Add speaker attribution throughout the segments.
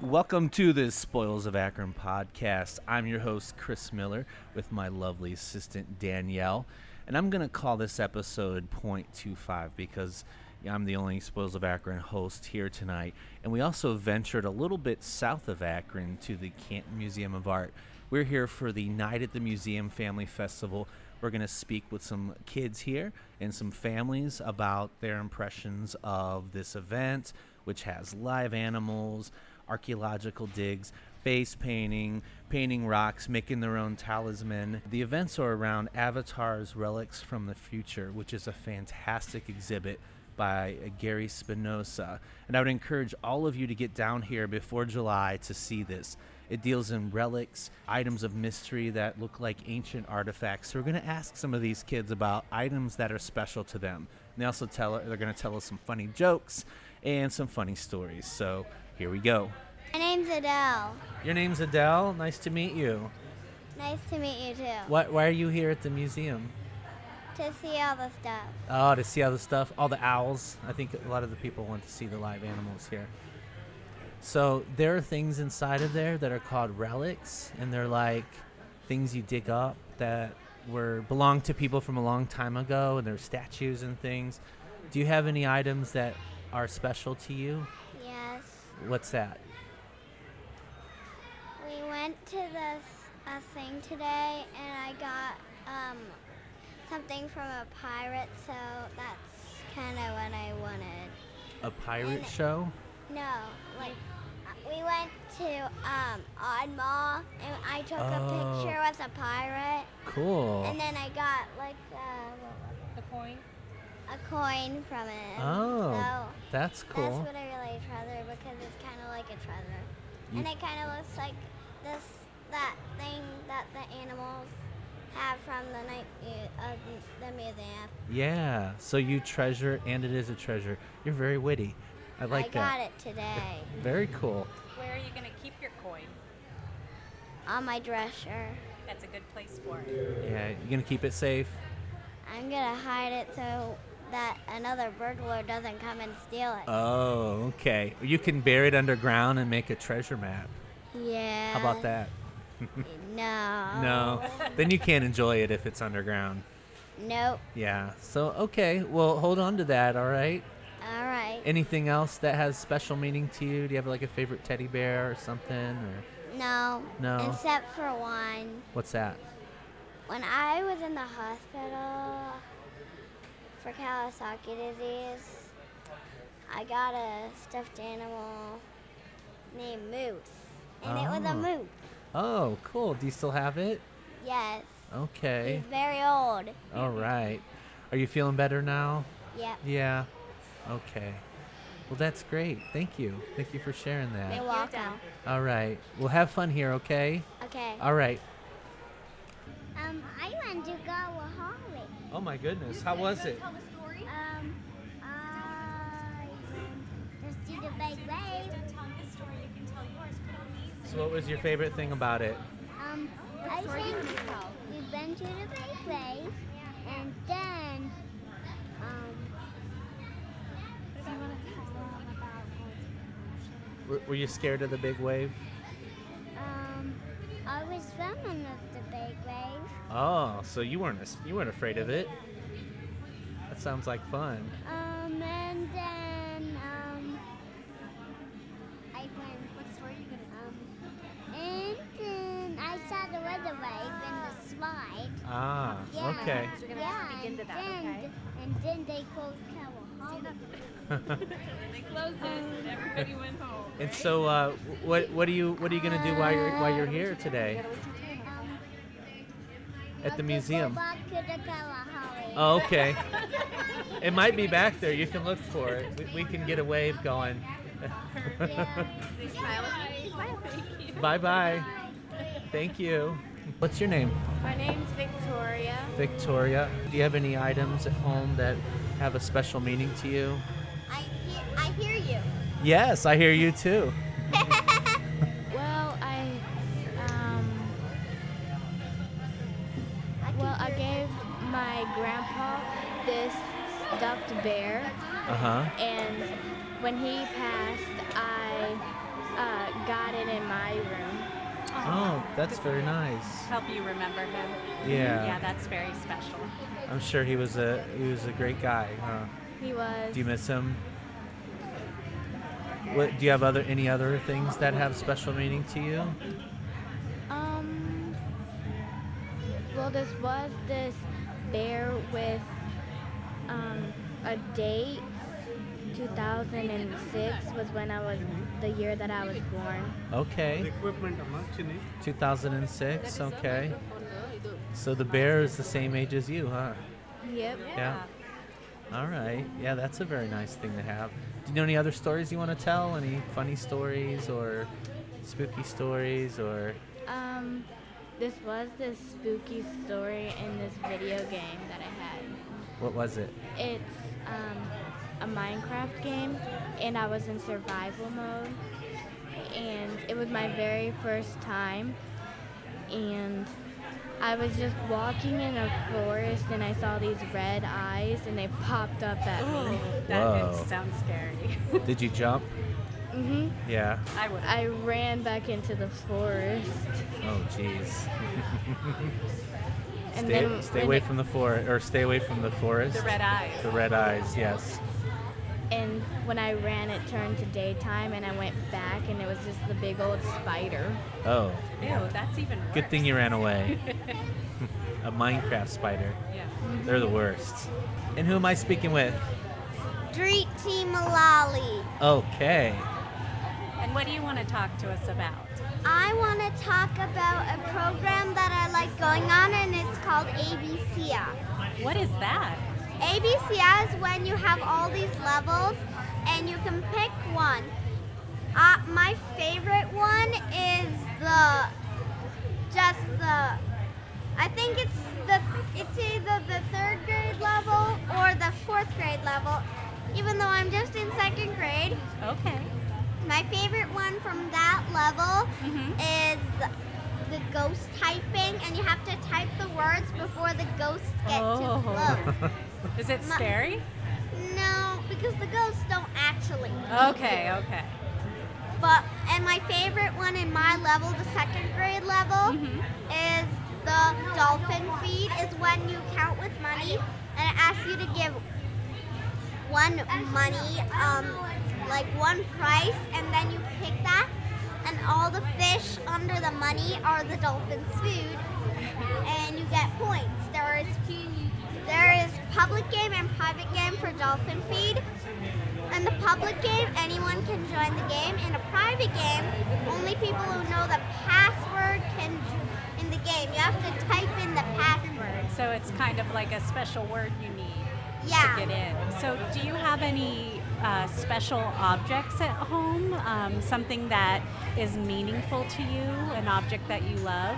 Speaker 1: Welcome to the Spoils of Akron podcast. I'm your host, Chris Miller, with my lovely assistant, Danielle. And I'm going to call this episode 0.25 because I'm the only Spoils of Akron host here tonight. And we also ventured a little bit south of Akron to the Canton Museum of Art. We're here for the Night at the Museum Family Festival. We're going to speak with some kids here and some families about their impressions of this event, which has live animals, archaeological digs, face painting, painting rocks, making their own talisman. The events are around Avatar's Relics from the Future, which is a fantastic exhibit by uh, Gary Spinoza. And I would encourage all of you to get down here before July to see this. It deals in relics, items of mystery that look like ancient artifacts. So we're going to ask some of these kids about items that are special to them. And they also tell they're going to tell us some funny jokes and some funny stories. So here we go.
Speaker 2: My name's Adele.
Speaker 1: Your name's Adele. Nice to meet you.
Speaker 2: Nice to meet you too.
Speaker 1: Why, why are you here at the museum?
Speaker 2: To see all the stuff.
Speaker 1: Oh, to see all the stuff, all the owls. I think a lot of the people want to see the live animals here. So there are things inside of there that are called relics, and they're like things you dig up that were belong to people from a long time ago, and they're statues and things. Do you have any items that are special to you?
Speaker 2: Yes.
Speaker 1: What's that?
Speaker 2: We went to this a thing today, and I got um, something from a pirate, so that's kind of what I wanted.
Speaker 1: A pirate
Speaker 2: An-
Speaker 1: show?
Speaker 2: No, like uh, we went to um, Odd Mall, and I took
Speaker 1: Oh.
Speaker 2: a picture with a pirate,
Speaker 1: Cool.
Speaker 2: and then I got like the,
Speaker 3: The coin?
Speaker 2: a coin from it.
Speaker 1: Oh,
Speaker 2: um, So
Speaker 1: that's
Speaker 2: That's
Speaker 1: cool.
Speaker 2: what I really treasure because it's kind of like a treasure,
Speaker 1: You-
Speaker 2: and it kind of looks like this that thing that the animals have from the night mu- of the museum.
Speaker 1: Yeah. So you treasure, and it is a treasure. You're very witty. I like
Speaker 2: I
Speaker 1: that.
Speaker 2: got it today
Speaker 1: Very cool.
Speaker 3: Where are you going to keep your coin?
Speaker 2: on my dresser.
Speaker 3: That's a good place for it.
Speaker 1: Yeah. You gonna keep it safe?
Speaker 2: I'm gonna hide it so that another burglar doesn't come and steal it.
Speaker 1: Oh, okay. You can bury it underground and make a treasure map.
Speaker 2: yeah.
Speaker 1: How about that?
Speaker 2: No.
Speaker 1: No. then you can't enjoy it if it's underground.
Speaker 2: Nope.
Speaker 1: Yeah. So okay. Well, hold on to that. All right.
Speaker 2: All right.
Speaker 1: Anything else that has special meaning to you? Do you have like a favorite teddy bear or something? Or
Speaker 2: no.
Speaker 1: No.
Speaker 2: Except for one.
Speaker 1: what's that?
Speaker 2: When I was in the hospital for Kawasaki disease, I got a stuffed animal named Moose. And it was
Speaker 1: Oh.
Speaker 2: a moose.
Speaker 1: Oh, cool. Do you still have it?
Speaker 2: Yes.
Speaker 1: Okay. Oh.
Speaker 2: He's very old.
Speaker 1: All right. Are you feeling better now?
Speaker 2: Yep.
Speaker 1: Yeah. Okay. Well, that's great. Thank you. Thank you for sharing
Speaker 2: You're
Speaker 1: that.
Speaker 2: welcome.
Speaker 1: All right. Well, have fun here, okay?
Speaker 2: Okay.
Speaker 1: All right.
Speaker 2: Um, I want to go with Holly.
Speaker 1: Oh my goodness. How was it?
Speaker 2: Um, I just do the big wave.
Speaker 1: So, what was your favorite thing about it?
Speaker 2: Um, I think we've been to the big wave, and then um.
Speaker 1: Were, were you scared of the big wave?
Speaker 2: Um, I was swimming with the big wave.
Speaker 1: Oh, so you weren't as- you weren't afraid of it? That sounds like fun.
Speaker 2: Um, and then um, I went. What story are you gonna? Um, and then I saw the weather wave and the slide.
Speaker 1: Ah,
Speaker 2: Yeah.
Speaker 1: okay.
Speaker 3: So you're gonna
Speaker 2: yeah,
Speaker 3: have to speak into
Speaker 2: and
Speaker 3: that,
Speaker 2: then,
Speaker 3: okay?
Speaker 2: And then they closed Kawahama.
Speaker 3: They closed it
Speaker 2: Um,
Speaker 3: and everybody went home.
Speaker 1: and so, uh, wh- what what are you what are you gonna do while you're while you're here today
Speaker 2: Um,
Speaker 1: at the
Speaker 2: I'll Go
Speaker 1: museum?
Speaker 2: back to the Kalahari.
Speaker 1: Oh, okay. It might be back there. You can look for it. We, we can get a wave going.
Speaker 2: Yeah.
Speaker 1: bye bye. Thank you. What's your name?
Speaker 4: My name's Victoria.
Speaker 1: Victoria. Do you have any items at home that have a special meaning to you?
Speaker 2: I hear, I hear you.
Speaker 1: Yes, I hear you too.
Speaker 4: Well, I um well, I gave my grandpa this stuffed bear
Speaker 1: Uh huh.
Speaker 4: and when he passed, I uh, got it in my room.
Speaker 1: Oh, that's very nice.
Speaker 5: Help you remember him.
Speaker 1: Yeah.
Speaker 5: Yeah, that's very special.
Speaker 1: I'm sure he was a he was a great guy. Huh?
Speaker 4: He was.
Speaker 1: Do you miss him? What do you have other any other things that have special meaning to you?
Speaker 4: Um. Well, this was this bear with um, a date. 2006 was when I was the year that I was born.
Speaker 1: Okay,
Speaker 6: equipment ಅಮ್ಮ ಚಿನ್ನಿ
Speaker 1: 2006. Okay, so the bear is the same age as you, huh?
Speaker 4: Yep.
Speaker 1: Yeah. All right. Yeah, that's a very nice thing to have. Do you know any other stories you want to tell? Any funny stories or spooky stories or?
Speaker 4: Um, this was this spooky story in this video game that I
Speaker 1: What was it?
Speaker 4: had. It's um, a Minecraft game, and I was in survival mode, and it was my very first time, and I was just walking in a forest, and I saw these red eyes, and they popped up at me.
Speaker 5: that
Speaker 1: Whoa.
Speaker 5: sounds scary.
Speaker 1: Did you jump?
Speaker 4: hmm
Speaker 1: Yeah.
Speaker 5: I would.
Speaker 4: I ran back into the forest,
Speaker 1: Oh, jeez.
Speaker 4: and
Speaker 1: Stay,
Speaker 4: then
Speaker 1: stay
Speaker 4: when
Speaker 1: away
Speaker 4: it-
Speaker 1: from the forest, or stay away from the forest.
Speaker 5: The red eyes.
Speaker 1: The red eyes. Yes.
Speaker 4: And when I ran, it turned to daytime, and I went back, and it was just the big old spider.
Speaker 1: Oh,
Speaker 5: Ew, that's even worse.
Speaker 1: good thing you ran away. A Minecraft spider.
Speaker 5: Yeah.
Speaker 1: They're the worst. And who am I speaking with?
Speaker 2: Street Team Malali.
Speaker 1: Okay.
Speaker 5: And what do you want to talk to us about?
Speaker 2: I want to talk about a program that I like going on, and it's called ABCI.
Speaker 5: What is that?
Speaker 2: ABCI is when you have all these levels and you can pick one. Uh, my favorite one is the just the I think it's the it's either the third grade level or the fourth grade level. Even though I'm just in second grade,
Speaker 5: Okay.
Speaker 2: my favorite one from that level
Speaker 5: Mhm.
Speaker 2: is the ghost typing, and you have to type the words before the ghosts get
Speaker 5: Oh.
Speaker 2: too close.
Speaker 5: Is it
Speaker 2: My-
Speaker 5: scary?
Speaker 2: No, because the ghosts don't actually.
Speaker 5: Okay, okay.
Speaker 2: But and my favorite one in my level, the second grade level, is the dolphin feed. Is when you count with money and it asks you to give one money, um, like one price, and then you pick that. And all the fish under the money are the dolphin's food, and you get points. There is there is public game and private game for dolphin feed. In the public game, anyone can join the game. In a private game, only people who know the password can jo- in the game. You have to type in the password.
Speaker 5: So it's kind of like a special word you need to get
Speaker 2: Yeah.
Speaker 5: in. So do you have any uh, special objects at home? Um, something that is meaningful to you? An object that you love?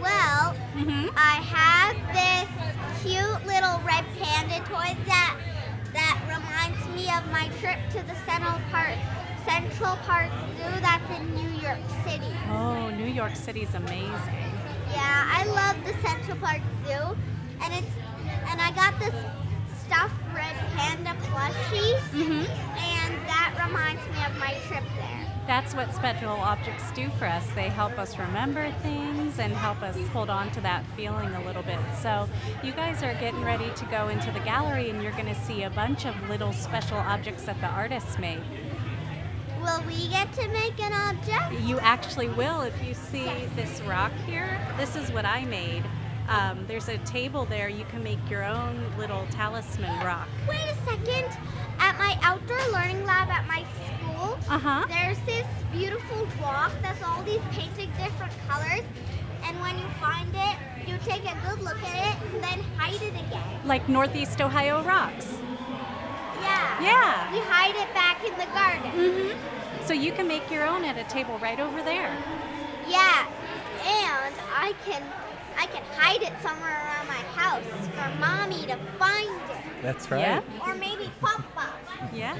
Speaker 2: Well,
Speaker 5: Mm-hmm.
Speaker 2: I have this cute little red panda toy that that reminds me of my trip to the Central Park Central Park Zoo that's in New York City.
Speaker 5: Oh, New York City's amazing.
Speaker 2: Yeah, I love the Central Park Zoo, and it's and I got this stuffed red panda plushie,
Speaker 5: Mm-hmm.
Speaker 2: and that reminds me of my trip there.
Speaker 5: That's what special objects do for us. They help us remember things and help us hold on to that feeling a little bit. So, you guys are getting ready to go into the gallery and you're going to see a bunch of little special objects that the artists made.
Speaker 2: Will we get to make an object?
Speaker 5: You actually will if you see this rock here. This is what I made. Um, there's a table there. You can make your own little talisman rock.
Speaker 2: Wait a second. At my outdoor learning lab at my school,
Speaker 5: Uh huh.
Speaker 2: there's this beautiful rock that's all these painted different colors, and when you find it, you take a good look at it and then hide it again.
Speaker 5: Like Northeast Ohio rocks.
Speaker 2: Yeah.
Speaker 5: Yeah. Mm-hmm.
Speaker 2: You hide it back in the garden.
Speaker 5: So you can make your own at a table right over there.
Speaker 2: Yeah, and I can I can hide it somewhere around my house for mommy to find it,
Speaker 1: That's right.
Speaker 5: Yeah.
Speaker 2: or maybe Papa.
Speaker 5: Yeah.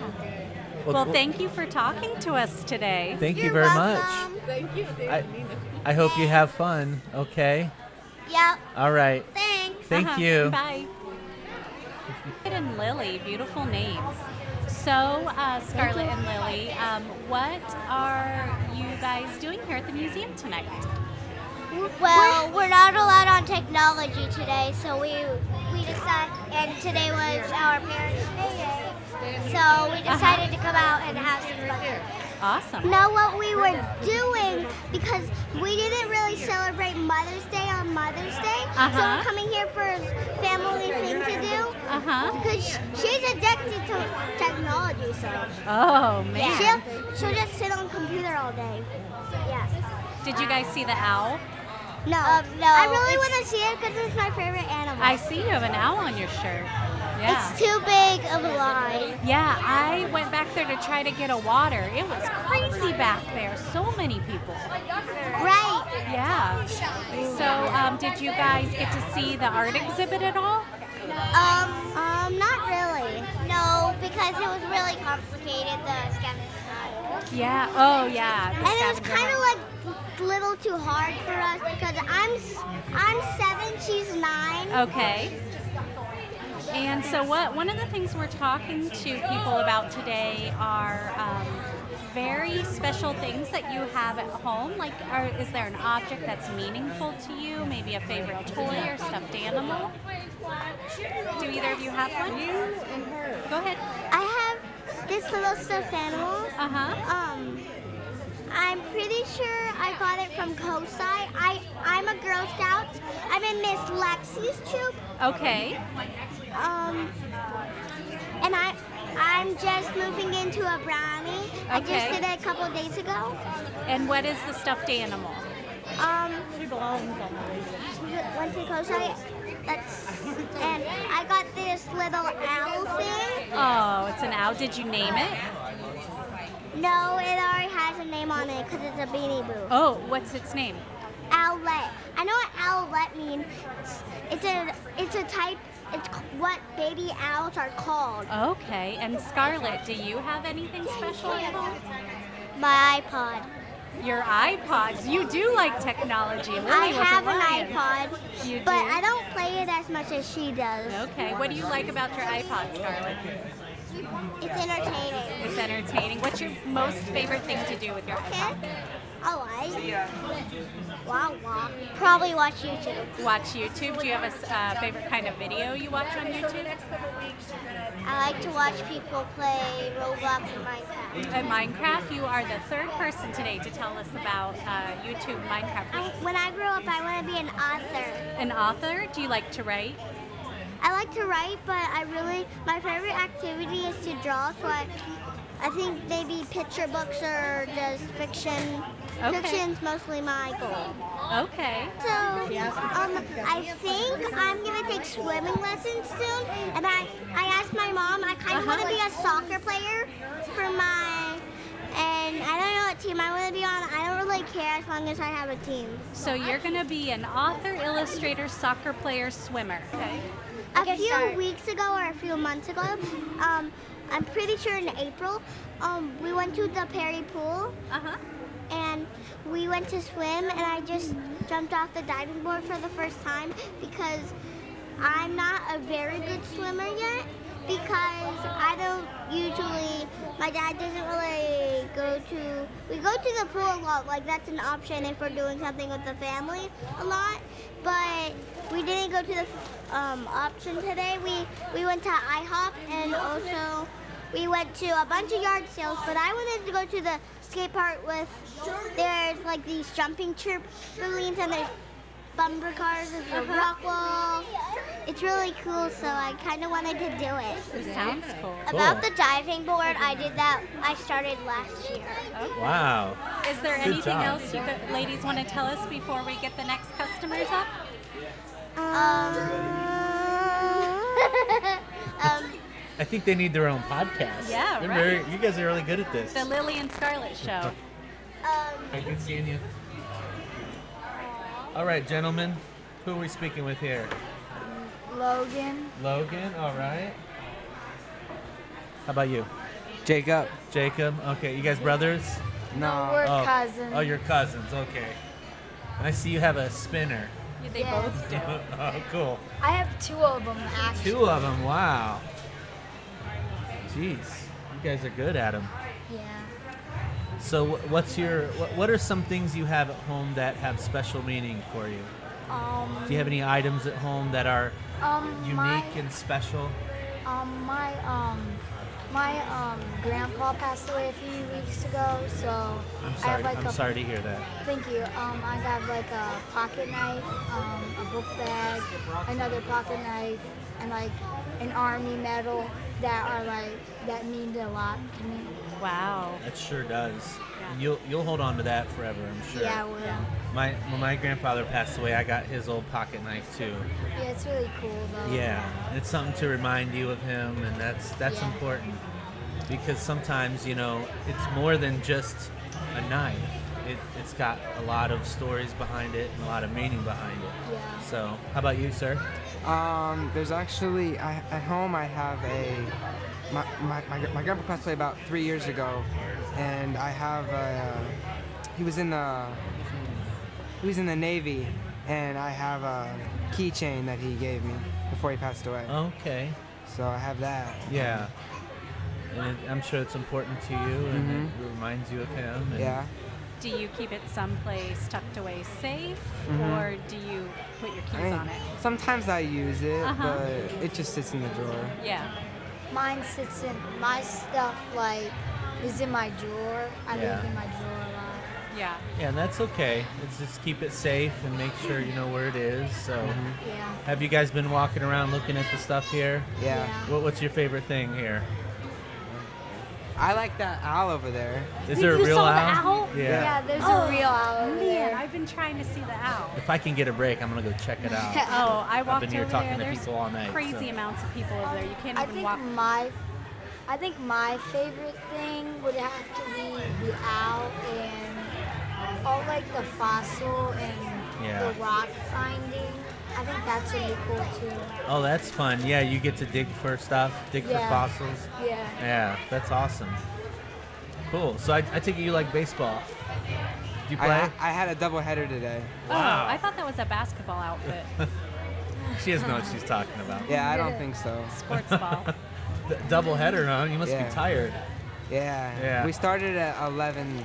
Speaker 1: Well,
Speaker 5: Well,
Speaker 1: th-
Speaker 5: thank you for talking to us today.
Speaker 1: Thank you
Speaker 2: You're
Speaker 1: very
Speaker 2: welcome.
Speaker 1: much. I, I hope you have fun. Okay.
Speaker 2: Yep.
Speaker 1: All right.
Speaker 2: Thanks.
Speaker 1: Thank
Speaker 5: Uh-huh.
Speaker 1: you.
Speaker 5: Bye. Uh-huh. and Lily, beautiful names. So, uh, Scarlet and Lily, um, what are you guys doing here at the museum tonight?
Speaker 2: Well, we're not allowed on technology today, so we we decided, and today was our parents' day, so
Speaker 5: Uh-huh.
Speaker 2: we decided to come out and have some fun.
Speaker 5: Awesome.
Speaker 2: Know what we were doing because we didn't really celebrate Mother's Day on Mother's Day, so
Speaker 5: Uh-huh.
Speaker 2: we're coming here for a family thing to do.
Speaker 5: Uh huh.
Speaker 2: Because she's addicted to technology, so
Speaker 5: Oh man.
Speaker 2: she'll, she'll just sit on computer all day. Yes.
Speaker 5: Did you guys see the owl?
Speaker 2: No, no. I really want to see it because it's my favorite animal.
Speaker 5: I see you have an owl on your shirt. Yeah.
Speaker 2: It's too big of a line.
Speaker 5: Yeah, I went back there to try to get a water. It was crazy back there. So many people.
Speaker 2: Right.
Speaker 5: Yeah. So, um, did you guys get to see the art exhibit at all?
Speaker 2: Um, um, not really. No, because it was really complicated, the scavenger hunt.
Speaker 5: Yeah. Oh, yeah. the
Speaker 2: And it was
Speaker 5: scavenger
Speaker 2: kind of
Speaker 5: hunt.
Speaker 2: like little too hard for us because I'm s- I'm seven, she's nine.
Speaker 5: Okay. And so, what one of the things we're talking to people about today are um, very special things that you have at home. Like, are, is there an object that's meaningful to you? Maybe a favorite toy or stuffed animal? Do either of you have one? Go ahead.
Speaker 2: I have this little stuffed animal.
Speaker 5: Uh huh.
Speaker 2: Um, I'm pretty sure I got it from COSI. I, I'm a Girl Scout. I'm in Miss Lexi's troop.
Speaker 5: Okay.
Speaker 2: Um, and I, I'm just moving into a brownie. I just
Speaker 5: Okay.
Speaker 2: did it a couple days ago.
Speaker 5: And what is the stuffed animal?
Speaker 2: Um, went to COSI. That's, and I got this little owl thing.
Speaker 5: Oh, it's an owl. Did you name it?
Speaker 2: No, it already has a name on it because it's a beanie boo.
Speaker 5: Oh, what's its name?
Speaker 2: owlet. I know what owlet means. It's a it's a type. It's c- what baby owls are called.
Speaker 5: Oh. Okay. And Scarlet, do you have anything special at home?
Speaker 2: My iPod.
Speaker 5: Your iPods. You do like technology. Lily
Speaker 2: I
Speaker 5: was a
Speaker 2: have an
Speaker 5: lion.
Speaker 2: iPod,
Speaker 5: You
Speaker 2: but
Speaker 5: do?
Speaker 2: I don't play it as much as she does.
Speaker 5: Okay. What do you like about your iPod, Scarlet?
Speaker 2: It's entertaining.
Speaker 5: It's entertaining. What's your most favorite thing to do with your
Speaker 2: Okay.
Speaker 5: iPod?
Speaker 2: Oh, I. Wow, wow. Probably watch YouTube.
Speaker 5: Watch YouTube. Do you have a s- uh, favorite kind of video you watch on YouTube?
Speaker 2: I like to watch people play Roblox and Minecraft.
Speaker 5: At Minecraft, you are the third person today to tell us about uh, YouTube Minecraft.
Speaker 2: When I grow up, I want to be an author.
Speaker 5: An author? Do you like to write?
Speaker 2: I like to write, but I really my favorite activity is to draw. So I, I think maybe picture books or just fiction.
Speaker 5: Okay.
Speaker 2: Fiction's mostly my goal.
Speaker 5: Okay.
Speaker 2: So um, I think I'm gonna take swimming lessons soon. And I I asked my mom I
Speaker 5: Uh-huh.
Speaker 2: kind of want to be a soccer player for my. And I don't know what team I want to be on. I don't really care as long as I have a team.
Speaker 5: So you're going to be an author, illustrator, soccer player, swimmer. Okay.
Speaker 2: a few weeks ago or a few months ago, um, I'm pretty sure in April, um, we went to the Perry Pool
Speaker 5: Uh huh.
Speaker 2: and we went to swim and I just jumped off the diving board for the first time because I'm not a very good swimmer yet because I don't usually my dad doesn't really go to we go to the pool a lot like that's an option if we're doing something with the family a lot but we didn't go to the um, option today we we went to IHOP and also we went to a bunch of yard sales, but I wanted to go to the skate park with there's like these jumping trampolines and there's bumper cars and the rock wall. It's really cool, so I kind of wanted to do it.
Speaker 5: Sounds cool.
Speaker 2: About the diving board, I did that. I started last year.
Speaker 1: Wow.
Speaker 5: Is there
Speaker 1: Good
Speaker 5: anything
Speaker 1: job.
Speaker 5: else you th- ladies want to tell us before we get the next customers up?
Speaker 2: Um, um,
Speaker 1: I think they need their own podcast.
Speaker 5: Yeah,
Speaker 1: They're
Speaker 5: right.
Speaker 1: very- you guys are really good at this.
Speaker 5: The Lily and Scarlet show.
Speaker 2: um,
Speaker 1: Good seeing you. All right, gentlemen. Who are we speaking with here?
Speaker 4: Logan.
Speaker 1: Logan, all right. How about you?
Speaker 7: Jake up.
Speaker 1: Jacob? Okay, you guys brothers?
Speaker 7: No.
Speaker 4: We're
Speaker 1: oh.
Speaker 4: cousins.
Speaker 1: Oh, you're cousins, okay. I see you have a spinner.
Speaker 5: They
Speaker 4: Yes.
Speaker 5: both do.
Speaker 1: oh, cool.
Speaker 4: I have two of them actually.
Speaker 1: Two of them, wow. Jeez, you guys are good at them.
Speaker 2: Yeah.
Speaker 1: So, wh- what's your wh- what are some things you have at home that have special meaning for you?
Speaker 6: Um,
Speaker 1: Do you have any items at home that are
Speaker 6: um,
Speaker 1: unique
Speaker 6: my,
Speaker 1: and special?
Speaker 6: um, my, um, my, um, grandpa passed away a few weeks ago, so
Speaker 1: I'm
Speaker 6: I have
Speaker 1: sorry.
Speaker 6: like
Speaker 1: I'm
Speaker 6: a,
Speaker 1: sorry to hear that.
Speaker 6: thank you, um, I have like a pocket knife, um, a book bag, another pocket knife, and like an army medal that are like, that mean a lot to me.
Speaker 5: Wow.
Speaker 1: That sure does. You'll you'll hold on to that forever, I'm sure.
Speaker 6: Yeah, well, yeah.
Speaker 1: My when my grandfather passed away, I got his old pocket knife too.
Speaker 6: it's really cool though.
Speaker 1: Yeah, it's something to remind you of him, and that's that's
Speaker 6: Yeah.
Speaker 1: important because sometimes you know it's more than just a knife. It, it's got a lot of stories behind it and a lot of meaning behind it.
Speaker 6: Yeah.
Speaker 1: So, how about you, sir?
Speaker 8: Um, there's actually I, at home. I have a my, my, my, gr- my grandpa passed away about three years ago, and I have a he was in the he was in the navy, and I have a keychain that he gave me before he passed away.
Speaker 1: Okay.
Speaker 8: So I have that.
Speaker 1: Yeah. And it, I'm sure it's important to you, and it reminds you of him. And
Speaker 8: Mm-hmm. Yeah.
Speaker 5: Do you keep it someplace tucked away safe,
Speaker 1: Mm-hmm.
Speaker 5: or do you put your keys
Speaker 8: I mean,
Speaker 5: on it?
Speaker 8: sometimes I use it,
Speaker 5: Uh-huh.
Speaker 8: but it just sits in the drawer.
Speaker 5: Yeah.
Speaker 6: Mine sits in my stuff like is in my drawer. I
Speaker 1: Yeah.
Speaker 6: leave it in my drawer a lot.
Speaker 5: Yeah.
Speaker 1: Yeah, and that's okay. Let's just keep it safe and make sure you know where it is. So,
Speaker 8: Mm-hmm.
Speaker 6: Yeah.
Speaker 1: have you guys been walking around looking at the stuff here?
Speaker 8: Yeah.
Speaker 1: What, what's your favorite thing here?
Speaker 8: I like that owl over there.
Speaker 1: Is there a real
Speaker 5: saw the
Speaker 1: owl?
Speaker 5: owl?
Speaker 1: Yeah.
Speaker 6: Yeah, there's
Speaker 5: Oh,
Speaker 6: a real owl over
Speaker 5: Man,
Speaker 6: there.
Speaker 5: I've been trying to see the owl.
Speaker 1: If I can get a break, I'm gonna go check it out.
Speaker 5: Oh, I walked
Speaker 1: been here
Speaker 5: over
Speaker 1: talking
Speaker 5: there.
Speaker 1: to
Speaker 5: There's
Speaker 1: people all night,
Speaker 5: crazy
Speaker 1: so-
Speaker 5: amounts of people over there. You can't
Speaker 6: I
Speaker 5: even
Speaker 6: think
Speaker 5: walk.
Speaker 6: my I think my favorite thing would have to be the owl and all like the fossil and
Speaker 1: Yeah.
Speaker 6: the rock finding. I think that's really cool too.
Speaker 1: oh, that's fun. Yeah, you get to dig for stuff, dig
Speaker 6: Yeah.
Speaker 1: for fossils.
Speaker 6: Yeah.
Speaker 1: Yeah, that's awesome. Cool. So I, I take it you like baseball. Do you play?
Speaker 8: I, I had a double header today.
Speaker 1: Wow.
Speaker 5: Oh, I thought that was a basketball outfit.
Speaker 1: she doesn't know what she's talking about.
Speaker 8: Yeah, I don't think so.
Speaker 5: Sports ball.
Speaker 1: D- double header, huh? You must
Speaker 8: Yeah.
Speaker 1: be tired.
Speaker 8: Yeah.
Speaker 1: Yeah.
Speaker 8: We started at 11.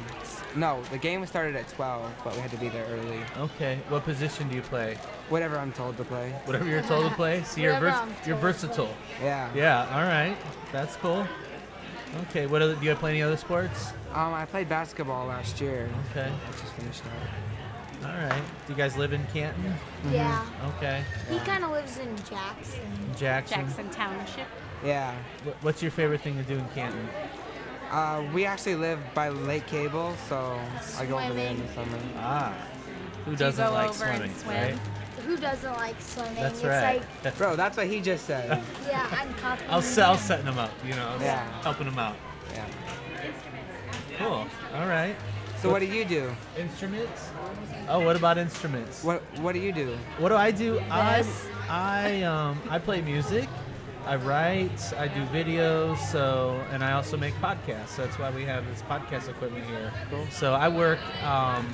Speaker 8: No, the game was started at 12, but we had to be there early.
Speaker 1: Okay. What position do you play?
Speaker 8: Whatever I'm told to play.
Speaker 1: Whatever you're told to play. See, you're,
Speaker 6: Whatever
Speaker 1: vers-
Speaker 6: I'm told
Speaker 1: you're
Speaker 6: to
Speaker 1: versatile.
Speaker 8: Yeah.
Speaker 1: Yeah. All right. That's cool. Okay. What other? Do you play any other sports?
Speaker 8: Um, I played basketball last year.
Speaker 1: Okay.
Speaker 8: I just finished up.
Speaker 1: All right. Do you guys live in Canton?
Speaker 6: Yeah.
Speaker 1: Mm-hmm. Okay.
Speaker 6: He kind of lives in Jackson.
Speaker 1: Jackson.
Speaker 5: Jackson Township.
Speaker 8: Yeah.
Speaker 1: Wh- What's your favorite thing to do in Canton?
Speaker 8: Uh, we actually live by Lake Cable, so I go over there in the summer.
Speaker 1: Ah. Who doesn't
Speaker 5: go
Speaker 1: like
Speaker 5: over and
Speaker 1: swimming,
Speaker 5: swim?
Speaker 1: right?
Speaker 6: Who doesn't like swimming?
Speaker 1: That's
Speaker 6: it's
Speaker 1: right.
Speaker 8: Bro, that's what he just said.
Speaker 6: like, yeah, I'm confident.
Speaker 1: I'll, s- I'll setting them up, you know, I was
Speaker 8: Yeah.
Speaker 1: helping them out.
Speaker 8: yeah.
Speaker 1: Cool. All right.
Speaker 8: So what do you do?
Speaker 1: Instruments? Oh, what about instruments?
Speaker 8: What What do you do?
Speaker 1: What do I do? I
Speaker 5: This.
Speaker 1: I um I play music, I write, I do videos, so and I also make podcasts. So that's why we have this podcast equipment here.
Speaker 8: Cool.
Speaker 1: So I work um,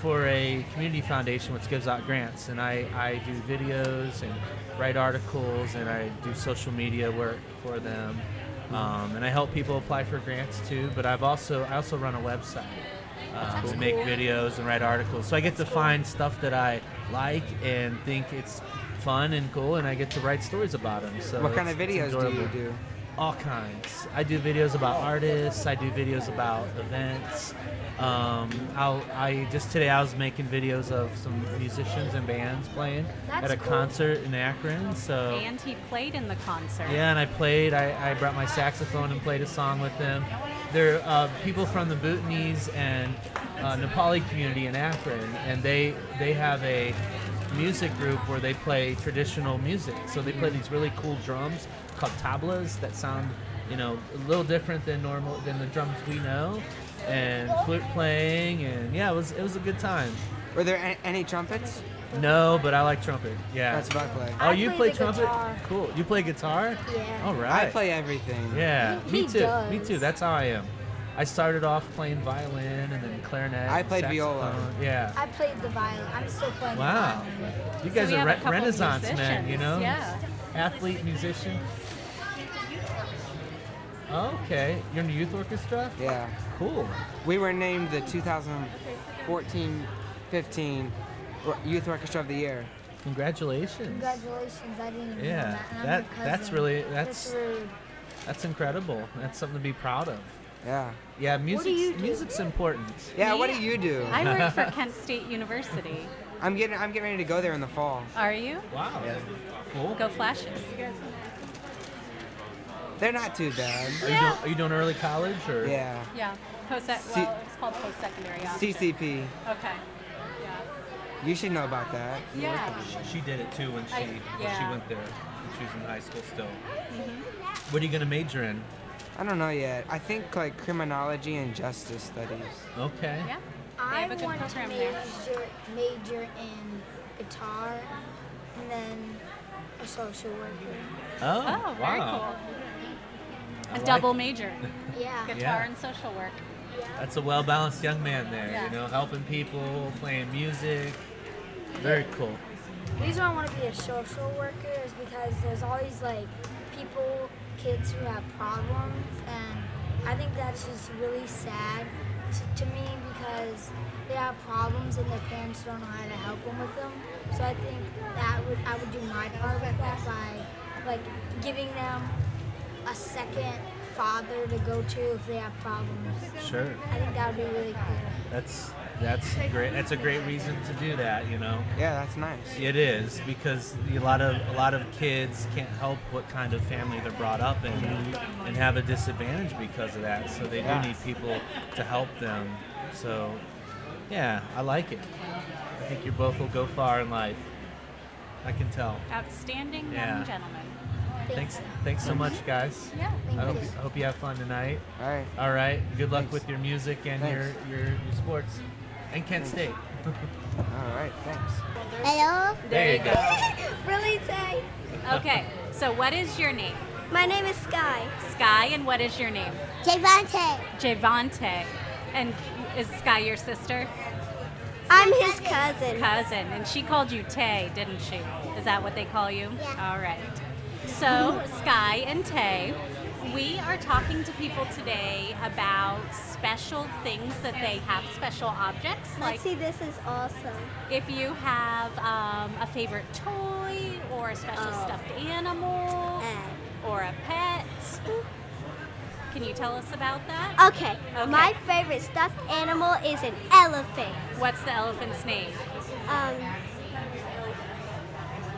Speaker 1: for a community foundation which gives out grants, and I I do videos and write articles, and I do social media work for them. Um, and I help people apply for grants too, but I've also I also run a website um, to make videos and write articles. So I get to find stuff that I like and think it's fun and cool, and I get to write stories about them. So
Speaker 8: what kind of
Speaker 1: it's- it's
Speaker 8: videos do you
Speaker 1: enjoyable.
Speaker 8: do?
Speaker 1: All kinds. I do videos about artists. I do videos about events. Um, I'll, I just today I was making videos of some musicians and bands playing
Speaker 6: That's
Speaker 1: at a
Speaker 6: cool.
Speaker 1: concert in Akron. So
Speaker 5: And he played in the concert.
Speaker 1: Oh. yeah, and I played. I, I brought my saxophone and played a song with them. They're uh, people from the Bhutanese and uh, Nepali community in Akron, and they they have a music group where they play traditional music. So they play
Speaker 8: Mm-hmm.
Speaker 1: these really cool drums called tablas that sound, you know, a little different than normal than the drums we know, and flute playing, and yeah, it was it was a good time.
Speaker 8: Were there a- any trumpets?
Speaker 1: No, but I like trumpet. Yeah.
Speaker 8: That's what I play.
Speaker 1: Oh,
Speaker 6: I
Speaker 1: you play
Speaker 6: play the
Speaker 1: trumpet?
Speaker 6: guitar.
Speaker 1: Cool. You play guitar?
Speaker 6: Yeah.
Speaker 1: All right.
Speaker 8: I play everything.
Speaker 1: Yeah,
Speaker 6: He-
Speaker 1: me
Speaker 6: he
Speaker 1: too. Me
Speaker 6: does.
Speaker 1: too. That's how I am. I started off playing violin and then clarinet.
Speaker 8: I
Speaker 1: and
Speaker 8: played viola.
Speaker 1: saxophone. Yeah.
Speaker 6: I played the violin. I'm still playing. the
Speaker 1: Wow.
Speaker 6: violin.
Speaker 1: You guys
Speaker 5: we
Speaker 1: are
Speaker 5: have a
Speaker 1: re-
Speaker 5: couple
Speaker 1: Renaissance men, you
Speaker 5: musicians,
Speaker 1: know?
Speaker 5: yeah.
Speaker 1: Athlete, musician. Okay, you're in the youth orchestra.
Speaker 8: Yeah.
Speaker 1: Cool.
Speaker 8: We were named the 2014 15 Youth Orchestra of the Year.
Speaker 1: Congratulations.
Speaker 6: Congratulations, I didn't even
Speaker 1: Yeah,
Speaker 6: know that. and I'm
Speaker 1: that-
Speaker 6: your
Speaker 1: that's
Speaker 6: cousin.
Speaker 1: really- that's-
Speaker 6: rude.
Speaker 1: That's incredible. That's something to be proud of.
Speaker 8: Yeah.
Speaker 1: Yeah, music's,
Speaker 6: you do?
Speaker 1: music's important.
Speaker 8: Yeah, what do you do?
Speaker 5: I work for Kent State University.
Speaker 8: I'm getting I'm getting ready to go there in the fall.
Speaker 5: Are you?
Speaker 1: Wow. Cool.
Speaker 5: Go Flashes.
Speaker 8: They're not too bad.
Speaker 1: Are, you doing, are you doing early college or?
Speaker 8: Yeah.
Speaker 5: Yeah. Post
Speaker 8: C-
Speaker 5: well, it's called post secondary.
Speaker 8: CCP.
Speaker 5: Okay. Yeah.
Speaker 8: You should know about that.
Speaker 5: Yeah.
Speaker 1: She did it too when she
Speaker 5: I-
Speaker 1: when she
Speaker 5: yeah.
Speaker 1: went there. When she was in high school still. What are you gonna major in?
Speaker 8: I don't know yet. I think like criminology and justice studies.
Speaker 1: Okay.
Speaker 5: Yeah. They
Speaker 6: I
Speaker 5: have a good
Speaker 6: want to
Speaker 5: program
Speaker 6: major,
Speaker 5: there.
Speaker 6: major in guitar and then a social worker.
Speaker 1: Oh,
Speaker 5: Oh, very
Speaker 1: wow.
Speaker 5: cool.
Speaker 1: I
Speaker 5: A
Speaker 1: like
Speaker 5: double
Speaker 1: it.
Speaker 5: major,
Speaker 6: Yeah.
Speaker 5: guitar
Speaker 1: Yeah.
Speaker 5: and social work.
Speaker 1: That's a well balanced young man there.
Speaker 5: Yeah.
Speaker 1: You know, helping people, playing music. Very cool.
Speaker 6: The reason I want to be a social worker is because there's always like people, kids who have problems, and I think that's just really sad to, to me because they have problems and their parents don't know how to help them with them. So I think that would I would do my part with that by like giving them a second father to go to if they have problems.
Speaker 1: Sure.
Speaker 6: I think that would be really cool.
Speaker 1: That's that's great. That's a great reason to do that. You know.
Speaker 8: Yeah, that's nice.
Speaker 1: It is because a lot of a lot of kids can't help what kind of family they're brought up in and have a disadvantage because of that. So they do
Speaker 8: Yeah.
Speaker 1: need people to help them. So yeah, I like it. I think you both will go far in life. I can tell.
Speaker 5: Outstanding
Speaker 1: Yeah.
Speaker 5: young gentleman.
Speaker 1: Thanks thanks so much guys.
Speaker 5: Yeah.
Speaker 1: I hope you, I hope you have fun tonight.
Speaker 8: All right.
Speaker 1: All right. Good luck
Speaker 8: Thanks.
Speaker 1: with your music and
Speaker 8: Thanks.
Speaker 1: your, your your sports and Kent State.
Speaker 8: All right. Thanks.
Speaker 2: Hello.
Speaker 1: There you go.
Speaker 2: really, Tay?
Speaker 5: Okay. So, what is your name?
Speaker 2: My name is Sky.
Speaker 5: Sky, and what is your name?
Speaker 2: Javante.
Speaker 5: Javante. And is Sky your sister?
Speaker 2: I'm his cousin.
Speaker 5: Cousin. And she called you Tay, didn't she? Is that what they call you?
Speaker 2: Yeah.
Speaker 5: All right. So, Sky and Tay, we are talking to people today about special things that they have, special objects like
Speaker 2: Lexi, this is awesome.
Speaker 5: if you have um, a favorite toy or a special
Speaker 2: Oh. Eh.
Speaker 5: stuffed animal or a pet. Can you tell us about that? Oh.
Speaker 2: Okay.
Speaker 5: Okay.
Speaker 2: My favorite stuffed animal is an elephant.
Speaker 5: What's the elephant's name?
Speaker 2: Um,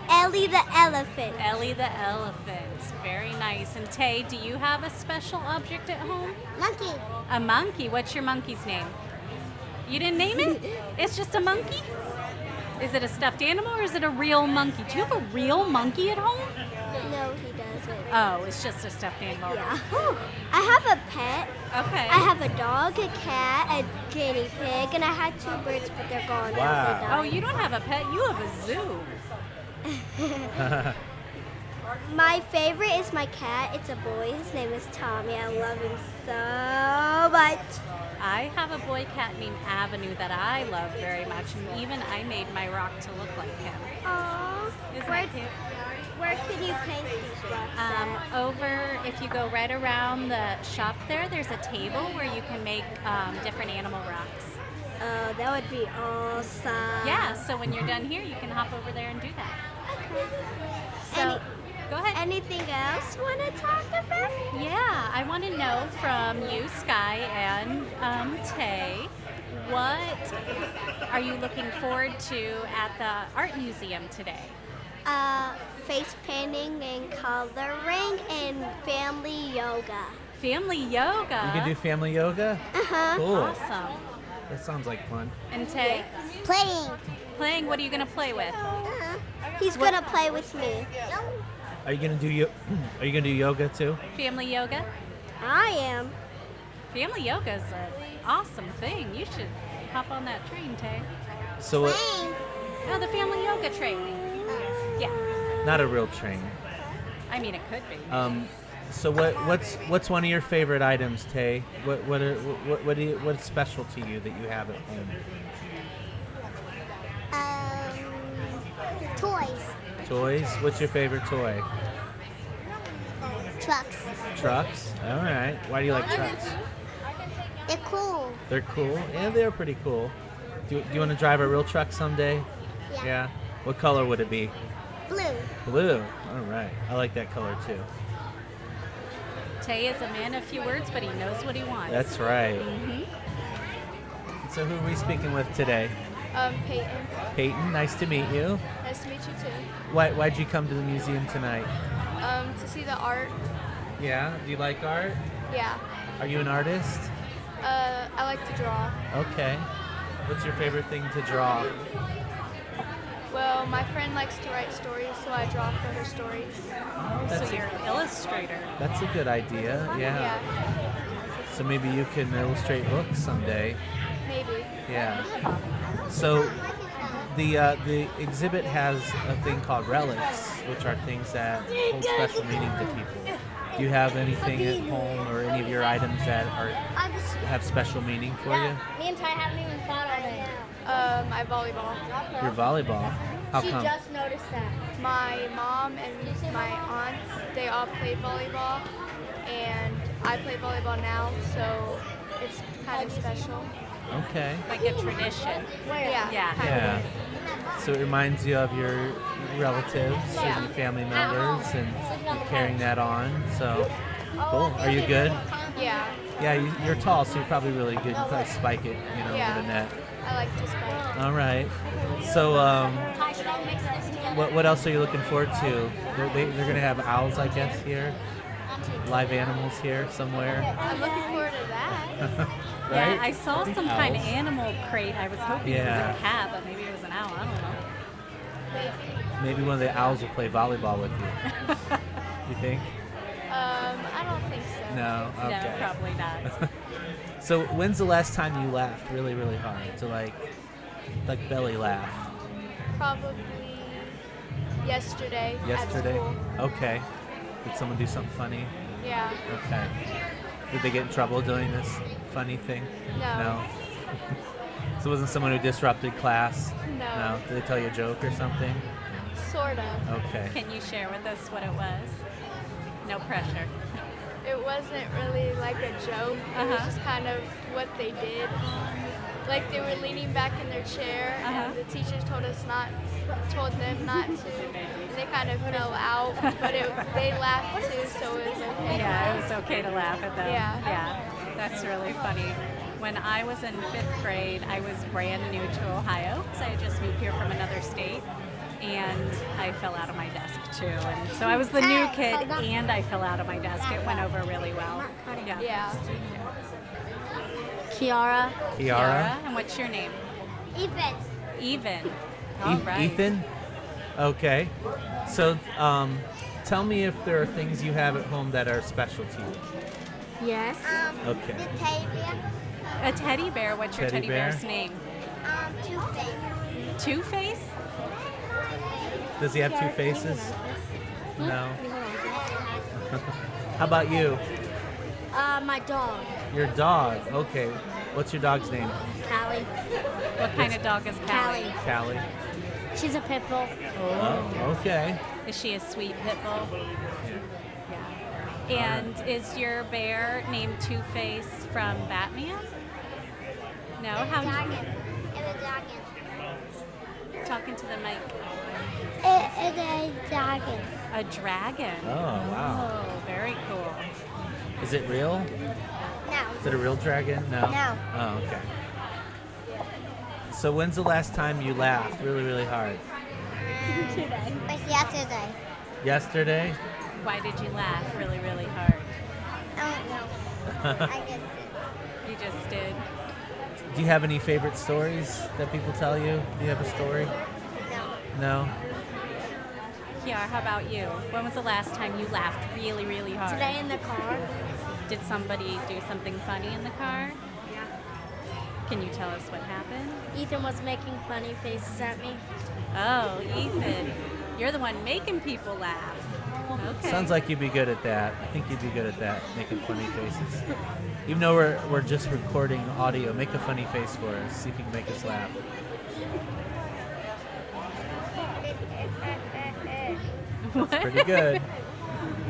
Speaker 2: Ellie the elephant.
Speaker 5: Ellie the elephant. Very nice. And Tay, do you have a special object at home?
Speaker 2: Monkey.
Speaker 5: A monkey. What's your monkey's name? You didn't name it? It's just a monkey? Is it a stuffed animal or is it a real monkey? Do you have a real monkey at home?
Speaker 2: No, he doesn't.
Speaker 5: Oh, it's just a stuffed animal.
Speaker 2: yeah. I have a pet.
Speaker 5: Okay.
Speaker 2: I have a dog, a cat, a guinea pig, and I had two birds, but they're gone.
Speaker 1: Wow.
Speaker 5: Oh, you don't have a pet. You have a zoo.
Speaker 2: My favorite is my cat. It's a boy. His name is Tommy. I love him so much.
Speaker 5: I have a boy cat named Avenue that I love very much, and even I made my rock to look like him.
Speaker 2: Aww.
Speaker 5: Isn't
Speaker 2: where,
Speaker 5: that cute?
Speaker 2: where can you paint these rocks?
Speaker 5: Um, over, if you go right around the shop there, there's a table where you can make um, different animal rocks. uh,
Speaker 2: oh, that would be awesome.
Speaker 5: Yeah, so when you're done here, you can hop over there and do that. So,
Speaker 2: Any-
Speaker 5: go ahead.
Speaker 2: Anything else want to talk about?
Speaker 5: Yeah, I want to know from you, Sky and um, Tay, what are you looking forward to at the art museum today?
Speaker 2: Uh, face painting and coloring and family yoga.
Speaker 5: Family yoga.
Speaker 1: You can do family yoga? Uh-huh. Cool.
Speaker 5: awesome.
Speaker 1: That sounds like fun.
Speaker 5: And Tay,
Speaker 2: Playing. Uh,
Speaker 5: playing. What are you gonna play with?
Speaker 2: He's gonna play with me.
Speaker 1: Are you gonna do yo- Are you gonna do yoga too?
Speaker 5: Family yoga.
Speaker 2: I am.
Speaker 5: Family yoga is an awesome thing. You should hop on that train, Tay.
Speaker 1: So it,
Speaker 5: Oh, the family yoga train. Yeah.
Speaker 1: not a real train.
Speaker 5: I mean, it could be.
Speaker 1: Um, so what what's what's one of your favorite items, Tay? What what are, what what, do you, what's special to you that you have at home?
Speaker 2: Um, toys. Um,
Speaker 1: Toys. What's your favorite toy?
Speaker 3: Trucks.
Speaker 1: Trucks. All right. Why do you like trucks?
Speaker 3: They're cool.
Speaker 1: They're cool. Yeah, they are pretty cool. Do, do you want to drive a real truck someday?
Speaker 3: Yeah.
Speaker 1: Yeah. What color would it be?
Speaker 3: Blue.
Speaker 1: Blue. All right. I like that color too.
Speaker 5: Tay is a man of few words, but he knows what he wants. Mm-hmm.
Speaker 1: That's right. So who are we speaking with today?
Speaker 4: Um, Peyton.
Speaker 1: Peyton, nice to meet you.
Speaker 4: Nice to meet you too.
Speaker 1: Why, why'd you come to the museum tonight?
Speaker 4: Um, to see the art.
Speaker 1: Yeah, do you like art?
Speaker 4: Yeah.
Speaker 1: Are you an artist?
Speaker 4: Uh, I like to draw.
Speaker 1: Okay. What's your favorite thing to draw?
Speaker 4: Well, my friend likes to write stories, so I draw for her stories.
Speaker 1: That's
Speaker 5: so you're
Speaker 1: a,
Speaker 5: an illustrator.
Speaker 1: that's a good idea, yeah.
Speaker 4: Yeah.
Speaker 1: So maybe you can illustrate books someday.
Speaker 4: Maybe.
Speaker 1: Yeah. So the uh, the exhibit has a thing called relics, which are things that hold special meaning to people. Do you have anything at home or any of your items that are
Speaker 3: I'm just,
Speaker 1: have special meaning for you?
Speaker 3: Me and Ty haven't even thought of it.
Speaker 4: Um, I volleyball.
Speaker 1: Your volleyball. How come?
Speaker 3: noticed that.
Speaker 4: My mom and my aunts, they all played volleyball, and I play volleyball now, so it's kind of special.
Speaker 1: Okay.
Speaker 5: Like a tradition.
Speaker 4: Yeah.
Speaker 5: Yeah.
Speaker 4: kind
Speaker 1: Yeah. So it reminds you of your relatives
Speaker 4: Yeah.
Speaker 1: and your family members and you're carrying that on. So cool. Are you good?
Speaker 4: of. Yeah.
Speaker 1: Yeah, you, you're tall, so you're probably really good. You can probably spike it, you know,
Speaker 4: Yeah.
Speaker 1: over the net.
Speaker 4: I like to spike.
Speaker 1: All right. So, um, what, what else are you looking forward to? They're, they, they're going to have owls, I guess, here. Live animals here somewhere.
Speaker 4: I'm looking forward to that.
Speaker 5: Yeah,
Speaker 1: Right?
Speaker 5: I saw
Speaker 1: think
Speaker 5: some kind of
Speaker 1: owls.
Speaker 5: animal crate. I was hoping it
Speaker 1: Yeah.
Speaker 5: was a cat, but maybe it was an owl. I don't know.
Speaker 1: Maybe one of the owls will play volleyball with you. You think?
Speaker 4: Um, I don't think so.
Speaker 1: No?
Speaker 5: No,
Speaker 1: Okay.
Speaker 5: probably not.
Speaker 1: So, when's the last time you laughed really, really hard? To like, like belly laugh?
Speaker 4: Probably yesterday.
Speaker 1: Yesterday?
Speaker 4: At school.
Speaker 1: Okay. Did someone do something funny?
Speaker 4: Yeah.
Speaker 1: Okay. Did they get in trouble doing this funny thing?
Speaker 4: No.
Speaker 1: so it wasn't someone who disrupted class?
Speaker 4: No.
Speaker 1: Did they tell you a joke or something?
Speaker 4: Sort of.
Speaker 1: Okay.
Speaker 5: Can you share with us what it was? No pressure.
Speaker 4: It wasn't really like a joke. It
Speaker 5: Uh-huh.
Speaker 4: was just kind of what they did. Like they were leaning back in their chair,
Speaker 5: Uh-huh.
Speaker 4: and the teachers told us not, told them not to. And they kind of fell out, but it, they laughed too, so it was okay.
Speaker 5: Yeah, it was okay to laugh at them.
Speaker 4: Yeah.
Speaker 5: Yeah, that's really funny. When I was in fifth grade, I was brand new to Ohio because I had just moved here from another state. And I fell out of my desk too. And so I was the new kid and I fell out of my desk. It went over really well. Yeah.
Speaker 4: Yeah.
Speaker 3: Kiara.
Speaker 1: Kiara?
Speaker 5: And what's your name?
Speaker 3: Ethan.
Speaker 5: Even. All
Speaker 1: E-
Speaker 5: right.
Speaker 1: Ethan? Okay. So, um, tell me if there are things you have at home that are special to you.
Speaker 9: Yes.
Speaker 3: Um,
Speaker 1: Okay.
Speaker 3: The Tavia.
Speaker 5: A teddy bear. What's your
Speaker 1: Teddy
Speaker 5: teddy,
Speaker 1: bear?
Speaker 5: bear's name?
Speaker 3: Um, two things.
Speaker 5: Two Face?
Speaker 1: Does he have two faces? No. How about you?
Speaker 10: Uh, my dog,
Speaker 1: Your dog. Okay. What's your dog's name?
Speaker 10: Callie.
Speaker 5: What kind of dog is Callie?
Speaker 10: Callie.
Speaker 1: Callie.
Speaker 10: She's a pit bull.
Speaker 1: Oh, okay.
Speaker 5: Is she a sweet pit bull? Yeah. And is your bear named Two Face from Batman? No, how
Speaker 3: Dragon. It's a dragon.
Speaker 5: talking to the mic.
Speaker 3: It, it's a dragon.
Speaker 5: A dragon.
Speaker 1: Oh, wow.
Speaker 5: Oh, very cool.
Speaker 1: Is it real?
Speaker 3: No.
Speaker 1: Is it a real dragon? No.
Speaker 3: No.
Speaker 1: Oh, okay. So when's the last time you laughed really, really hard?
Speaker 3: But yesterday.
Speaker 1: Yesterday?
Speaker 5: Why did you laugh really, really hard?
Speaker 3: I don't know. I guess
Speaker 5: You just did.
Speaker 1: Do you have any favorite stories that people tell you? Do you have a story?
Speaker 3: no.
Speaker 1: No?
Speaker 5: Kiara, how about you? When was the last time you laughed really, really hard?
Speaker 10: Today in the car.
Speaker 5: Did somebody do something funny in the car?
Speaker 10: Yeah.
Speaker 5: Can you tell us what happened?
Speaker 10: Ethan was making funny faces at me.
Speaker 5: Oh, Ethan, you're the one making people laugh. Okay.
Speaker 1: Sounds like you'd be good at that. I think you'd be good at that, making funny faces. Even though we're, we're just recording audio, make a funny face for us. See if you can make us laugh.
Speaker 5: What?
Speaker 1: Pretty good.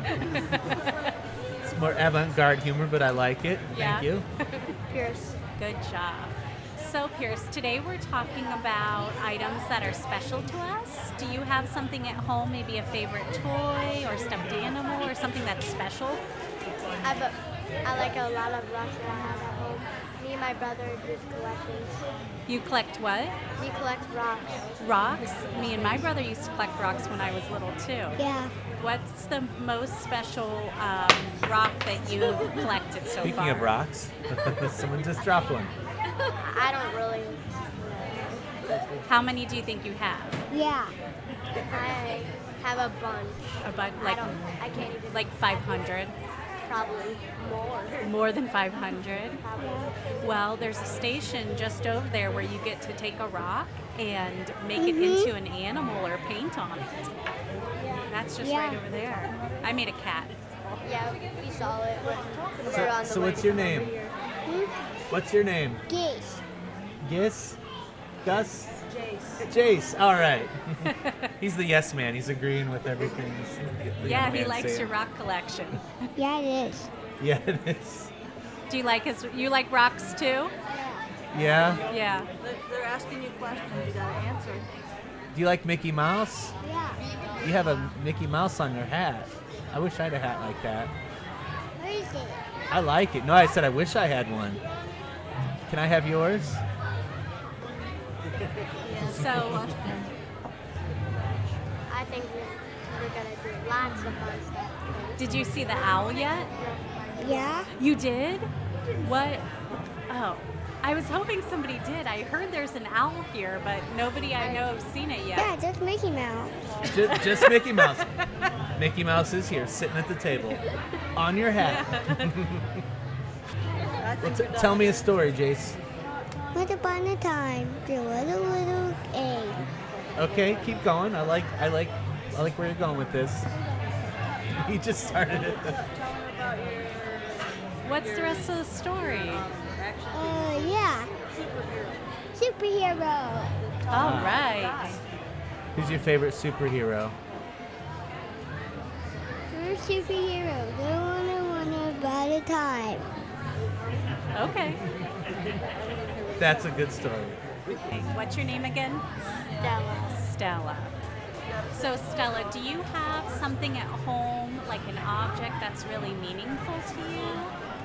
Speaker 1: It's more avant-garde humor, but I like it.
Speaker 5: Yeah.
Speaker 1: Thank you.
Speaker 11: Pierce.
Speaker 5: Good job. So, Pierce, today we're talking about items that are special to us. Do you have something at home, maybe a favorite toy or stuffed animal or something that's special?
Speaker 2: I, have a- I like a lot of rocks that I have at home. Me and my brother do collections.
Speaker 5: You collect what?
Speaker 2: We collect rocks.
Speaker 5: Rocks? Me and my brother used to collect rocks when I was little, too.
Speaker 2: Yeah.
Speaker 5: What's the most special um, rock that you've collected so far?
Speaker 1: Speaking of rocks, someone just dropped one.
Speaker 2: I don't really.
Speaker 5: How many do you think you have?
Speaker 2: Yeah. I have a bunch.
Speaker 5: A bu-
Speaker 2: I
Speaker 5: like,
Speaker 2: don't. I can't even.
Speaker 5: like 500?
Speaker 2: probably more.
Speaker 5: More than 500?
Speaker 2: Probably.
Speaker 5: Well, there's a station just over there where you get to take a rock and make it
Speaker 2: Mm-hmm.
Speaker 5: into an animal or paint on it. That's just right
Speaker 2: Yeah.
Speaker 5: over there. I made a cat.
Speaker 2: Yeah, we saw it. When we were on the
Speaker 1: So
Speaker 2: way
Speaker 1: what's
Speaker 2: to
Speaker 1: your
Speaker 2: come
Speaker 1: name?
Speaker 2: over here. Mm-hmm.
Speaker 1: What's your name?
Speaker 2: Geese.
Speaker 1: Yes? Gus? Jace. Jace, all right. He's the yes man. He's agreeing with everything. this- the
Speaker 5: Yeah,
Speaker 1: young
Speaker 5: he
Speaker 1: man's
Speaker 5: likes
Speaker 1: saying.
Speaker 5: your rock collection.
Speaker 2: Yeah, it is.
Speaker 1: Yeah, it is.
Speaker 5: Do you like his? You like rocks too?
Speaker 1: Yeah.
Speaker 5: Yeah.
Speaker 12: They're asking you questions, you gotta answer.
Speaker 1: Do you like Mickey Mouse?
Speaker 2: Yeah.
Speaker 1: You have a Mickey Mouse on your hat. I wish I had a hat like that.
Speaker 2: Where is it?
Speaker 1: I like it. No, I said I wish I had one. Can I have yours?
Speaker 5: So uh,
Speaker 2: I think we're, we're gonna do lots of fun stuff.
Speaker 5: Did you see the owl yet?
Speaker 2: Yeah.
Speaker 5: You did? What? Oh, I was hoping somebody did. I heard there's an owl here, but nobody I know have seen it yet.
Speaker 2: Yeah, just Mickey Mouse.
Speaker 1: just, just Mickey Mouse. Mickey Mouse is here, sitting at the table, on your hat.
Speaker 12: I think
Speaker 1: T-
Speaker 12: you're done.
Speaker 1: tell me a story, Jace.
Speaker 2: Once upon a time, there was a little egg.
Speaker 1: Okay, keep going. I like, I like, I like where you're going with this. He just started it.
Speaker 12: Tell them about your
Speaker 5: What's the rest of the story?
Speaker 12: action.
Speaker 2: Uh, yeah. Superhero.
Speaker 5: All right.
Speaker 1: Uh, Who's your favorite superhero?
Speaker 2: We're superheroes. They're one and one about a time.
Speaker 5: Okay.
Speaker 1: That's a good story.
Speaker 5: What's your name again?
Speaker 2: Stella.
Speaker 5: Stella. So, Stella, do you have something at home, like an object that's really meaningful to you?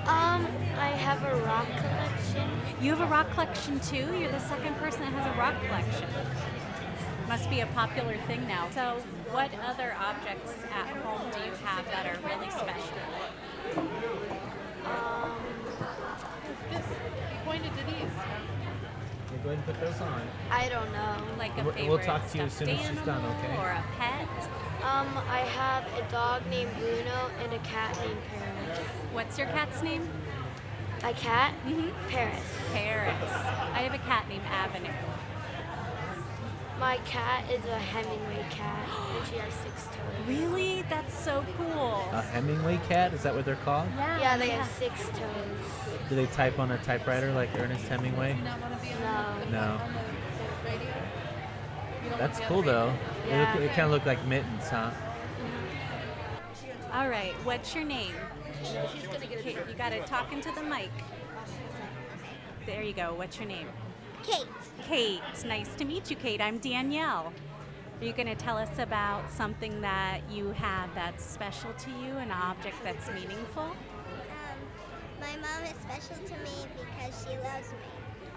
Speaker 4: Um, I have a rock collection.
Speaker 5: You have a rock collection too? You're the second person that has a rock collection. Must be a popular thing now. So, what other objects at home do you have that are really special?
Speaker 1: Okay, go ahead and put those on.
Speaker 11: I don't know.
Speaker 5: Like a
Speaker 1: We'll-
Speaker 5: favorite
Speaker 1: we'll talk to you as
Speaker 5: stuffed
Speaker 1: soon as she's done,
Speaker 5: animal
Speaker 1: okay?
Speaker 5: or a pet?
Speaker 11: Um, I have a dog named Bruno and a cat named Paris.
Speaker 5: What's your cat's name?
Speaker 11: A cat?
Speaker 5: Mhm.
Speaker 11: Paris.
Speaker 5: Paris. I have a cat named Avenue.
Speaker 11: My cat is a Hemingway cat, and she has six toes.
Speaker 5: Really? That's so cool.
Speaker 1: A Hemingway cat? Is that what they're called?
Speaker 11: Yeah, they have six toes.
Speaker 1: Do they type on a typewriter like Ernest Hemingway?
Speaker 11: No.
Speaker 1: No. That's cool though. They look- They kind of look like mittens, huh?
Speaker 5: All right, what's your name? Okay, you got to talk into the mic. There you go. What's your name?
Speaker 2: Kate.
Speaker 5: Kate. Nice to meet you, Kate. I'm Danielle. Are you going to tell us about something that you have that's special to you, an object that's meaningful?
Speaker 2: Um, my mom is special to me because she loves me.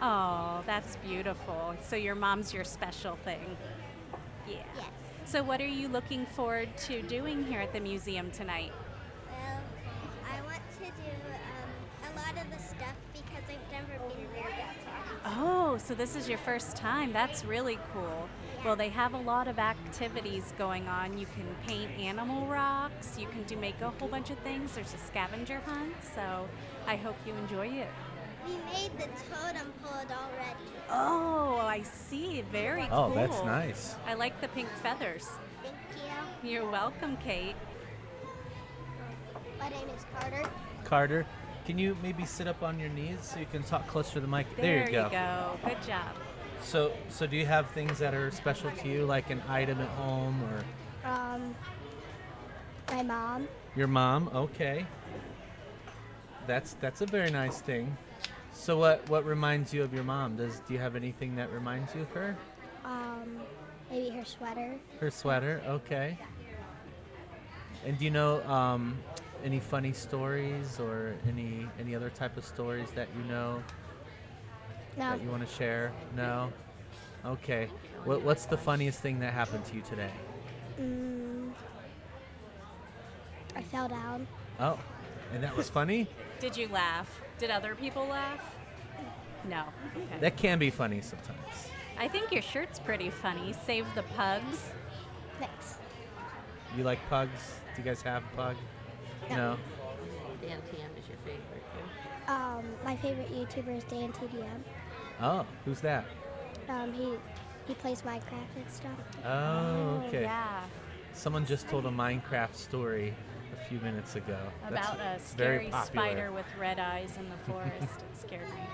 Speaker 5: Oh, that's beautiful. So your mom's your special thing. Yeah.
Speaker 2: Yes.
Speaker 5: So what are you looking forward to doing here at the museum tonight?
Speaker 2: Well, I want to do um, a lot of the stuff because I've never been there before.
Speaker 5: Oh, so this is your first time. That's really cool. Well, they have a lot of activities going on. You can paint animal rocks, you can do make a whole bunch of things. There's a scavenger hunt, so I hope you enjoy it.
Speaker 2: We made the totem pole already.
Speaker 5: Oh, I see. Very
Speaker 1: Oh,
Speaker 5: cool.
Speaker 1: that's nice.
Speaker 5: I like the pink feathers.
Speaker 2: Thank you.
Speaker 5: You're welcome, Kate.
Speaker 2: My name is Carter.
Speaker 1: Carter, can you maybe sit up on your knees so you can talk closer to the mic?
Speaker 5: There, you, go. Good job.
Speaker 1: So, so do you have things that are special to you, like an item at home, or
Speaker 2: Um,
Speaker 6: Um, My mom.
Speaker 1: Your mom, okay. That's that's a very nice thing. So what what reminds you of your mom? Does do you have anything that reminds you of her?
Speaker 6: Um, maybe her sweater.
Speaker 1: Her sweater, okay. And do you know um, any funny stories or any any other type of stories that you know
Speaker 6: No,
Speaker 1: that you want to share? No. Okay. What what's the funniest thing that happened to you today?
Speaker 6: mm, I fell down.
Speaker 1: Oh, and that was funny.
Speaker 5: Did you laugh? Did other people laugh? No. Okay.
Speaker 1: That can be funny sometimes.
Speaker 5: I think your shirt's pretty funny. Save the pugs.
Speaker 6: Thanks.
Speaker 1: You like pugs? Do you guys have a pug?
Speaker 6: No.
Speaker 1: No.
Speaker 13: Dan Tam is your favorite. yeah?
Speaker 6: Um, my favorite YouTuber is Dan TDM.
Speaker 1: Oh, who's that?
Speaker 6: Um, he he plays Minecraft and stuff.
Speaker 1: Oh,
Speaker 5: Oh,
Speaker 1: okay.
Speaker 5: Yeah.
Speaker 1: Someone just told a Minecraft story a few minutes ago. That's
Speaker 5: About a
Speaker 1: very
Speaker 5: scary
Speaker 1: popular.
Speaker 5: spider with red eyes in the forest. it scared me.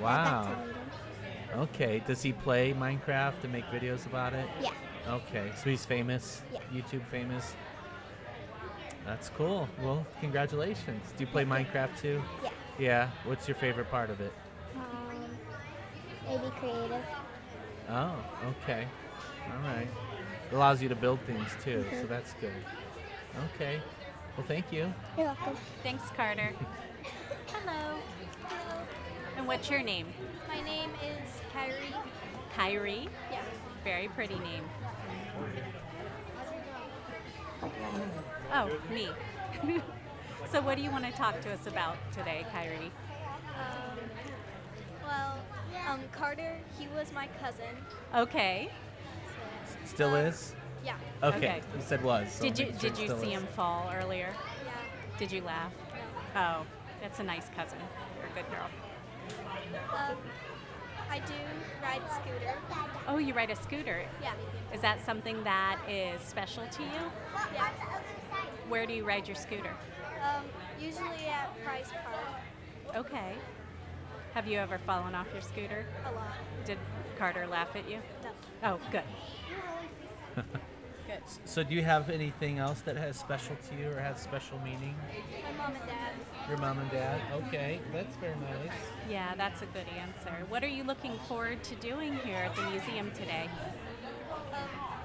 Speaker 1: Wow.
Speaker 6: That's related.
Speaker 1: Okay. Does he play Minecraft and make videos about it?
Speaker 6: Yeah.
Speaker 1: Okay. So he's famous.
Speaker 6: Yeah.
Speaker 1: YouTube famous. That's cool. Well, congratulations. Do you play Minecraft too?
Speaker 6: Yeah.
Speaker 1: Yeah. What's your favorite part of it?
Speaker 6: Um, maybe creative.
Speaker 1: Oh, okay. All right.
Speaker 5: Mm-hmm.
Speaker 1: It allows you to build things too, so that's good. Okay. Well, thank you.
Speaker 6: You're welcome.
Speaker 5: Thanks, Carter. Hello. And what's your name?
Speaker 3: My name is Kyrie.
Speaker 5: Kyrie.
Speaker 3: Yeah.
Speaker 5: Very pretty name. Oh, me. so, what do you want to talk to us about today, Kyrie?
Speaker 3: Um, well, um, Carter, he was my cousin.
Speaker 5: Okay.
Speaker 3: So,
Speaker 1: Still
Speaker 3: Um,
Speaker 1: is?
Speaker 3: yeah.
Speaker 1: Okay.
Speaker 5: Uh, Okay.
Speaker 1: You said was. so
Speaker 5: did you
Speaker 1: make sure
Speaker 5: did
Speaker 1: it
Speaker 5: you
Speaker 1: still
Speaker 5: see
Speaker 1: is.
Speaker 5: him fall earlier?
Speaker 3: Yeah.
Speaker 5: Did you laugh? Oh, that's a nice cousin. You're a good girl.
Speaker 3: Um, I do ride scooter.
Speaker 5: Oh, you ride a scooter.
Speaker 3: Yeah.
Speaker 5: Is that something that is special to you?
Speaker 3: Yeah.
Speaker 5: Where do you ride your scooter?
Speaker 3: Um, usually at Price Park
Speaker 5: Okay. Have you ever fallen off your scooter?
Speaker 3: a lot.
Speaker 5: Did Carter laugh at you?
Speaker 3: No.
Speaker 5: Oh, good.
Speaker 1: So, do you have anything else that has special to you or has special meaning?
Speaker 3: My mom and dad.
Speaker 1: Your mom and dad? Okay. That's very nice.
Speaker 5: Yeah, that's a good answer. What are you looking forward to doing here at the museum today?
Speaker 3: Um,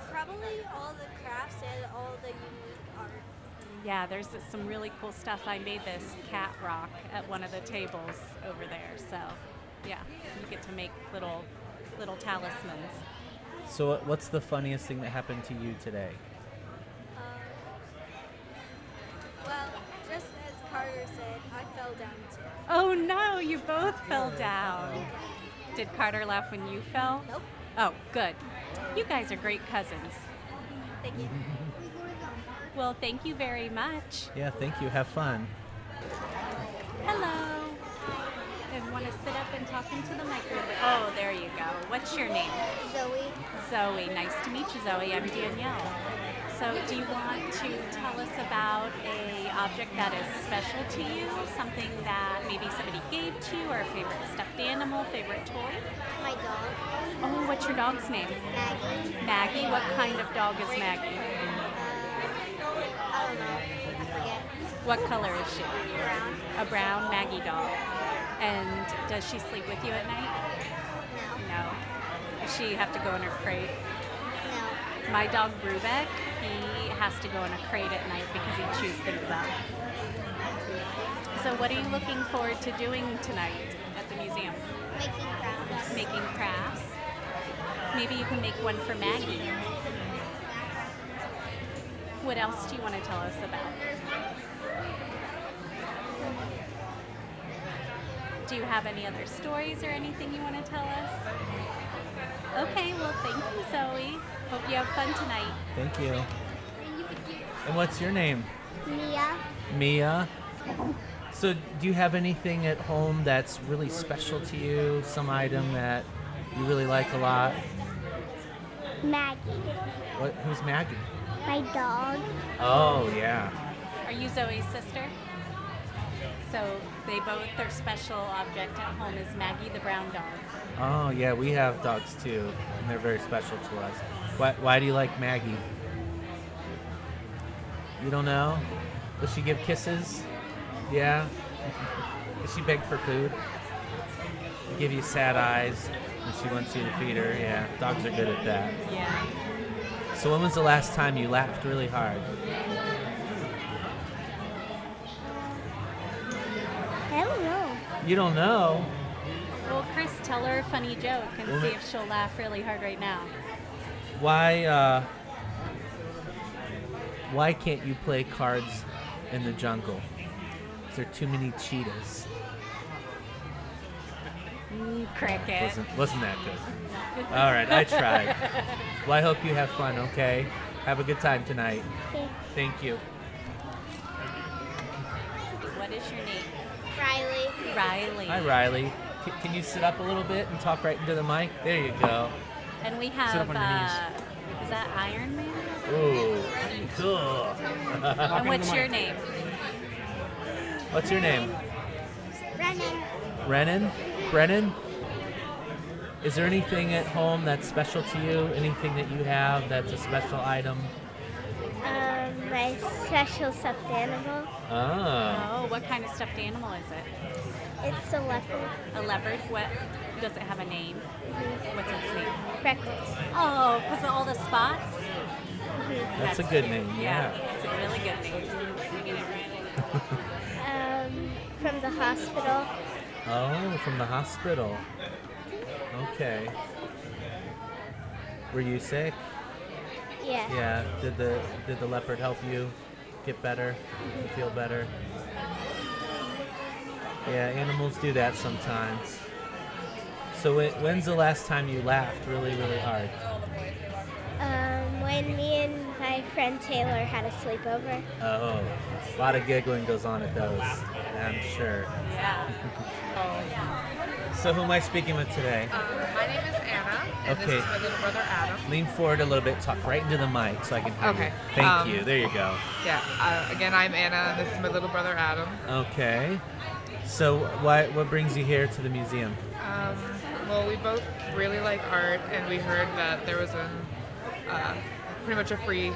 Speaker 3: probably all the crafts and all the unique art.
Speaker 5: Yeah, there's some really cool stuff. I made this cat rock at one of the tables over there. So, yeah, you get to make little little talismans.
Speaker 1: So, what- what's the funniest thing that happened to you today?
Speaker 3: Um, well, just as Carter said, I fell down too.
Speaker 5: Oh no, you both fell down. Did Carter laugh when you fell?
Speaker 3: Nope.
Speaker 5: Oh, good. You guys are great cousins.
Speaker 3: Thank you.
Speaker 5: Well, thank you very much.
Speaker 1: Yeah. Thank you. Have fun.
Speaker 5: Hello. And want to sit up and talk into the microphone. Oh, there you go. What's your name?
Speaker 2: Zoe.
Speaker 5: Zoe. Nice to meet you, Zoe. I'm Danielle. So, do you want to tell us about a object that is special to you? Something that maybe somebody gave to you, or a favorite stuffed animal, favorite toy?
Speaker 2: My dog.
Speaker 5: Oh, what's your dog's name?
Speaker 2: Maggie.
Speaker 5: Maggie. What kind of dog is Maggie?
Speaker 2: Uh, I don't know. I forget.
Speaker 5: What color is she?
Speaker 2: Brown.
Speaker 5: A brown Maggie dog. And does she sleep with you at night?
Speaker 2: No.
Speaker 5: No. Does she have to go in her crate?
Speaker 2: No.
Speaker 5: My dog Brubeck, he has to go in a crate at night because he chews things up. So, what are you looking forward to doing tonight at the museum?
Speaker 2: Making crafts.
Speaker 5: Making crafts. Maybe you can make one for Maggie. What else do you want to tell us about? Do you have any other stories or anything you want to tell us? Okay, well, thank you, Zoe. Hope you have fun tonight.
Speaker 1: Thank you. And what's your name?
Speaker 2: Mia.
Speaker 1: Mia. So, do you have anything at home that's really special to you? Some item that you really like a lot?
Speaker 2: Maggie.
Speaker 1: What? Who's Maggie?
Speaker 2: My dog.
Speaker 1: Oh yeah.
Speaker 5: Are you Zoe's sister? So they both, their special object at home is Maggie the brown dog.
Speaker 1: Oh yeah. We have dogs too, and they're very special to us. Why, why do you like Maggie? You don't know? Does she give kisses? Yeah. Does she beg for food? Give you sad eyes when she wants you to feed her. Yeah, dogs are good at that.
Speaker 5: Yeah.
Speaker 1: So when was the last time you laughed really hard?
Speaker 2: I don't know.
Speaker 1: You don't know.
Speaker 5: Well, Chris, tell her a funny joke and
Speaker 1: Well,
Speaker 5: see
Speaker 1: it-
Speaker 5: if she'll laugh really hard right now.
Speaker 1: Why uh, why can't you play cards in the jungle? Is there too many cheetahs?
Speaker 5: Mm, cricket.
Speaker 1: Wasn't, wasn't that good? All right, I tried. Well, I hope you have fun, okay? Have a good time tonight.
Speaker 2: Okay.
Speaker 1: Thank you.
Speaker 5: What is your name?
Speaker 2: Riley.
Speaker 5: Riley.
Speaker 1: Hi, Riley. C- can you sit up a little bit and talk right into the mic? There you go.
Speaker 5: And we have.
Speaker 1: Sit up on your knees.
Speaker 5: Uh, is that Iron Man?
Speaker 1: Ooh, cool.
Speaker 5: and what's your name?
Speaker 1: What's your name?
Speaker 2: Running.
Speaker 1: Brennan? Brennan? Is there anything at home that's special to you? Anything that you have that's a special item?
Speaker 2: Um, my special stuffed animal.
Speaker 1: Oh.
Speaker 5: Oh, what kind of stuffed animal is it?
Speaker 2: It's a leopard.
Speaker 5: A leopard? What? Does it have a name? What's its name?
Speaker 2: Mm-hmm. Freckles. Mm-hmm.
Speaker 5: Oh, because of all the spots?
Speaker 1: That's a good
Speaker 5: cute.
Speaker 1: name, yeah.
Speaker 5: It's a really good name.
Speaker 2: Um, from the hospital.
Speaker 1: Oh, from the hospital. Okay. Were you sick?
Speaker 2: Yeah.
Speaker 1: Yeah. Did the did the leopard help you get better? You Feel better? Yeah, animals do that sometimes. So when- when's the last time you laughed really, really hard?
Speaker 2: Um, when me and my friend Taylor had a sleepover.
Speaker 1: Oh, a lot of giggling goes on at those, I'm sure. So who am I speaking with today?
Speaker 14: Uh, my name is Anna, and
Speaker 1: Okay.
Speaker 14: this is my little brother Adam.
Speaker 1: Lean forward a little bit, talk right into the mic so I can hear
Speaker 14: Okay,
Speaker 1: you. Thank
Speaker 14: um,
Speaker 1: you. There you go.
Speaker 14: Yeah. Uh, again, I'm Anna, and this is my little brother Adam.
Speaker 1: Okay. So why what brings you here to the museum?
Speaker 14: Um, well, we both really like art, and we heard that there was a uh, pretty much a free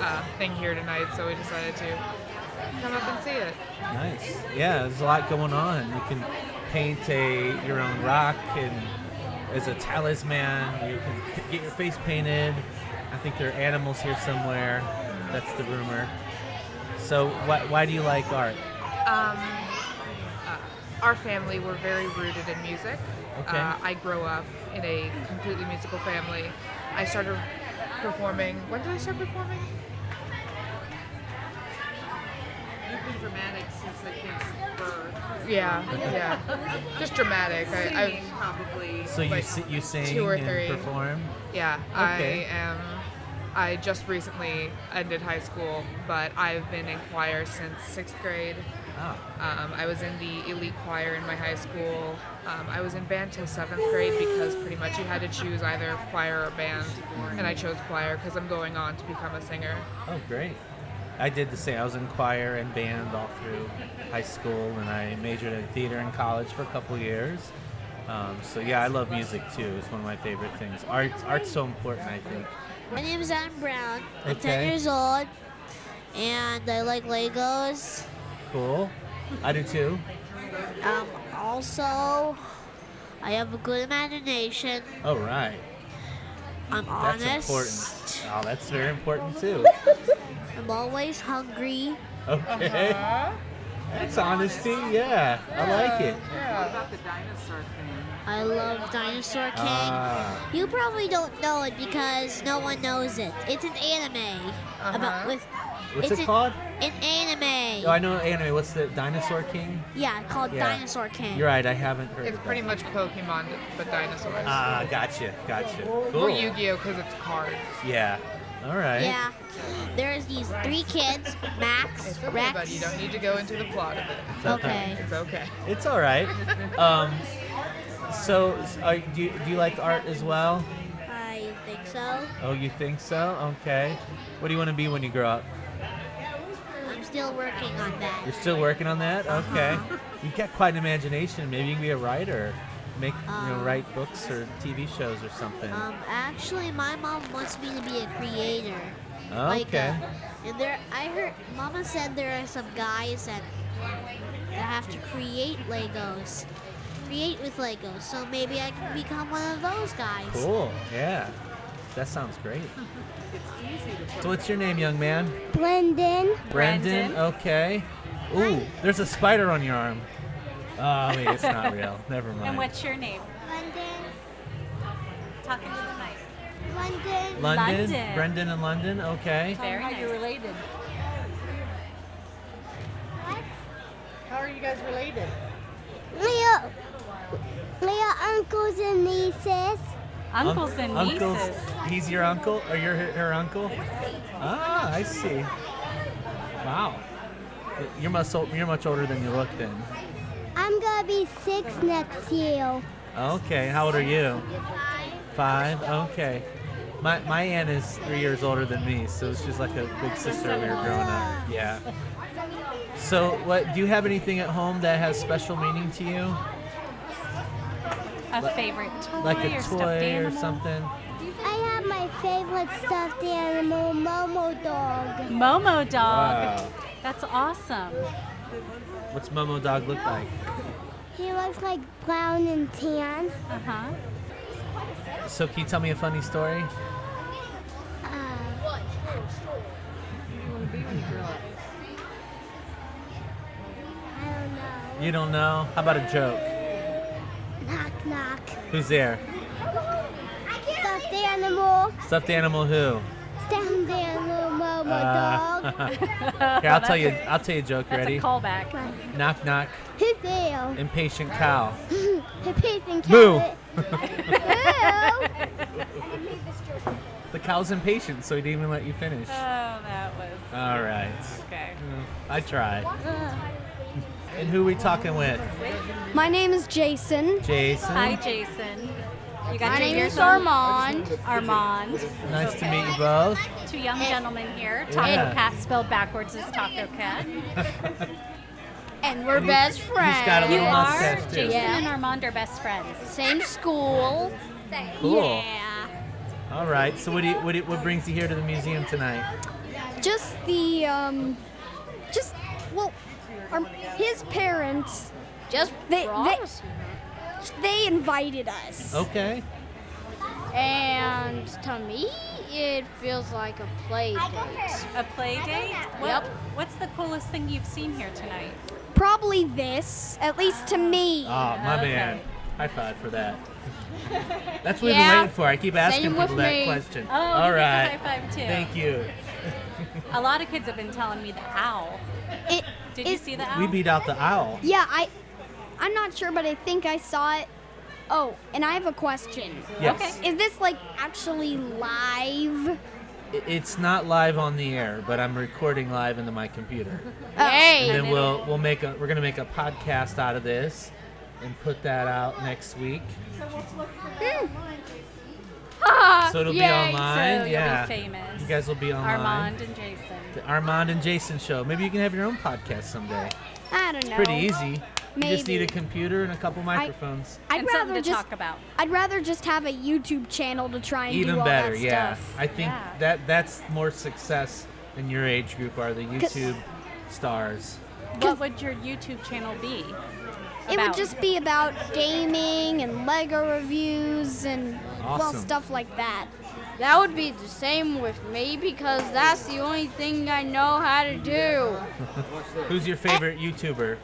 Speaker 14: uh, thing here tonight, so we decided to come up and see it.
Speaker 1: Nice. Yeah, there's a lot going on. You can paint a your own rock and as a talisman. You can p- get your face painted. I think there are animals here somewhere. That's the rumor. So why why do you like art?
Speaker 14: Um, uh, our family were very rooted in music.
Speaker 1: Okay.
Speaker 14: Uh, I grew up in a completely musical family. I started performing. When did I start performing?
Speaker 12: You've been dramatic since I think birth.
Speaker 14: Yeah, yeah. Just dramatic. I, I've
Speaker 12: Singing, probably.
Speaker 1: So you
Speaker 14: like
Speaker 1: si- you sing
Speaker 14: two or
Speaker 1: and
Speaker 14: three.
Speaker 1: perform?
Speaker 14: Yeah, I
Speaker 1: Okay.
Speaker 14: am. I just recently ended high school, but I've been in choir since sixth grade.
Speaker 1: Ah.
Speaker 14: Um, I was in the elite choir in my high school. Um, I was in band till seventh grade because pretty much you had to choose either choir or band, and I chose choir because I'm going on to become a singer.
Speaker 1: Oh, great. I did the same. I was in choir and band all through high school, and I majored in theater in college for a couple years. Um, so yeah, I love music too. It's one of my favorite things. Art, art's so important, I think.
Speaker 15: My name is Adam Brown. I'm 10
Speaker 1: Okay.
Speaker 15: years old, and I like Legos.
Speaker 1: Cool. I do too.
Speaker 15: Um, also, I have a good imagination.
Speaker 1: All right.
Speaker 15: I'm
Speaker 1: That's
Speaker 15: honest.
Speaker 1: important. Oh, that's very important too.
Speaker 15: I'm always hungry.
Speaker 1: Okay. Uh-huh. That's honesty. Yeah, I like it.
Speaker 12: What about the dinosaur thing?
Speaker 15: I love Dinosaur King.
Speaker 1: Ah.
Speaker 15: You probably don't know it because no one knows it. It's an anime
Speaker 14: Uh-huh.
Speaker 15: about with.
Speaker 1: What's it
Speaker 15: it's an-
Speaker 1: called?
Speaker 15: An anime.
Speaker 1: Oh, I know anime. What's the Dinosaur King?
Speaker 15: Yeah, called
Speaker 1: Yeah.
Speaker 15: Dinosaur King.
Speaker 1: You're right. I haven't heard.
Speaker 14: It's
Speaker 1: of that.
Speaker 14: pretty much Pokemon but dinosaurs.
Speaker 1: Ah, gotcha, gotcha.
Speaker 14: Or
Speaker 1: Cool.
Speaker 14: Yu-Gi-Oh because it's cards.
Speaker 1: Yeah. All right.
Speaker 15: Yeah. There's these three kids, Max,
Speaker 14: It's okay,
Speaker 15: Rex.
Speaker 14: bud. You don't need to go into the plot of it.
Speaker 1: It's okay.
Speaker 14: It's okay.
Speaker 1: It's all right. Um, so, s- are, do, you, do you like art as well?
Speaker 15: I think so.
Speaker 1: Oh, you think so? Okay. What do you want to be when you grow up?
Speaker 15: I'm still working on that.
Speaker 1: You're still working on that? Okay. You've got quite an imagination. Maybe you can be a writer. Make you know,
Speaker 15: Um,
Speaker 1: write books or TV shows or something.
Speaker 15: Um, actually, my mom wants me to be a creator. Like,
Speaker 1: Okay.
Speaker 15: uh, and there, I heard Mama said there are some guys that that have to create Legos, create with Legos. So maybe I can become one of those guys.
Speaker 1: Cool. Yeah. That sounds great. So what's your name, young man?
Speaker 2: Brendan.
Speaker 1: Brendan. Okay. Ooh, there's a spider on your arm. Oh, wait, it's not real. Never mind.
Speaker 5: And what's your name?
Speaker 2: London.
Speaker 5: Talking to the mic.
Speaker 2: London.
Speaker 1: London? Brendan and London. Okay.
Speaker 5: Very
Speaker 12: how you're
Speaker 5: nice.
Speaker 12: related. How are you guys related?
Speaker 2: Leo. Leo uncles and nieces.
Speaker 5: Uncles and nieces.
Speaker 1: Uncles. He's your uncle, or you're her, her uncle? Ah, I see. Wow. You're much ol- you're much older than you look then.
Speaker 2: I'm gonna be six next year.
Speaker 1: Okay. How old are you? Five. Okay. My my aunt is three years older than me, so it's just like a big sister when we were growing up. Yeah. So, what do you have anything at home that has special meaning to you,
Speaker 5: A
Speaker 1: Like-
Speaker 5: favorite toy
Speaker 1: like a
Speaker 5: or stuffed
Speaker 1: toy or
Speaker 5: animal.
Speaker 1: something?
Speaker 2: I have my favorite stuffed animal, Momo dog.
Speaker 5: Momo dog.
Speaker 1: Wow.
Speaker 5: That's awesome.
Speaker 1: What's Momo dog look like?
Speaker 2: He looks like brown and tan.
Speaker 5: Uh
Speaker 2: Uh-huh.
Speaker 5: huh.
Speaker 1: So, can you tell me a funny story? Uh-huh.
Speaker 12: What do you want to be when you grow up?
Speaker 1: You don't know? How about a joke?
Speaker 2: Knock knock.
Speaker 1: Who's there?
Speaker 2: Stuffed animal.
Speaker 1: Stuffed animal who?
Speaker 2: Stuffed animal,
Speaker 1: Uh,
Speaker 2: Momo Oh, dog.
Speaker 1: Here, I'll tell you. I'll tell you a joke.
Speaker 2: that's a
Speaker 1: Ready?
Speaker 5: callback.
Speaker 1: Knock knock.
Speaker 2: Who's there?
Speaker 1: Impatient cow.
Speaker 2: Pig and
Speaker 1: Moo.
Speaker 2: carrot.
Speaker 1: The cow's impatient, so he didn't even let you finish.
Speaker 5: Oh,
Speaker 3: Uh,
Speaker 5: that was.
Speaker 1: All right.
Speaker 5: Okay.
Speaker 1: Mm, I
Speaker 3: Uh.
Speaker 1: tried.
Speaker 2: Uh.
Speaker 1: And who are we talking with?
Speaker 16: My name is Jason.
Speaker 1: Jason.
Speaker 5: Hi, Jason. You got
Speaker 16: My
Speaker 5: your
Speaker 16: name
Speaker 5: ears
Speaker 16: is
Speaker 5: on?
Speaker 16: Armand.
Speaker 5: Armand.
Speaker 1: Nice to meet you both.
Speaker 5: Two young gentlemen here. Taco
Speaker 1: Yeah.
Speaker 5: Cat spelled backwards is Taco Cat.
Speaker 16: And we're best
Speaker 5: he's
Speaker 16: friends.
Speaker 1: got a little
Speaker 5: you
Speaker 1: mustache,
Speaker 5: are.
Speaker 1: too.
Speaker 5: Jason
Speaker 16: Yeah.
Speaker 5: and Armand are best friends.
Speaker 16: Same school.
Speaker 1: Cool.
Speaker 16: Yeah.
Speaker 1: Oh. All right. So what do you, what, do you, what brings you here to the museum tonight?
Speaker 16: Just the um, just well, our, his parents just they they, they invited us.
Speaker 1: Okay. Oh.
Speaker 16: And to me, it feels like a play date.
Speaker 5: A play date? What,
Speaker 16: Yep.
Speaker 5: What's the coolest thing you've seen here tonight?
Speaker 16: Probably this, at least to me.
Speaker 1: Oh, my
Speaker 5: Okay.
Speaker 1: man. High five for that. That's what we've
Speaker 16: Yeah.
Speaker 1: been waiting for. I keep asking
Speaker 16: Same
Speaker 1: people
Speaker 16: with
Speaker 1: that
Speaker 16: me.
Speaker 1: question.
Speaker 5: Oh,
Speaker 1: All
Speaker 5: he
Speaker 1: right.
Speaker 5: gets a high five, too.
Speaker 1: Thank you.
Speaker 5: A lot of kids have been telling me the owl.
Speaker 16: It,
Speaker 5: Did you see the owl?
Speaker 1: We beat out the owl.
Speaker 16: Yeah, I, I'm not sure, but I think I saw it. Oh, and I have a question.
Speaker 1: Yes. Okay.
Speaker 16: Is this like actually live? Oh.
Speaker 1: I- It's not live on the air, but I'm recording live into my computer.
Speaker 16: Hey.
Speaker 1: And then we'll we'll make a we're gonna make a podcast out of this, and put that out next week. So it'll be online.
Speaker 5: Hmm. Uh, So you'll
Speaker 1: yeah.
Speaker 5: be famous.
Speaker 1: You guys will be online.
Speaker 5: Armand and Jason.
Speaker 1: The Armand and Jason show. Maybe you can have your own podcast someday.
Speaker 16: I don't
Speaker 1: It's
Speaker 16: know.
Speaker 1: pretty easy. You just need a
Speaker 16: Maybe.
Speaker 1: computer and a couple microphones.
Speaker 16: I'd
Speaker 5: And
Speaker 16: rather
Speaker 5: something to
Speaker 16: just,
Speaker 5: talk about.
Speaker 16: I'd rather just have a YouTube channel to try and do
Speaker 1: Even
Speaker 16: all
Speaker 1: better,
Speaker 16: that
Speaker 1: yeah.
Speaker 16: stuff.
Speaker 1: I think
Speaker 16: Yeah.
Speaker 1: that that's more success than your age group are the
Speaker 16: 'Cause-
Speaker 1: YouTube stars.
Speaker 5: What would your YouTube channel be?
Speaker 16: It
Speaker 5: about?
Speaker 16: would just be about gaming and Lego reviews and well
Speaker 1: Awesome.
Speaker 16: stuff like that. That would be the same with me because that's the only thing I know how to do.
Speaker 1: Who's your favorite YouTuber?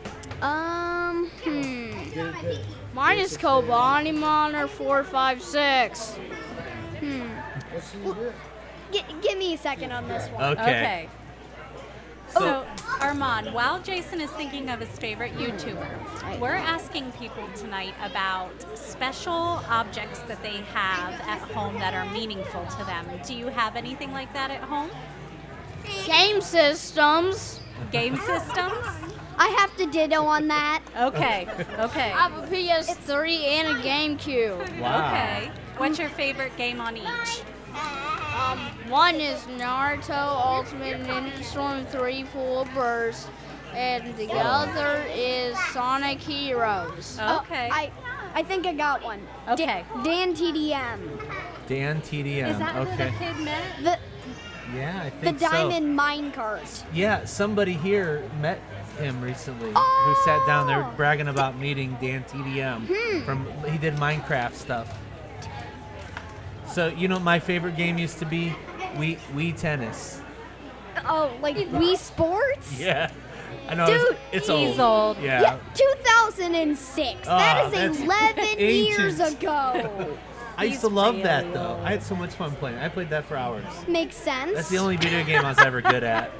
Speaker 16: Um, hmm. Mine is Kobani Monitor 456. Hmm. Well, gi- give me a second on this one.
Speaker 1: Okay. Okay.
Speaker 5: So, Armand, while Jason is thinking of his favorite YouTuber, we're asking people tonight about special objects that they have at home that are meaningful to them. Do you have anything like that at home?
Speaker 16: Game systems.
Speaker 5: Game systems?
Speaker 16: I have to ditto on that.
Speaker 5: Okay, okay.
Speaker 16: I have a PS3 and a GameCube.
Speaker 1: Wow.
Speaker 5: Okay. What's your favorite game on each?
Speaker 16: Um, one is Naruto Ultimate Ninja Storm 3 Full Burst, and the
Speaker 5: Oh.
Speaker 16: other is Sonic Heroes.
Speaker 5: Okay.
Speaker 16: Oh, I, I think I got one.
Speaker 5: Okay.
Speaker 16: Dan TDM.
Speaker 1: Dan TDM.
Speaker 16: Is that who the
Speaker 1: okay.
Speaker 16: The,
Speaker 1: Yeah, I
Speaker 16: The
Speaker 1: think so.
Speaker 16: diamond minecart.
Speaker 1: Yeah, somebody here met him recently who sat down there bragging about meeting Dan TDM
Speaker 16: Oh. Hmm.
Speaker 1: from he did Minecraft stuff. So you know my favorite game used to be Wii Wii tennis.
Speaker 16: Oh, like Wii Sports?
Speaker 1: Yeah. I know
Speaker 16: Dude,
Speaker 1: it's, it's old. Yeah.
Speaker 16: 2006.
Speaker 1: Ah,
Speaker 16: that
Speaker 1: that's
Speaker 16: is 11 years
Speaker 1: ancient.
Speaker 16: ago.
Speaker 1: I used to love that though. I had so much fun playing. I played that for hours.
Speaker 16: Makes sense.
Speaker 1: That's the only video game I was ever good at.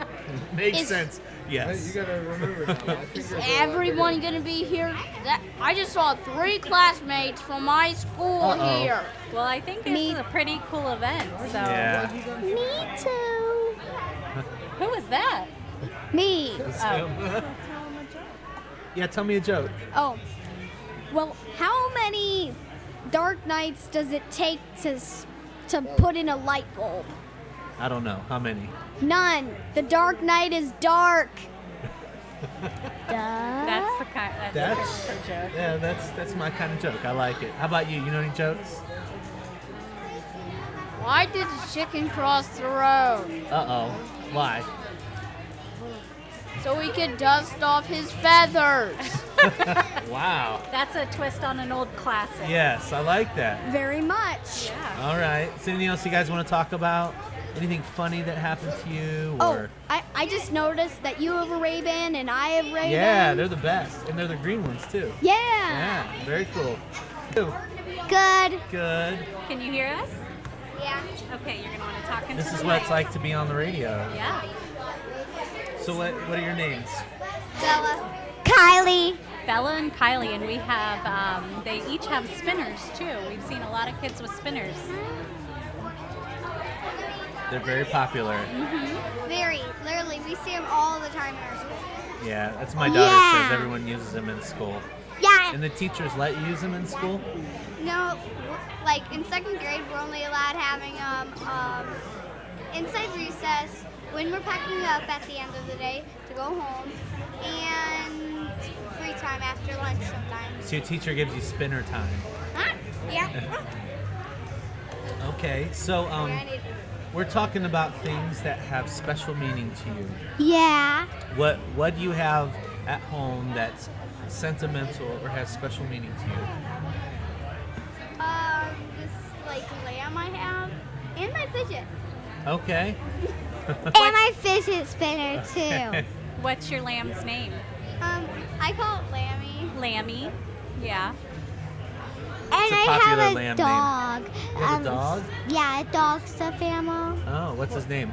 Speaker 1: Makes
Speaker 16: Is-
Speaker 1: sense. Yes. You gotta remember
Speaker 17: Is everyone gonna be here? That, I just saw three classmates from my school
Speaker 5: Uh-oh.
Speaker 17: here.
Speaker 5: Well, I think this is a pretty cool event. So.
Speaker 1: Yeah.
Speaker 5: Me too. Who was that?
Speaker 16: Me.
Speaker 1: Oh. yeah, tell me a joke.
Speaker 16: Oh. Well, how many dark nights does it take to s- to put in a light bulb?
Speaker 1: I don't know. How many?
Speaker 16: None. The dark night is dark.
Speaker 5: That's the kind. That's,
Speaker 1: That's
Speaker 5: a good joke.
Speaker 1: yeah, that's that's my kind of joke. I like it. How about you? You know any jokes?
Speaker 17: Why did the chicken cross the road?
Speaker 1: Uh oh. Why?
Speaker 17: So he could dust off his feathers.
Speaker 1: Wow.
Speaker 5: That's a twist on an old classic.
Speaker 1: Yes, I like that.
Speaker 16: Very much.
Speaker 1: All right. Is there anything else you guys want to talk about? Anything funny that happened to you?
Speaker 16: Oh,
Speaker 1: Or
Speaker 16: I, I just noticed that you have a Ray Ban and I have Ray
Speaker 1: yeah,
Speaker 16: Ban.
Speaker 1: they're the best, and they're the green ones too.
Speaker 16: Yeah.
Speaker 1: Yeah, very cool. Ooh,
Speaker 16: Good.
Speaker 1: Good.
Speaker 5: Can you hear us? Yeah. Okay, you're gonna want to talk into
Speaker 1: This
Speaker 5: the
Speaker 1: is what it's
Speaker 5: mic.
Speaker 1: like to be on the radio.
Speaker 5: Yeah.
Speaker 1: So what what are your names?
Speaker 5: Bella.
Speaker 2: Kylie.
Speaker 5: Bella and Kylie, and we have, um, they each have spinners too. We've seen a lot of kids with spinners.
Speaker 1: They're very popular.
Speaker 16: Mm-hmm.
Speaker 2: Very. Literally, we see them all the time in our school.
Speaker 1: Yeah, that's my daughter
Speaker 2: Yeah.
Speaker 1: says everyone uses them in school.
Speaker 2: Yeah.
Speaker 1: And the teachers let you use them in school?
Speaker 2: No, we're- like in second grade, we're only allowed having um, um, inside recess when we're packing up at the end of the day to go home, and free time after lunch sometimes.
Speaker 1: So your teacher gives you spinner time.
Speaker 2: Huh? Yeah.
Speaker 1: Okay, so um, we're talking about things that have special meaning to you.
Speaker 2: Yeah.
Speaker 1: What what do you have at home that's sentimental or has special meaning to you?
Speaker 2: Um, this like lamb I have, and my fidget,
Speaker 1: Okay.
Speaker 2: and my fidget spinner
Speaker 1: too.
Speaker 5: What's your lamb's name?
Speaker 2: um, I call it Lammy.
Speaker 5: Lammy. Yeah.
Speaker 2: And
Speaker 1: a
Speaker 2: I
Speaker 1: popular
Speaker 2: have a
Speaker 1: lamb name.
Speaker 2: dog. Um,
Speaker 1: You have a dog?
Speaker 2: Yeah, a dog stuffed animal.
Speaker 1: Oh, what's his name?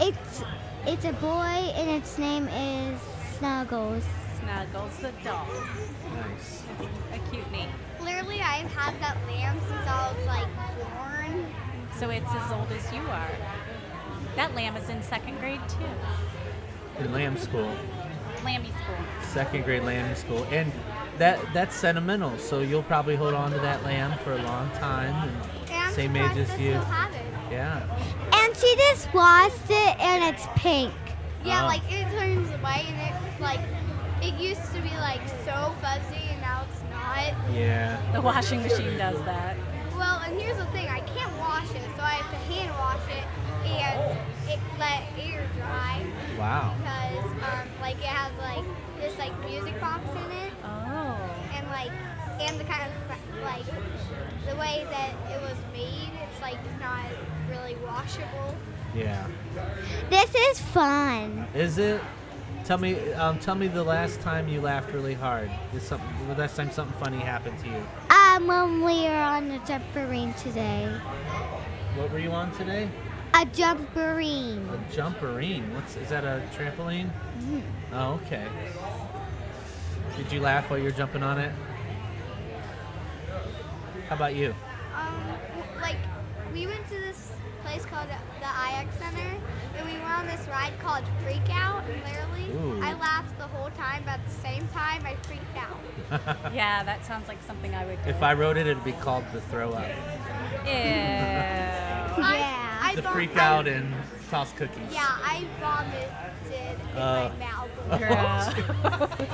Speaker 2: It's it's a boy and its name is Snuggles.
Speaker 5: Snuggles the dog.
Speaker 1: Nice.
Speaker 5: A cute name.
Speaker 2: Literally, I've had that lamb since I was like born.
Speaker 5: So it's as old as you are. That lamb is in second grade too.
Speaker 1: In lamb school,
Speaker 5: Lammy school.
Speaker 1: second grade lamb school, and that that's sentimental. So you'll probably hold on to that lamb for a long time. And same age as you. Yeah.
Speaker 2: And she just lost it, and it's pink. Ah. Yeah,
Speaker 1: Oh.
Speaker 2: like it turns white, and it like it used to be like so fuzzy, and now it's not.
Speaker 1: Yeah.
Speaker 5: The washing machine does that.
Speaker 2: Well, and here's the thing: I can't wash it, so I have to hand wash it, and it let air dry.
Speaker 1: Wow.
Speaker 2: Because um, like it has like this like music box in it.
Speaker 5: Oh.
Speaker 2: And like and the kind of like the way that it was made, it's like not really washable.
Speaker 1: Yeah.
Speaker 2: This is fun.
Speaker 1: Is it? Tell me, um, tell me the last time you laughed really hard. Is something the last time something funny happened to you?
Speaker 2: Um, when we are on a jumperine today,
Speaker 1: What were you on today?
Speaker 2: a jumperine.
Speaker 1: A jumperine. What's is that? A trampoline?
Speaker 2: Mhm.
Speaker 1: Oh, okay. Did you laugh while you were jumping on it? How about you?
Speaker 2: Um, w- like we went to this place called the IX Center, and we went on this ride called Freak Out. And literally,
Speaker 5: Ooh.
Speaker 2: I laughed the whole time, but at the same time, I freaked out.
Speaker 5: Yeah, that sounds like something I would do.
Speaker 1: If I wrote it, it'd be called the throw up,
Speaker 5: Ew.
Speaker 2: Yeah. I, I
Speaker 1: the
Speaker 2: vom-
Speaker 1: freak
Speaker 2: I-
Speaker 1: out, and toss cookies.
Speaker 2: Yeah, I vomited in
Speaker 1: Uh,
Speaker 2: my
Speaker 1: Gross.
Speaker 2: mouth.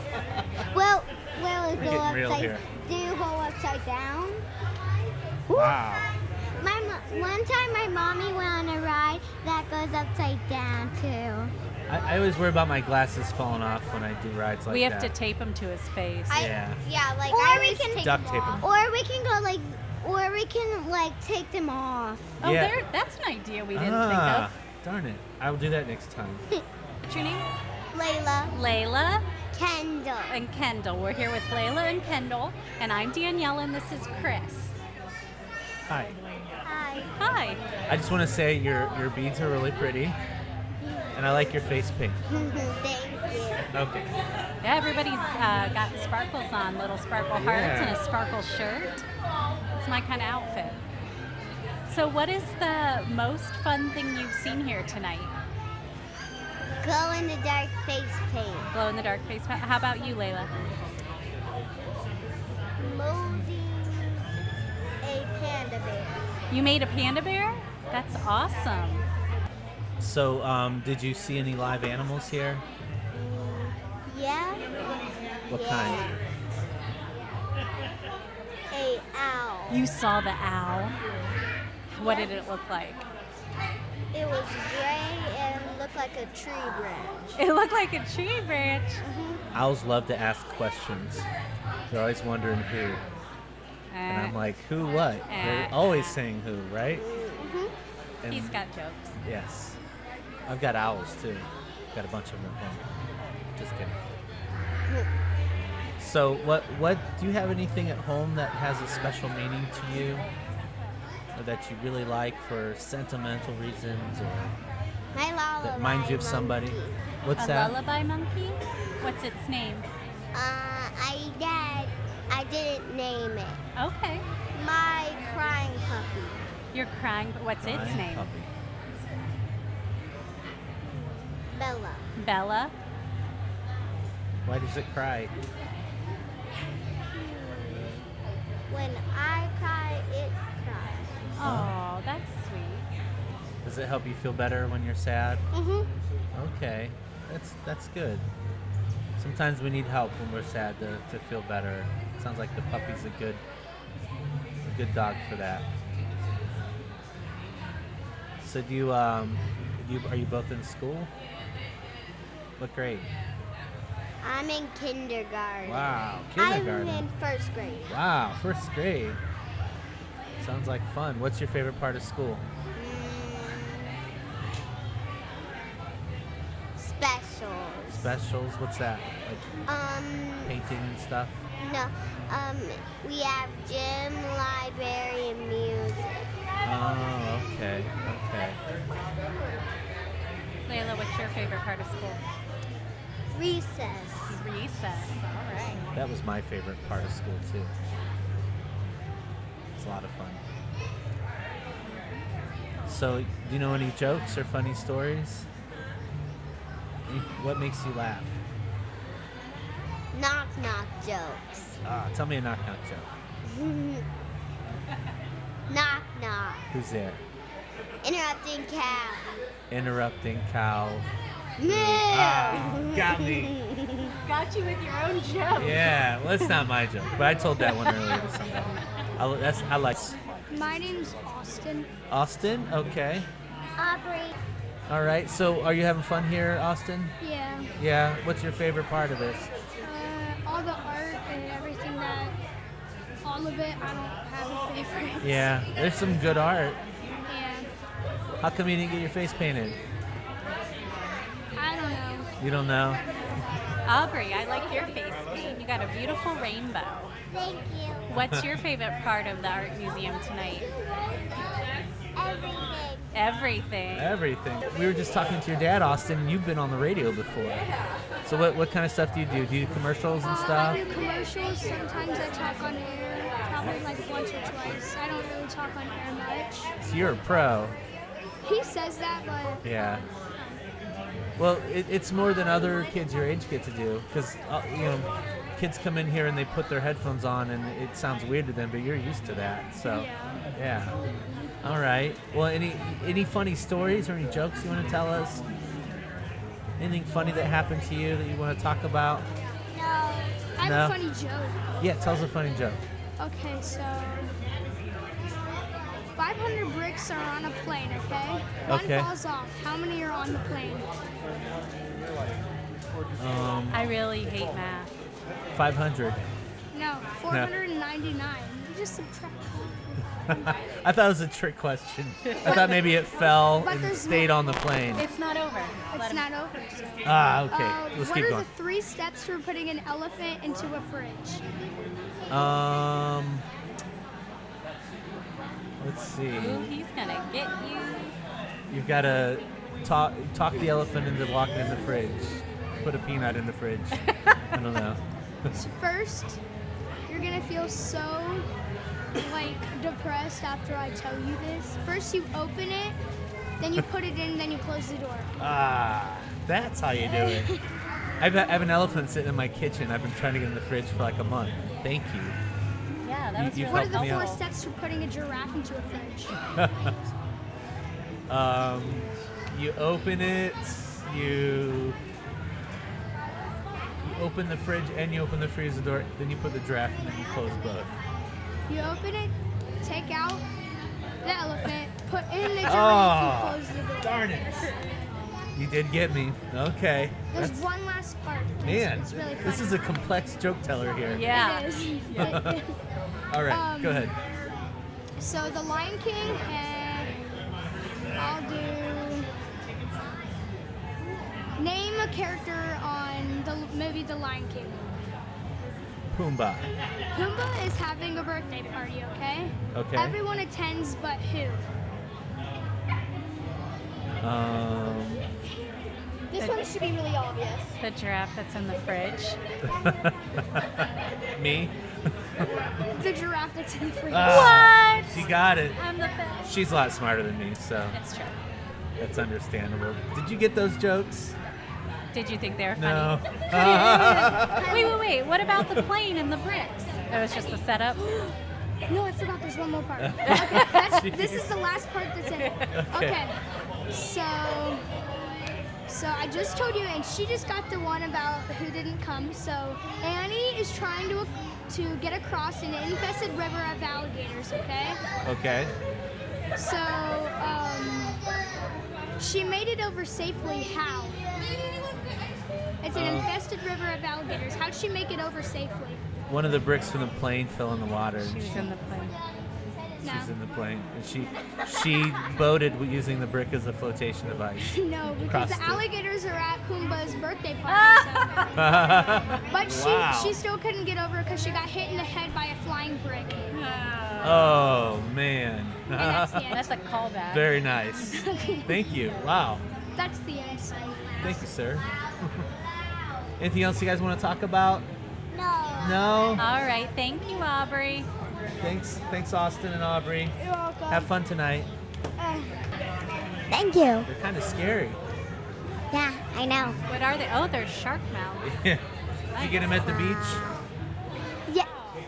Speaker 2: well, well,
Speaker 1: We're go getting real upside- here.
Speaker 2: do you go upside down?
Speaker 1: Wow.
Speaker 2: My mom, One time my mommy went on a ride that goes upside down too.
Speaker 1: I, I always worry about my glasses falling off when I do rides like
Speaker 5: we have to
Speaker 1: that.
Speaker 5: tape him to his face.
Speaker 1: I- Yeah.
Speaker 2: Yeah, like
Speaker 1: Or
Speaker 2: I
Speaker 1: we
Speaker 2: always
Speaker 1: can-
Speaker 2: take
Speaker 1: Duct
Speaker 2: them
Speaker 1: tape 'em.
Speaker 2: off. Or we can go like, or we can like take them off.
Speaker 5: Oh,
Speaker 1: Yeah.
Speaker 5: there, that's an idea we didn't
Speaker 1: ah, Darn it. I will do that next time.
Speaker 5: think of. What's your name?
Speaker 2: Layla.
Speaker 5: Layla.
Speaker 2: Kendall.
Speaker 5: And Kendall. We're here with Layla and Kendall. And I'm Danielle, and this is Chris.
Speaker 1: Hi.
Speaker 2: Hi.
Speaker 5: Hi.
Speaker 1: I just want to say your your beads are really pretty, and I like your face paint.
Speaker 2: Thank you.
Speaker 1: Okay.
Speaker 5: Yeah, everybody's uh, got sparkles on, little sparkle hearts
Speaker 1: Yeah.
Speaker 5: and a sparkle shirt. It's my kind of outfit. So, what is the most fun thing you've seen here tonight?
Speaker 2: Glow in the dark face paint.
Speaker 5: Glow in the dark face. pa- How about you, Layla?
Speaker 2: Molding a panda bear.
Speaker 5: You made a panda bear? That's awesome.
Speaker 1: So, um, did you see any live animals here?
Speaker 2: Yeah.
Speaker 1: What
Speaker 2: yeah.
Speaker 1: kind?
Speaker 2: A owl.
Speaker 5: You saw the owl. What did it look like?
Speaker 2: It was gray and looked like a tree branch.
Speaker 5: It looked like a tree branch.
Speaker 1: Owls love to ask questions. They're always wondering who, and
Speaker 2: Mm-hmm.
Speaker 5: Uh,
Speaker 1: I'm like, who what? They're always saying who, right? And-
Speaker 5: Mm-hmm. He's got jokes.
Speaker 1: Yes. I've got owls too. Got a bunch of them at home. Just kidding. So what what do you have anything at home that has a special meaning to you? Or that you really like for sentimental reasons or
Speaker 2: My lullaby.
Speaker 1: that reminds you of somebody? What's
Speaker 5: a
Speaker 1: that?
Speaker 5: lullaby monkey? What's its name?
Speaker 2: Uh, I dad. I didn't name it.
Speaker 5: Okay.
Speaker 2: My crying puppy.
Speaker 5: You're crying, but what's its
Speaker 1: Crying
Speaker 5: name?
Speaker 1: puppy.
Speaker 2: Bella.
Speaker 5: Bella.
Speaker 1: Why does it cry?
Speaker 2: Hmm. When I cry, it cries.
Speaker 5: Oh, that's sweet.
Speaker 1: Does it help you feel better when you're sad?
Speaker 2: Mhm.
Speaker 1: Okay. That's that's good. Sometimes we need help when we're sad to, to feel better. Sounds like the puppy's a good a good dog for that. So do you um do you, are you both in school? What grade?
Speaker 2: I'm in kindergarten.
Speaker 1: Wow, kindergarten.
Speaker 2: I'm in first grade.
Speaker 1: Wow, first grade. Sounds like fun. What's your favorite part of school?
Speaker 2: Hmm. Specials.
Speaker 1: Specials? What's that? Like
Speaker 2: Um,
Speaker 1: painting and stuff?
Speaker 2: no. Um, we have gym, library, and music.
Speaker 1: Oh, okay, okay.
Speaker 5: Layla, what's your favorite part of school?
Speaker 2: Recess.
Speaker 5: Recess. All right.
Speaker 1: That was my favorite part of school too. It's a lot of fun. So, do you know any jokes or funny stories? Any- What makes you laugh?
Speaker 2: Knock knock jokes.
Speaker 1: Ah, tell me a knock knock joke.
Speaker 2: knock knock.
Speaker 1: Who's there?
Speaker 2: Interrupting cow.
Speaker 1: Interrupting cow.
Speaker 2: Moo.
Speaker 1: Ah, got me.
Speaker 5: Got you with your own joke.
Speaker 1: Yeah, well, that's not my joke, but I told that one earlier to somebody. I, li- that's I like
Speaker 6: My name's Austin.
Speaker 1: Austin. Okay,
Speaker 2: Aubrey.
Speaker 1: all right. So, are you having fun here, Austin?
Speaker 6: Yeah.
Speaker 1: Yeah. What's your favorite part of this?
Speaker 6: Uh, all the art and everything that, all of it. I don't have a favorite.
Speaker 1: Yeah, there's some good art.
Speaker 6: Yeah.
Speaker 1: How come you didn't get your face painted?
Speaker 6: I don't know.
Speaker 1: You don't know?
Speaker 5: Aubrey, I like your face paint. You got a beautiful rainbow.
Speaker 2: Thank you.
Speaker 5: What's your favorite part of the art museum tonight?
Speaker 2: Everything.
Speaker 5: Everything.
Speaker 1: Everything. We were just talking to your dad, Austin, and you've been on the radio before. So what, what kind of stuff do you do? Do you do commercials and
Speaker 6: I
Speaker 1: stuff?
Speaker 6: do commercials. Sometimes I talk on air, probably like once or twice. I don't really talk on air much.
Speaker 1: So you're a pro.
Speaker 6: He says that, but
Speaker 1: Yeah. Well, it, it's more than other kids your age get to do because uh, you know, kids come in here and they put their headphones on and it sounds weird to them, but you're used to that. So yeah. All right. Well, any any funny stories or any jokes you want to tell us? Anything funny that happened to you that you want to talk about?
Speaker 6: I have a
Speaker 1: No.
Speaker 6: funny joke.
Speaker 1: Yeah, tell us a funny joke.
Speaker 6: Okay, so
Speaker 16: 500 bricks are on a plane, okay? One
Speaker 18: Okay.
Speaker 16: falls off. How many are on the plane?
Speaker 1: Um,
Speaker 5: I really hate math.
Speaker 1: 500.
Speaker 16: No, 499. You just subtract.
Speaker 1: I thought it was a trick question. I thought maybe it fell
Speaker 16: But
Speaker 1: and
Speaker 16: there's
Speaker 1: stayed on the plane.
Speaker 16: It's not over. It's not over.
Speaker 1: Ah, okay.
Speaker 16: Uh,
Speaker 1: Let's
Speaker 16: what
Speaker 1: keep
Speaker 16: are
Speaker 1: going.
Speaker 16: the three steps for putting an elephant into a fridge?
Speaker 1: Um, let's see.
Speaker 5: Ooh, he's gonna get you.
Speaker 1: You've got to talk talk the elephant into walking in the fridge. Put a peanut in the fridge. I don't know.
Speaker 16: First, you're gonna feel so like depressed after I tell you this. First, you open it, then you put it in, then you close the door.
Speaker 1: ah, that's how you do it. I've, I have an elephant sitting in my kitchen. I've been trying to get in the fridge for like a month. Thank you.
Speaker 16: Yeah,
Speaker 1: that You- was you've
Speaker 16: What are
Speaker 1: really
Speaker 16: the
Speaker 1: helped me
Speaker 16: four
Speaker 1: out.
Speaker 16: steps for putting a giraffe into a fridge?
Speaker 1: um, you open it. You you open the fridge and you open the freezer door. Then you put the draft and then you close both.
Speaker 16: You open it, take out the elephant, put in the
Speaker 1: Ah,
Speaker 16: giraffe, and close the door.
Speaker 1: Darn it! You did get me. Okay.
Speaker 16: There's
Speaker 1: That's-
Speaker 16: one last part. It's-
Speaker 1: Man,
Speaker 16: it's really
Speaker 1: this
Speaker 16: fun.
Speaker 1: is a complex joke teller here.
Speaker 16: Yeah. It is.
Speaker 1: All right, go
Speaker 16: Um,
Speaker 1: ahead.
Speaker 16: So the Lion King and I'll do name a character on the l- movie The Lion King.
Speaker 1: Pumbaa.
Speaker 16: Pumbaa is having a birthday party, okay?
Speaker 1: Okay.
Speaker 16: Everyone attends but who?
Speaker 1: Um,
Speaker 5: This one should
Speaker 16: be really obvious.
Speaker 5: The giraffe that's in the fridge.
Speaker 1: me?
Speaker 16: The giraffe that's in the fridge.
Speaker 1: Ah, She got it.
Speaker 16: I'm the best.
Speaker 1: She's a lot smarter than me, so
Speaker 5: That's true.
Speaker 1: that's understandable. Did you get those jokes?
Speaker 5: Did you think they were
Speaker 1: No.
Speaker 5: funny? wait, wait, wait. What about the plane and the bricks? That was just the setup.
Speaker 16: No, I forgot. There's one more part. Okay, that's, this is the last part that's in it.
Speaker 5: Okay.
Speaker 16: Okay. So, so I just told you, and she just got the one about who didn't come. So Annie is trying to to get across an infested river of alligators. Okay.
Speaker 1: Okay.
Speaker 16: So, um, she made it over safely. How? It's an
Speaker 5: Uh,
Speaker 1: Um.
Speaker 16: infested river of alligators. How'd she make it over safely?
Speaker 1: One of the bricks from the plane fell in the water. and
Speaker 5: She was in the plane.
Speaker 16: No.
Speaker 1: She's in the plane, and she she boated using the brick as a flotation device.
Speaker 16: No, because
Speaker 1: Crossed
Speaker 16: the
Speaker 1: it.
Speaker 16: alligators are at Pumbaa's birthday party. so- But she
Speaker 1: Wow.
Speaker 16: she still couldn't get over because she got hit in the head by a flying brick.
Speaker 1: Oh man.
Speaker 16: that's the end.
Speaker 5: That's a callback.
Speaker 1: Very nice. Thank you. Wow.
Speaker 16: That's the end.
Speaker 1: Thank you, sir. Anything else you guys want to talk about? No.
Speaker 5: All right. Thank you, Aubrey.
Speaker 1: Thanks, thanks, Austin and Aubrey.
Speaker 5: You're welcome.
Speaker 1: Have fun tonight.
Speaker 2: Thank you.
Speaker 1: They're kind of scary.
Speaker 2: Yeah, I know.
Speaker 5: What are they? Oh, they're shark mouths.
Speaker 1: Did you get them at the beach?
Speaker 2: Yeah,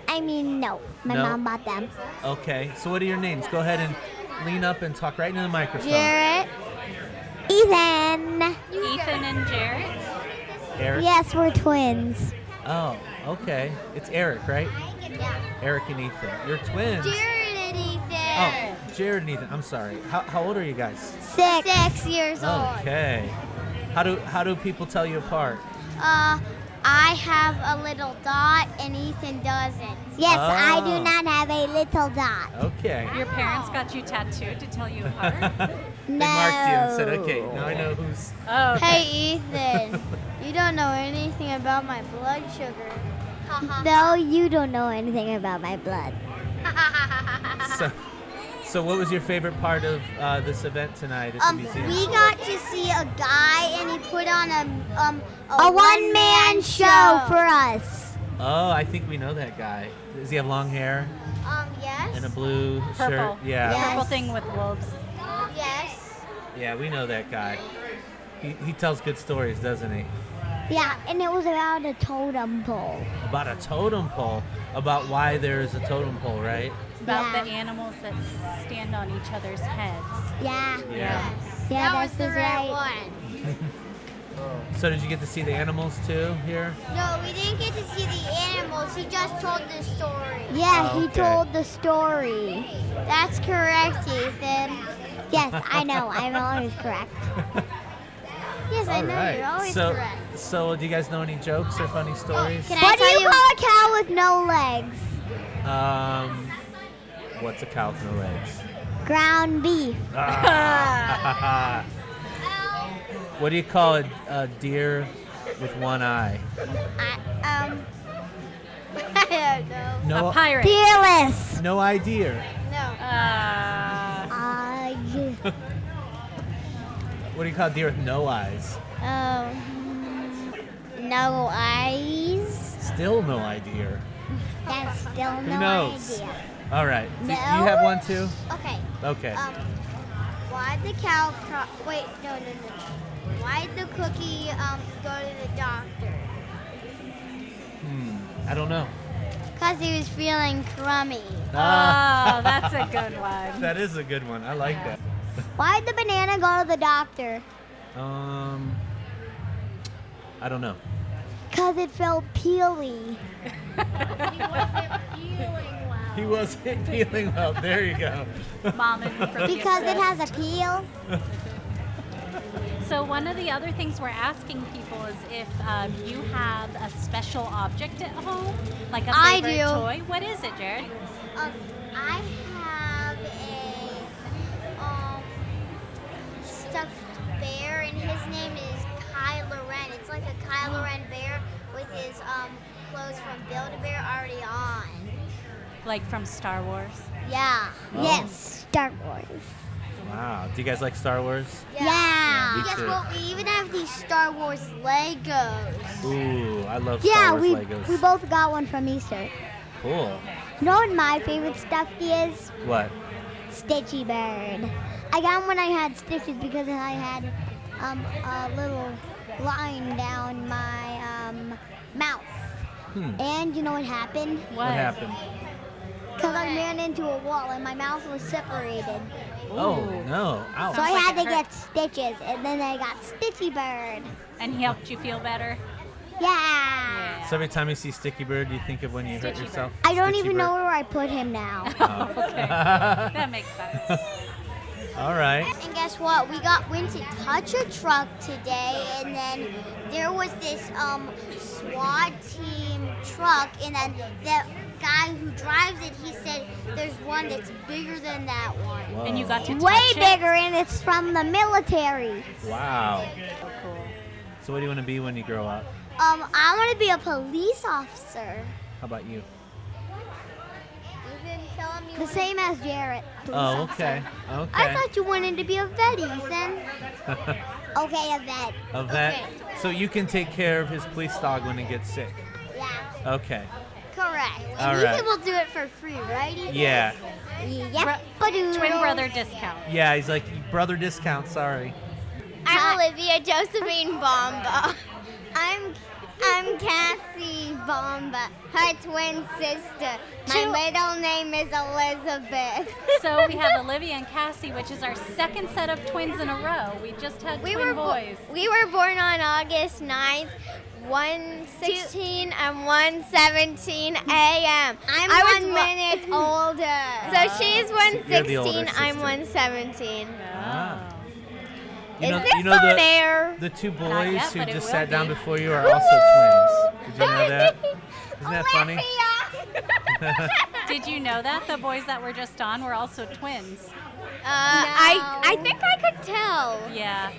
Speaker 2: I mean, no. My
Speaker 1: No?
Speaker 2: mom bought them.
Speaker 1: Okay. So what are your names? Go ahead and lean up and talk right into the microphone.
Speaker 2: Jarrett. Ethan.
Speaker 5: Ethan and Jared.
Speaker 1: Eric.
Speaker 2: Yes, we're twins.
Speaker 1: Oh, okay. It's Eric, right? Eric and Ethan. You're twins.
Speaker 3: and Ethan.
Speaker 1: Oh, Jared and Ethan. I'm sorry. How, how old are you guys?
Speaker 3: Six. Six years
Speaker 1: Oh. Okay. How do how do people tell you apart?
Speaker 3: Uh, I have a little dot and Ethan doesn't.
Speaker 2: Yes, I
Speaker 1: Oh.
Speaker 2: do not have a little dot.
Speaker 1: Okay.
Speaker 5: Your parents got you tattooed to tell you apart.
Speaker 1: They marked you and said, okay, now I know who's.
Speaker 5: Oh.
Speaker 3: Hey, Ethan. you don't know anything about my blood sugar. Uh-huh.
Speaker 16: Uh-huh.
Speaker 2: No, you don't know anything about my blood.
Speaker 1: So, so what was your favorite part of uh, this event tonight at
Speaker 3: Um,
Speaker 1: the museum?
Speaker 3: we got to see a guy and he put on a um
Speaker 2: A one man show for us.
Speaker 1: oh, I think we know that guy. Does he have long hair
Speaker 3: Um, yes.
Speaker 1: and a blue shirt?
Speaker 5: Purple.
Speaker 1: Yeah.
Speaker 5: Purple thing with wolves.
Speaker 3: Yes.
Speaker 1: Yeah, we know that guy. He, he tells good stories, doesn't he?
Speaker 2: Yeah, and it was about a totem pole.
Speaker 1: About a totem pole, about why there is a totem pole, right?
Speaker 5: It's about the animals that stand on each other's heads.
Speaker 2: Yeah.
Speaker 1: Yeah.
Speaker 2: Yeah,
Speaker 3: That
Speaker 2: that's
Speaker 3: was the
Speaker 2: just
Speaker 3: right
Speaker 2: right.
Speaker 3: one.
Speaker 1: So did you get to see the animals too here?
Speaker 19: No, we didn't get to see the animals. He just told the story.
Speaker 2: Yeah,
Speaker 1: Oh,
Speaker 2: he
Speaker 1: okay.
Speaker 2: told the story.
Speaker 19: That's correct, Ethan.
Speaker 2: Yes, I know. I'm always correct.
Speaker 19: Yes, I
Speaker 1: All
Speaker 19: know.
Speaker 1: right.
Speaker 19: You're always
Speaker 1: so,
Speaker 19: correct. Oh,
Speaker 1: So do you guys know any jokes or funny stories?
Speaker 19: Can
Speaker 2: What
Speaker 19: I
Speaker 2: do
Speaker 19: tell
Speaker 2: you
Speaker 19: you?
Speaker 2: call a cow with no legs?
Speaker 1: Um, what's a cow with no legs?
Speaker 2: Ground beef.
Speaker 1: Ah. what do you call a, a deer with one eye?
Speaker 19: I, um, I don't
Speaker 1: No,
Speaker 19: know.
Speaker 2: Fearless.
Speaker 1: No idea.
Speaker 19: No.
Speaker 2: Uh,
Speaker 1: What do you call a deer with no eyes?
Speaker 2: um, no eyes.
Speaker 1: Still no idea.
Speaker 2: That's still
Speaker 1: Who knows? All right. Do- Do you have one too?
Speaker 19: Okay.
Speaker 1: Okay.
Speaker 19: Um, why'd the cow pro- wait, no, no, no. Why'd the cookie um go to the doctor?
Speaker 1: Hmm. I don't know.
Speaker 19: Because he was feeling crummy.
Speaker 1: Ah.
Speaker 19: Oh, that's a good one.
Speaker 1: That is a good one. I like
Speaker 2: Why'd the banana go to the doctor?
Speaker 1: that. Um, I don't know.
Speaker 2: Cause it felt peely.
Speaker 1: He wasn't feeling well. There you go.
Speaker 5: Mom and from the
Speaker 2: Because it
Speaker 5: assist.
Speaker 2: has a peel.
Speaker 5: So one of the other things we're asking people is if um, you have a special object at home, like a
Speaker 19: I
Speaker 5: favorite
Speaker 19: do.
Speaker 5: toy. What is it, Jared?
Speaker 19: Um, I have a um stuffed bear, and his name is Kylo Ren. It's like a Kylo Ren bear with his um clothes from Build-A-Bear already on.
Speaker 5: Like from Star Wars.
Speaker 19: Yeah.
Speaker 1: Oh.
Speaker 2: Yes, Star Wars.
Speaker 1: Wow. Do you guys like Star Wars?
Speaker 19: Yeah.
Speaker 1: Me
Speaker 19: Guess
Speaker 1: too.
Speaker 19: what? We even have these Star Wars Legos.
Speaker 1: Ooh, I love
Speaker 2: yeah,
Speaker 1: Star Wars
Speaker 2: we
Speaker 1: Legos.
Speaker 2: we both got one from Easter.
Speaker 1: Cool.
Speaker 2: You know what my favorite stuffy is?
Speaker 1: What?
Speaker 2: Stitchy Bird. I got him when I had stitches because I had um, a little line down my um, mouth.
Speaker 1: Hmm.
Speaker 2: And you know what happened?
Speaker 1: What happened?
Speaker 2: Because I ran into a wall and my mouth was separated.
Speaker 1: Oh no! Ow.
Speaker 2: So I had to get stitches, and then I got Stitchy Bird.
Speaker 5: And he helped you feel better.
Speaker 2: Yeah.
Speaker 1: So every time you see Sticky Bird, you think of when you hurt yourself.
Speaker 2: I don't
Speaker 1: Stitchy
Speaker 2: even
Speaker 1: Bird?
Speaker 2: know where I put him now.
Speaker 1: Oh.
Speaker 5: That makes sense.
Speaker 1: All right.
Speaker 19: And guess what? We got went to touch a truck today, and then there was this um SWAT team truck, and then the guy who drives it, he said there's one that's bigger than that one.
Speaker 5: And you got to
Speaker 2: Way
Speaker 5: touch it?
Speaker 2: bigger, and it's from the military.
Speaker 1: Wow. So what do you want to be when you grow up?
Speaker 2: Um, I want to be a police officer.
Speaker 1: How about you?
Speaker 2: The same as Jarrett. police
Speaker 1: Oh,
Speaker 2: officer.
Speaker 1: okay. Okay.
Speaker 2: I thought you wanted to be a vet, Ethan. okay, a vet.
Speaker 1: a vet. So you can take care of his police dog when he gets sick.
Speaker 19: Yeah,
Speaker 1: Okay.
Speaker 19: correct. And
Speaker 1: All
Speaker 19: Ethan
Speaker 1: right.
Speaker 19: will do it for free, right? Ethan?
Speaker 1: Yeah.
Speaker 19: Yep.
Speaker 5: Twin
Speaker 2: uh,
Speaker 5: brother discount.
Speaker 1: Yeah, he's like brother discount. Sorry.
Speaker 19: I'm Olivia Josephine Bomba. I'm I'm Cassie Bomba, her twin sister. My middle name is Elizabeth.
Speaker 5: So we have Olivia and Cassie, which is our second set of twins in a row. We just had
Speaker 19: we
Speaker 5: twin
Speaker 19: were bo-
Speaker 5: boys.
Speaker 19: we were born on August 9th. 116 and 117 a.m. I'm one minute older. So she's
Speaker 1: You're the older
Speaker 19: 116, I'm
Speaker 1: sister.
Speaker 19: 117.
Speaker 1: Ah.
Speaker 19: Is this on
Speaker 1: the,
Speaker 19: air?
Speaker 1: The two
Speaker 19: Not
Speaker 1: boys
Speaker 19: yet,
Speaker 1: who
Speaker 19: but it
Speaker 1: just
Speaker 19: will
Speaker 1: sat down
Speaker 19: be.
Speaker 1: before you are also twins. Did you know that? Isn't that funny?
Speaker 5: Did you know that the boys that were just on were also twins?
Speaker 19: Uh, I I think I could tell.
Speaker 5: Yeah.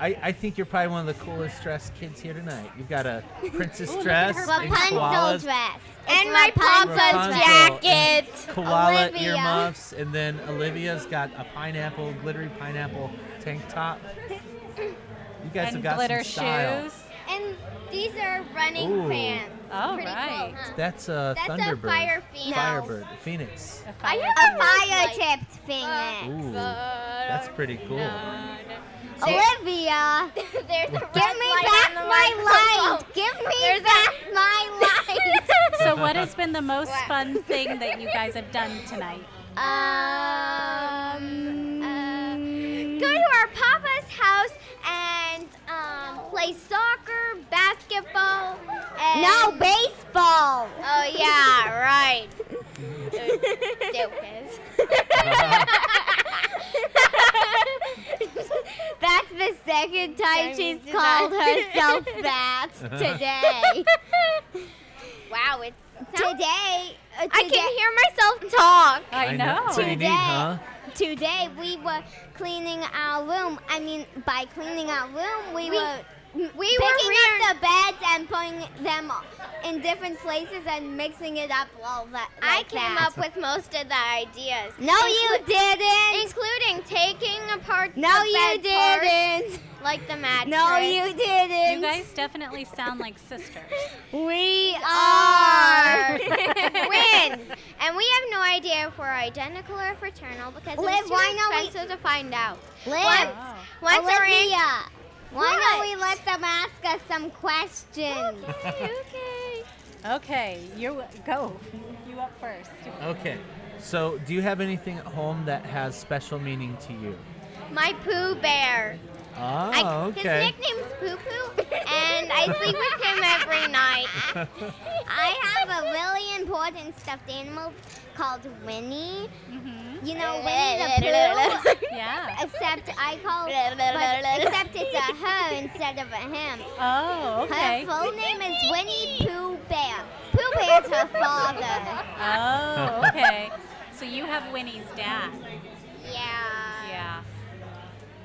Speaker 1: I, I think you're probably one of the coolest dressed kids here tonight. You've got a princess
Speaker 19: Ooh, look at
Speaker 1: dress,
Speaker 19: her
Speaker 1: and
Speaker 19: Rapunzel
Speaker 1: koalas,
Speaker 19: dress.
Speaker 2: And
Speaker 19: my
Speaker 2: Rapunzel.
Speaker 19: papa's
Speaker 1: Rapunzel, and
Speaker 19: jacket.
Speaker 1: koala
Speaker 19: Olivia.
Speaker 1: earmuffs, and then Olivia's got a pineapple, glittery pineapple tank top. You guys have got some style.
Speaker 19: And these are running
Speaker 1: Ooh.
Speaker 19: pants.
Speaker 5: Oh,
Speaker 19: Pretty
Speaker 5: right.
Speaker 19: Cool, huh?
Speaker 1: That's a
Speaker 19: That's a
Speaker 1: thunderbird.
Speaker 19: fire phoenix.
Speaker 1: Firebird. Phoenix.
Speaker 19: I
Speaker 5: have
Speaker 19: a Uh, fire-tipped phoenix.
Speaker 1: Ooh, that's pretty cool.
Speaker 19: Uh, Olivia, there's a give me back my light. Oh, Give me back my light.
Speaker 5: So what has been the most fun thing that you guys have done tonight?
Speaker 19: Um, uh, go to our papa's house and um, play soccer, basketball, and
Speaker 2: No, baseball.
Speaker 19: Oh yeah, right. Dopez.
Speaker 2: That's the second time
Speaker 19: Sorry,
Speaker 2: she's
Speaker 19: did
Speaker 2: called
Speaker 19: I-
Speaker 2: herself that today.
Speaker 19: wow, it's
Speaker 2: today, uh,
Speaker 19: I
Speaker 2: today-
Speaker 19: can hear myself talk.
Speaker 2: I know.
Speaker 19: Today,
Speaker 2: Pretty neat, huh? today we were cleaning our room. I mean, by cleaning our room, we,
Speaker 19: We-
Speaker 2: were
Speaker 19: we were
Speaker 2: picking up the beds and putting them in different places and mixing it up all that.
Speaker 19: I
Speaker 2: like
Speaker 19: came
Speaker 2: that.
Speaker 19: up with most of the ideas.
Speaker 2: No, you
Speaker 19: Inclu-
Speaker 2: didn't.
Speaker 19: Including taking apart.
Speaker 2: No,
Speaker 19: the
Speaker 2: you
Speaker 19: bed
Speaker 2: didn't.
Speaker 19: Parts, like the mattress.
Speaker 2: No, you didn't.
Speaker 5: You guys definitely sound like sisters.
Speaker 2: We
Speaker 19: are
Speaker 2: are.
Speaker 19: twins, and we have no idea if we're identical or fraternal because
Speaker 2: Liv,
Speaker 19: it's too
Speaker 2: why not we-
Speaker 19: expensive to find out.
Speaker 2: Liv,
Speaker 19: Once,
Speaker 3: oh,
Speaker 19: once our aunt-
Speaker 3: uh,
Speaker 2: Olivia, why
Speaker 19: What?
Speaker 2: don't we let them ask us some questions?
Speaker 5: okay. Okay, you go. You up first.
Speaker 1: Okay. So, do you have anything at home that has special meaning to you?
Speaker 19: my Pooh Bear.
Speaker 1: Oh,
Speaker 19: I,
Speaker 1: okay.
Speaker 19: His nickname's Poo Poo, and I sleep with him every night.
Speaker 2: I have a really important stuffed animal called Winnie. You know, Winnie the Pooh.
Speaker 5: Mm-hmm. yeah.
Speaker 2: Except I call but except it's a her instead of a him.
Speaker 5: Oh, okay.
Speaker 2: Her full name is Winnie Pooh Bear. Pooh Bear's her father.
Speaker 5: Oh, okay. So you have Winnie's dad.
Speaker 19: Yeah.
Speaker 5: Yeah.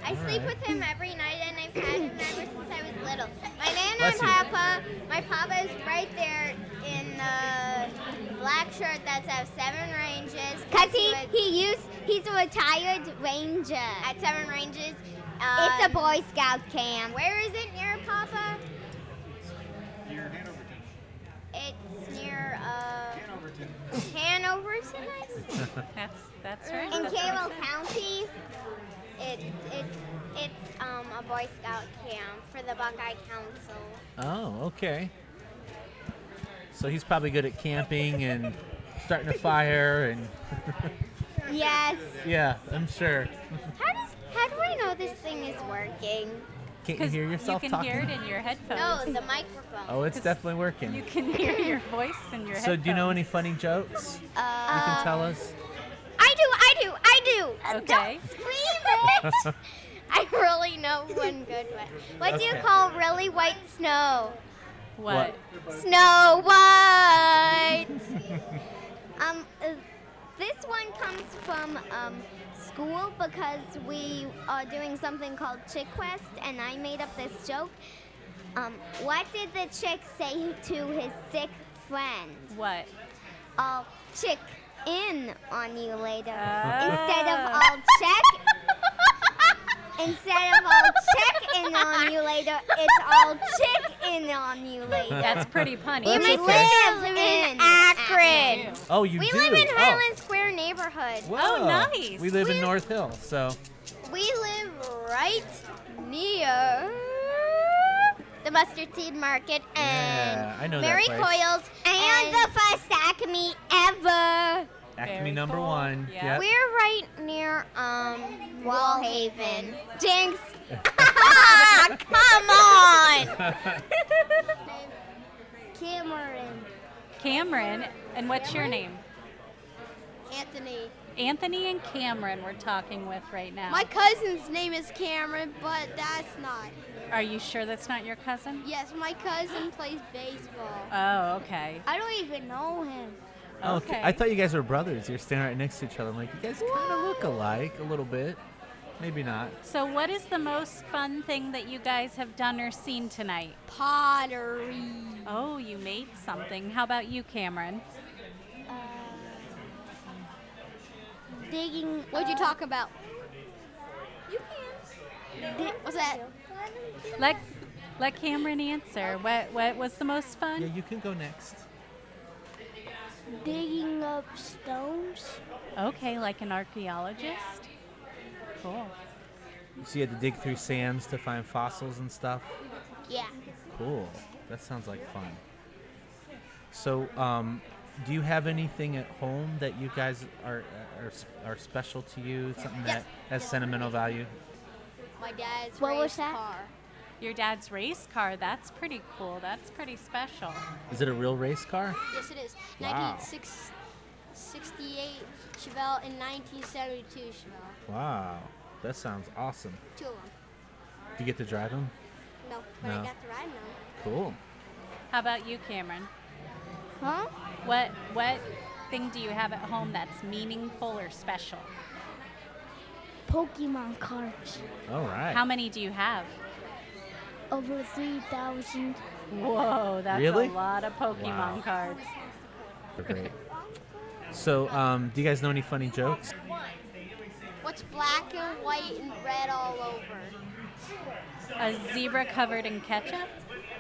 Speaker 19: I sleep with him every night, and I've had him ever since I was little. My nana
Speaker 2: Bless
Speaker 19: and
Speaker 2: you.
Speaker 19: papa, my papa's right there in the black shirt that says seven ranges.
Speaker 2: Cause he
Speaker 19: was-
Speaker 2: he used he's a retired ranger.
Speaker 19: at seven ranges.
Speaker 2: it's a
Speaker 19: um,
Speaker 2: Boy Scout camp.
Speaker 19: Where is it near, Papa? It's near uh, Hanoverton. I think.
Speaker 5: That's that's right.
Speaker 19: In
Speaker 5: that's what I
Speaker 19: Carroll
Speaker 5: said.
Speaker 19: County, it, it's it's um, a Boy Scout camp for the Buckeye Council.
Speaker 1: Oh, okay. So he's probably good at camping and starting a fire and
Speaker 19: Yes.
Speaker 1: yeah, I'm sure.
Speaker 19: How does how do I know this thing is working?
Speaker 1: Can't you hear yourself
Speaker 5: you can
Speaker 1: talking?
Speaker 5: hear it in your headphones.
Speaker 19: No, the microphone.
Speaker 1: oh, it's
Speaker 5: 'cause
Speaker 1: definitely working.
Speaker 5: You can hear your voice in your
Speaker 1: so,
Speaker 5: headphones.
Speaker 1: do you know any funny jokes you
Speaker 19: Uh,
Speaker 1: can tell us?
Speaker 19: I do, I do, I do.
Speaker 5: Okay.
Speaker 19: Don't scream it. I really know one good one. What do you
Speaker 5: Okay.
Speaker 19: call really white snow?
Speaker 5: What?
Speaker 19: Snow White.
Speaker 2: Um, uh, this one comes from um, school because we are doing something called Chick Quest, and I made up this joke. Um, what did the chick say to his sick friend?
Speaker 5: What?
Speaker 2: I'll chick in on you later instead of
Speaker 5: Ah.
Speaker 2: I'll check. Instead of I'll check in on you later, it's I'll chick in on you later.
Speaker 5: That's pretty punny.
Speaker 2: We
Speaker 19: Okay.
Speaker 2: live
Speaker 19: Live
Speaker 2: in
Speaker 19: in
Speaker 2: Akron.
Speaker 1: Oh, you
Speaker 19: we
Speaker 1: do.
Speaker 19: live in
Speaker 1: Oh.
Speaker 19: Highland Square neighborhood.
Speaker 5: Oh,
Speaker 20: Oh,
Speaker 1: Whoa. We live in North Hill, so
Speaker 19: We live right near the Mustard Seed Market and
Speaker 1: yeah, I know
Speaker 19: Mary
Speaker 1: that place.
Speaker 19: Coils
Speaker 2: And the first Acme ever.
Speaker 1: Acme number one. Yeah.
Speaker 19: We're right near um Wallhaven.
Speaker 2: Jinx.
Speaker 19: ah, come on.
Speaker 2: Cameron.
Speaker 5: Cameron, and what's your name?
Speaker 20: Anthony.
Speaker 5: Anthony and Cameron we're talking with right now.
Speaker 20: My cousin's name is Cameron, but that's not.
Speaker 5: Are you sure that's not your cousin?
Speaker 20: Yes, my cousin plays baseball.
Speaker 5: Oh, okay.
Speaker 20: I don't even know him.
Speaker 1: Oh, okay. I thought you guys were brothers. You're standing right next to each other. I'm like, you guys kind of look alike a little bit. Maybe not.
Speaker 5: So what is the most fun thing that you guys have done or seen tonight?
Speaker 20: Pottery.
Speaker 5: Oh, you made something. How about you,
Speaker 20: Uh,
Speaker 5: Cameron?
Speaker 20: Digging. What'd you talk about? You can. What's that?
Speaker 5: Let let Cameron answer. What what was the most fun?
Speaker 1: Yeah, you can go next.
Speaker 6: Digging up stones.
Speaker 5: Okay, like an archaeologist. Cool.
Speaker 1: So you had to dig through sands to find fossils and stuff.
Speaker 19: Yeah.
Speaker 1: Cool. That sounds like fun. So, um, do you have anything at home that you guys are are, s- are special to you? Something that has sentimental value?
Speaker 20: My dad's
Speaker 2: What was
Speaker 20: race
Speaker 2: that?
Speaker 20: car.
Speaker 5: your dad's race car. That's pretty cool. That's pretty special.
Speaker 1: Is it a real race car?
Speaker 16: Yes, it is.
Speaker 1: Wow.
Speaker 16: 1968 Chevelle and 1972 Chevelle.
Speaker 1: Wow, that sounds awesome.
Speaker 16: Two of them.
Speaker 1: Do you get to drive them?
Speaker 16: No, but
Speaker 1: No.
Speaker 16: I got to ride them.
Speaker 1: Cool.
Speaker 5: How about you, Cameron?
Speaker 16: Huh?
Speaker 5: What what thing do you have at home that's meaningful or special?
Speaker 21: Pokemon cards.
Speaker 1: All right.
Speaker 5: How many do you have?
Speaker 21: Over 3,000.
Speaker 5: Whoa, that's
Speaker 1: Really?
Speaker 5: a lot of Pokemon
Speaker 1: Wow.
Speaker 5: cards.
Speaker 1: They're great. So, um, do you guys know any funny jokes?
Speaker 16: What's black and white and red all over?
Speaker 5: A zebra covered in ketchup?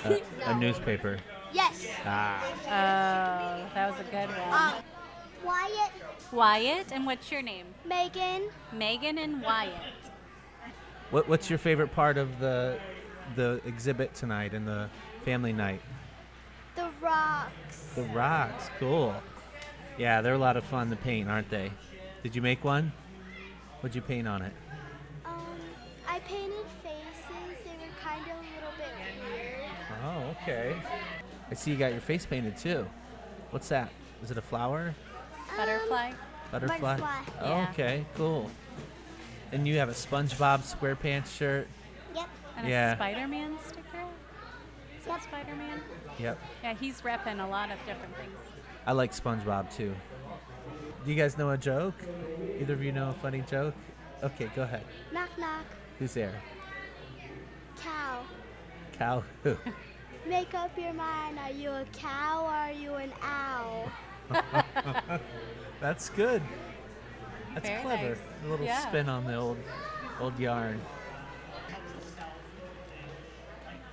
Speaker 1: Uh, a newspaper.
Speaker 16: Yes.
Speaker 1: Ah.
Speaker 5: Oh, that was a good one.
Speaker 2: Wyatt,
Speaker 5: Wyatt, and what's your name?
Speaker 2: Megan,
Speaker 5: Megan and Wyatt.
Speaker 1: What, what's your favorite part of the the exhibit tonight and the family night?
Speaker 2: the rocks.
Speaker 1: The rocks, cool. Yeah, they're a lot of fun to paint, aren't they? Did you make one? What'd you paint on it?
Speaker 2: Um, I painted faces. They were kind of a little bit weird.
Speaker 1: Oh, okay. I see you got your face painted too. What's that? Is it a flower?
Speaker 5: Butterfly?
Speaker 2: Um,
Speaker 1: Butterfly. Oh, Okay, cool. And you have a SpongeBob SquarePants shirt.
Speaker 2: Yep.
Speaker 5: And
Speaker 1: Yeah.
Speaker 5: a Spider Man sticker? Is that Spider Man?
Speaker 1: Yep.
Speaker 5: Yeah, he's repping a lot of different things.
Speaker 1: I like SpongeBob too. Do you guys know a joke? Either of you know a funny joke? Okay, go ahead.
Speaker 2: Knock knock.
Speaker 1: Who's there?
Speaker 2: Cow.
Speaker 1: Cow who?
Speaker 2: Make up your mind. Are you a cow or are you an owl?
Speaker 1: That's good. That's
Speaker 2: Very
Speaker 1: clever.
Speaker 2: nice.
Speaker 1: A little
Speaker 2: Yeah.
Speaker 1: spin on the old old yarn.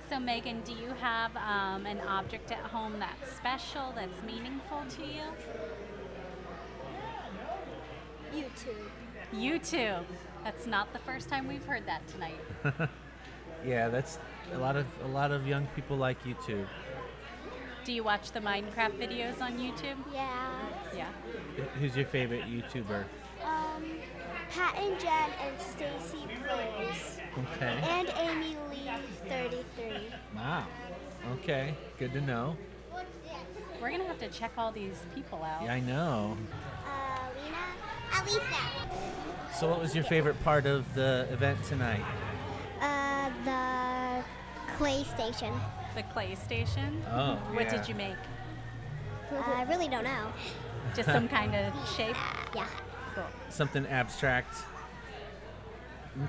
Speaker 5: So, Megan, do you have um, an object at home that's special, that's meaningful to you?
Speaker 2: You too.
Speaker 5: YouTube. That's not the first time we've heard that tonight.
Speaker 1: yeah, that's a lot of a lot of young people like YouTube.
Speaker 5: Do you watch the Minecraft videos on YouTube?
Speaker 2: Yeah.
Speaker 5: Yeah.
Speaker 1: Wh- Who's your favorite YouTuber?
Speaker 2: Um, Pat and Jen and Stacy Plays.
Speaker 1: Okay.
Speaker 2: And Amy Lee, 33.
Speaker 1: Wow. Okay. Good to know.
Speaker 5: We're going to have to check all these people out.
Speaker 1: Yeah, I know.
Speaker 2: Alisa.
Speaker 1: So, what was your favorite part of the event tonight?
Speaker 2: Uh, the clay station.
Speaker 5: The clay station.
Speaker 1: Oh,
Speaker 5: What
Speaker 1: yeah.
Speaker 5: did you make?
Speaker 2: Uh, I really don't know.
Speaker 5: Just some kind of shape?
Speaker 2: Yeah.
Speaker 5: Cool.
Speaker 1: Something abstract.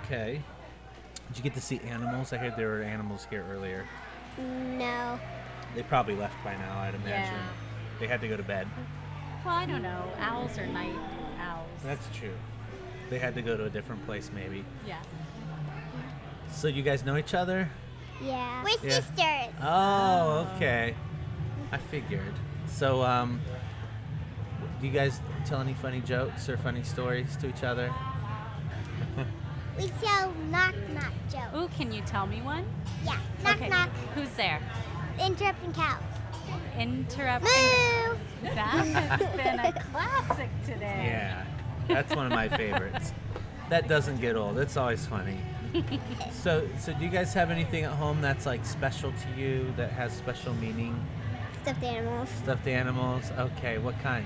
Speaker 1: Okay. Did you get to see animals? I heard there were animals here earlier.
Speaker 2: No.
Speaker 1: They probably left by now, I'd imagine.
Speaker 5: Yeah.
Speaker 1: They had to go to bed.
Speaker 5: Well, I don't know. Owls are night owls.
Speaker 1: That's true. They had to go to a different place, maybe.
Speaker 5: Yeah.
Speaker 1: So, you guys know each other?
Speaker 2: Yeah. We're
Speaker 1: Yeah.
Speaker 2: sisters.
Speaker 1: Oh, okay. I figured. So, um, do you guys tell any funny jokes or funny stories to each other?
Speaker 2: We tell knock knock jokes.
Speaker 5: Ooh, can you tell me one?
Speaker 2: Yeah. Knock
Speaker 5: Okay.
Speaker 2: knock.
Speaker 5: Who's there?
Speaker 2: Interrupting cows.
Speaker 5: Interrupting.
Speaker 2: Moo.
Speaker 5: That has been a classic today.
Speaker 1: yeah, that's one of my favorites. That doesn't get old. It's always funny. So, so do you guys have anything at home that's like special to you that has special meaning?
Speaker 2: Stuffed animals.
Speaker 1: Stuffed animals. Okay, what kind?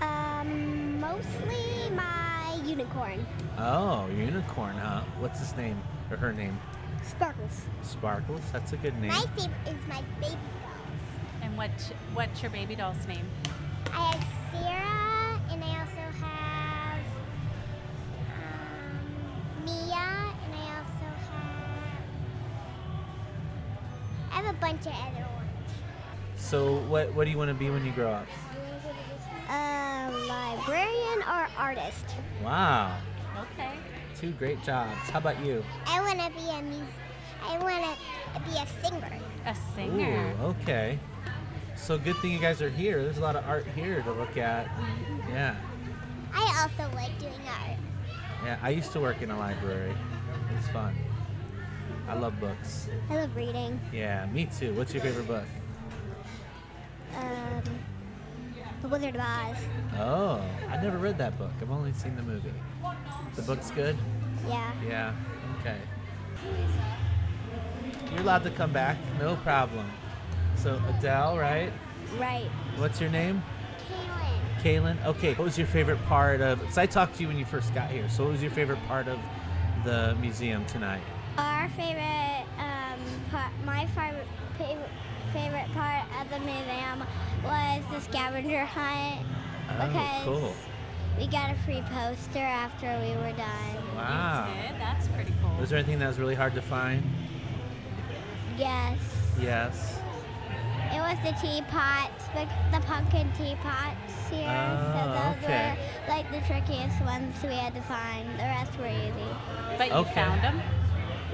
Speaker 2: Um, mostly my unicorn.
Speaker 1: Oh, unicorn, huh? What's his name or her name?
Speaker 2: Sparkles.
Speaker 1: Sparkles. That's a good name.
Speaker 2: My favorite is my baby dolls.
Speaker 5: And what what's your baby doll's name?
Speaker 2: I have Sarah, and I also have um, Mia, and I also have. I have a bunch of other ones.
Speaker 1: So, what what do you want to be when you grow up?
Speaker 2: A librarian or artist?
Speaker 1: Wow,
Speaker 5: Okay.
Speaker 1: two great jobs. How about you?
Speaker 2: I want to be a mus- I want to be a singer.
Speaker 5: A
Speaker 1: Ooh, okay. So good thing you guys are here. There's a lot of art here to look at. Yeah.
Speaker 2: I also like doing art.
Speaker 1: Yeah, I used to work in a library. It's fun. I love books.
Speaker 2: I love reading.
Speaker 1: Yeah, me too. What's your favorite book?
Speaker 2: Um, The Wizard of Oz.
Speaker 1: Oh, I never read that book. I've only seen the movie. The book's good?
Speaker 2: Yeah.
Speaker 1: Yeah. Okay. You're allowed to come back, no problem. So Adele, right?
Speaker 2: Right.
Speaker 1: What's your name?
Speaker 2: Kaylin.
Speaker 1: Kaylin. Okay. What was your favorite part of? Because I talked to you when you first got here. So what was your favorite part of the museum tonight?
Speaker 2: Our favorite, um, part, my favorite, favorite, favorite part of the museum was the scavenger hunt
Speaker 1: Oh,
Speaker 2: because
Speaker 1: cool.
Speaker 2: we got a free poster after we were done.
Speaker 1: Wow.
Speaker 5: That's pretty cool.
Speaker 1: Was there anything that was really hard to find?
Speaker 2: Yes.
Speaker 1: Yes.
Speaker 2: It was the teapots, the, the pumpkin teapots here. so
Speaker 1: Oh,
Speaker 2: those
Speaker 1: okay.
Speaker 2: were like the trickiest ones we had to find. The rest were easy.
Speaker 5: But you Okay. found 'em?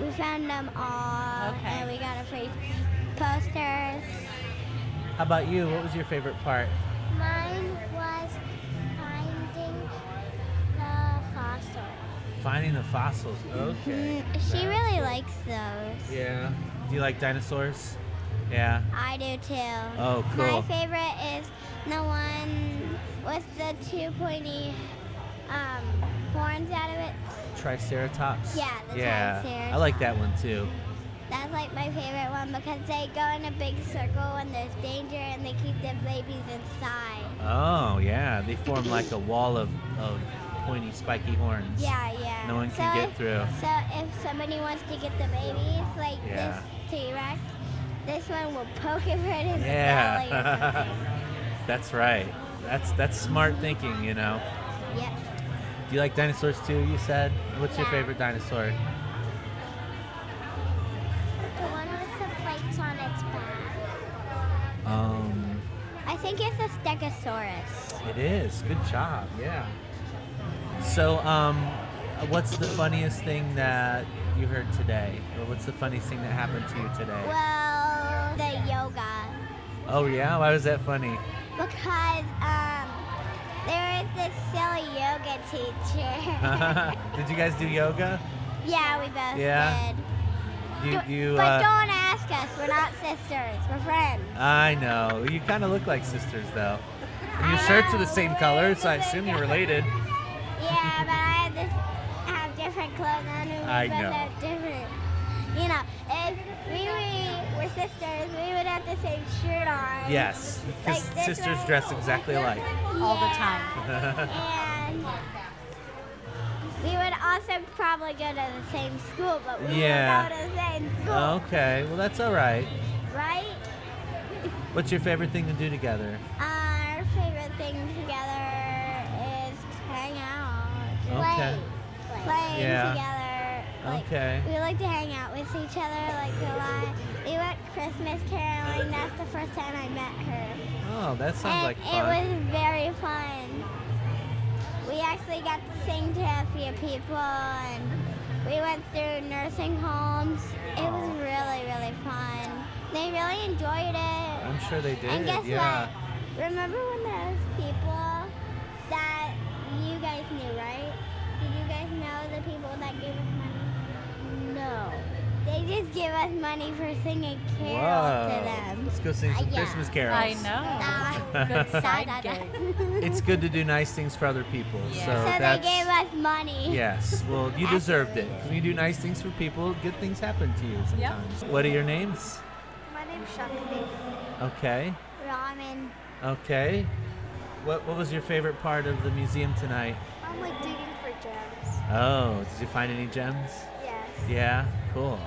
Speaker 2: We found them all, and we got a free posters.
Speaker 1: How about you? What was your favorite part?
Speaker 2: Mine was finding the fossils.
Speaker 1: Finding the fossils. Okay.
Speaker 2: Mm, She really likes those.
Speaker 1: Yeah. Do you like dinosaurs? Yeah.
Speaker 2: I do too.
Speaker 1: Oh,
Speaker 2: My
Speaker 1: cool.
Speaker 2: favorite is the one with the two pointy um, horns out of it.
Speaker 1: Triceratops.
Speaker 2: Yeah, the
Speaker 1: yeah.
Speaker 2: Triceratops.
Speaker 1: I like that one too.
Speaker 2: That's like my favorite one because they go in a big circle when there's danger and they keep the babies inside.
Speaker 1: Oh yeah, they form like a wall of, of pointy, spiky horns.
Speaker 2: Yeah, yeah.
Speaker 1: No one can get
Speaker 2: if,
Speaker 1: through.
Speaker 2: So if somebody wants to get the babies, like
Speaker 1: Yeah.
Speaker 2: this T-Rex, this one will poke it right in the belly. or
Speaker 1: Yeah. that's right. That's that's smart thinking, you know.
Speaker 2: something. Yep.
Speaker 1: Do you like dinosaurs too? You said. What's your
Speaker 2: Yeah.
Speaker 1: favorite dinosaur?
Speaker 2: The one with the plates on its back.
Speaker 1: Um,
Speaker 2: I think it's a Stegosaurus.
Speaker 1: it is. Good job. Yeah. So, um, what's the funniest thing that you heard today? Or what's the funniest thing that happened to you today?
Speaker 2: Well, the yoga.
Speaker 1: Oh yeah, why was that funny?
Speaker 2: Because um, there is this silly yoga teacher.
Speaker 1: did you guys do yoga?
Speaker 2: yeah, we both
Speaker 1: Yeah.
Speaker 2: did.
Speaker 1: Do you? Do you
Speaker 2: but
Speaker 1: uh,
Speaker 2: don't ask us. We're not sisters. We're friends.
Speaker 1: I know. You kind of look like sisters, though. And your shirts are the same color, so I assume you're related.
Speaker 2: Yeah, but I have, this, I have different clothes on and we
Speaker 1: I
Speaker 2: both
Speaker 1: know.
Speaker 2: have different. You know, if we were- were sisters, we would have the same shirt on.
Speaker 1: Yes, because
Speaker 2: Like this
Speaker 1: sisters dress exactly alike.
Speaker 2: All the time.
Speaker 1: oh,
Speaker 2: And we would also probably go to the same school, but we
Speaker 1: Yeah.
Speaker 2: would go to the same school,
Speaker 1: okay, well that's all right.
Speaker 2: right?
Speaker 1: What's your favorite thing to do together?
Speaker 2: Our favorite thing together is to hang out,
Speaker 1: Okay.
Speaker 2: play, playing
Speaker 1: Yeah.
Speaker 2: together. Like,
Speaker 1: Okay.
Speaker 2: We like to hang out with each other like a lot. We went Christmas caroling. That's the first time I met her.
Speaker 1: Oh, that
Speaker 2: and
Speaker 1: sounds like
Speaker 2: it was
Speaker 1: fun.
Speaker 2: very fun. We actually got to sing to a few people, and we went through nursing homes. It was really, really fun. They really enjoyed it.
Speaker 1: I'm sure they did.
Speaker 2: And guess
Speaker 1: yeah.
Speaker 2: what? Remember when those people that you guys knew, right? Did you guys know the people that gave us money? No. They just give us money for singing carols
Speaker 1: Whoa.
Speaker 2: to them. Uh,
Speaker 1: Let's go sing some Christmas carols.
Speaker 5: I know.
Speaker 1: Good side It's good to do nice things for other people. So,
Speaker 2: So they
Speaker 1: that's
Speaker 2: gave us money.
Speaker 1: yes. Well, you deserved it. When you do nice things for people, good things happen to you sometimes. What are your names?
Speaker 2: My name's Shakti.
Speaker 1: Okay.
Speaker 2: Ramen.
Speaker 1: Okay. What What was your favorite part of the museum tonight?
Speaker 2: I'm like digging for gems.
Speaker 1: Oh, did you find any gems?
Speaker 2: Yes.
Speaker 1: Yeah. Cool.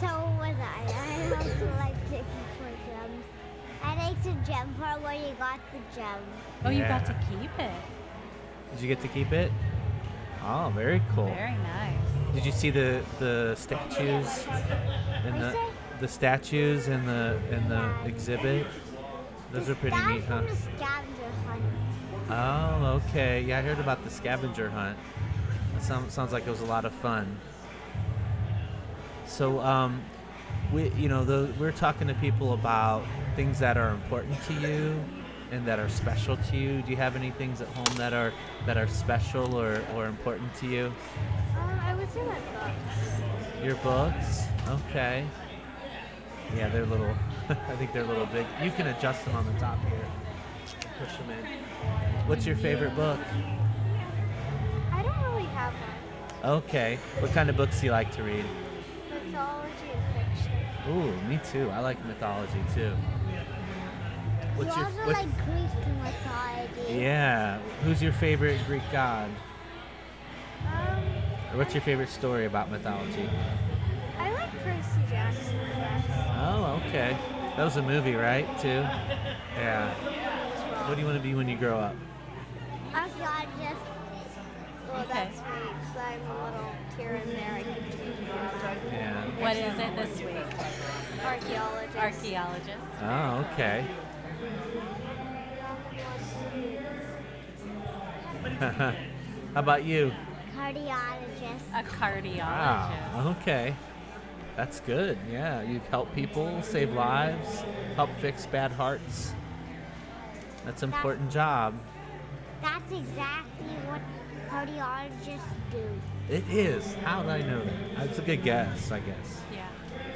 Speaker 2: So was I. I also like digging for gems. I like the gem part where you got the gem.
Speaker 5: Oh, you got
Speaker 1: Yeah.
Speaker 5: to keep it.
Speaker 1: Did you get to keep it? Oh, very cool.
Speaker 5: Very nice.
Speaker 1: Did you see the the statues and the the statues and the and the exhibit? Those are pretty neat, huh?
Speaker 2: Scavenger hunt.
Speaker 1: Oh, okay. Yeah, I heard about the scavenger hunt. That sounds sounds like it was a lot of fun. So, um, we you know the, we're talking to people about things that are important to you and that are special to you. Do you have any things at home that are that are special or, or important to you?
Speaker 2: Um, I would say my books.
Speaker 1: Your books? Okay. Yeah, they're little. I think they're a little big. You can adjust them on the top here. Push them in. What's your favorite book?
Speaker 2: I don't really have one.
Speaker 1: Okay. What kind of books do you like to read?
Speaker 2: Mythology and fiction.
Speaker 1: Ooh, me too. I like mythology too. What's
Speaker 2: you
Speaker 1: your
Speaker 2: also
Speaker 1: what-
Speaker 2: like Greek mythology.
Speaker 1: Yeah. Who's your favorite Greek god? Or what's your favorite story about mythology?
Speaker 22: I like Percy Jackson.
Speaker 1: Oh, okay. That was a movie, right? Too. Yeah. What do you want to be when you grow up?
Speaker 2: I'm not just. Oh, Well, that's me. 'cause I'm a little here and there. I can do
Speaker 1: Yeah.
Speaker 5: What is it this week?
Speaker 2: Archaeologist.
Speaker 5: Archaeologist.
Speaker 1: Oh, okay. How about you?
Speaker 2: Cardiologist.
Speaker 5: A cardiologist.
Speaker 1: Wow. Okay. That's good. Yeah, you've helped people, save lives, help fix bad hearts. That's an important job.
Speaker 2: That's exactly what cardiologists do.
Speaker 1: It is. How did I know that? That's a good guess, I guess.
Speaker 5: Yeah.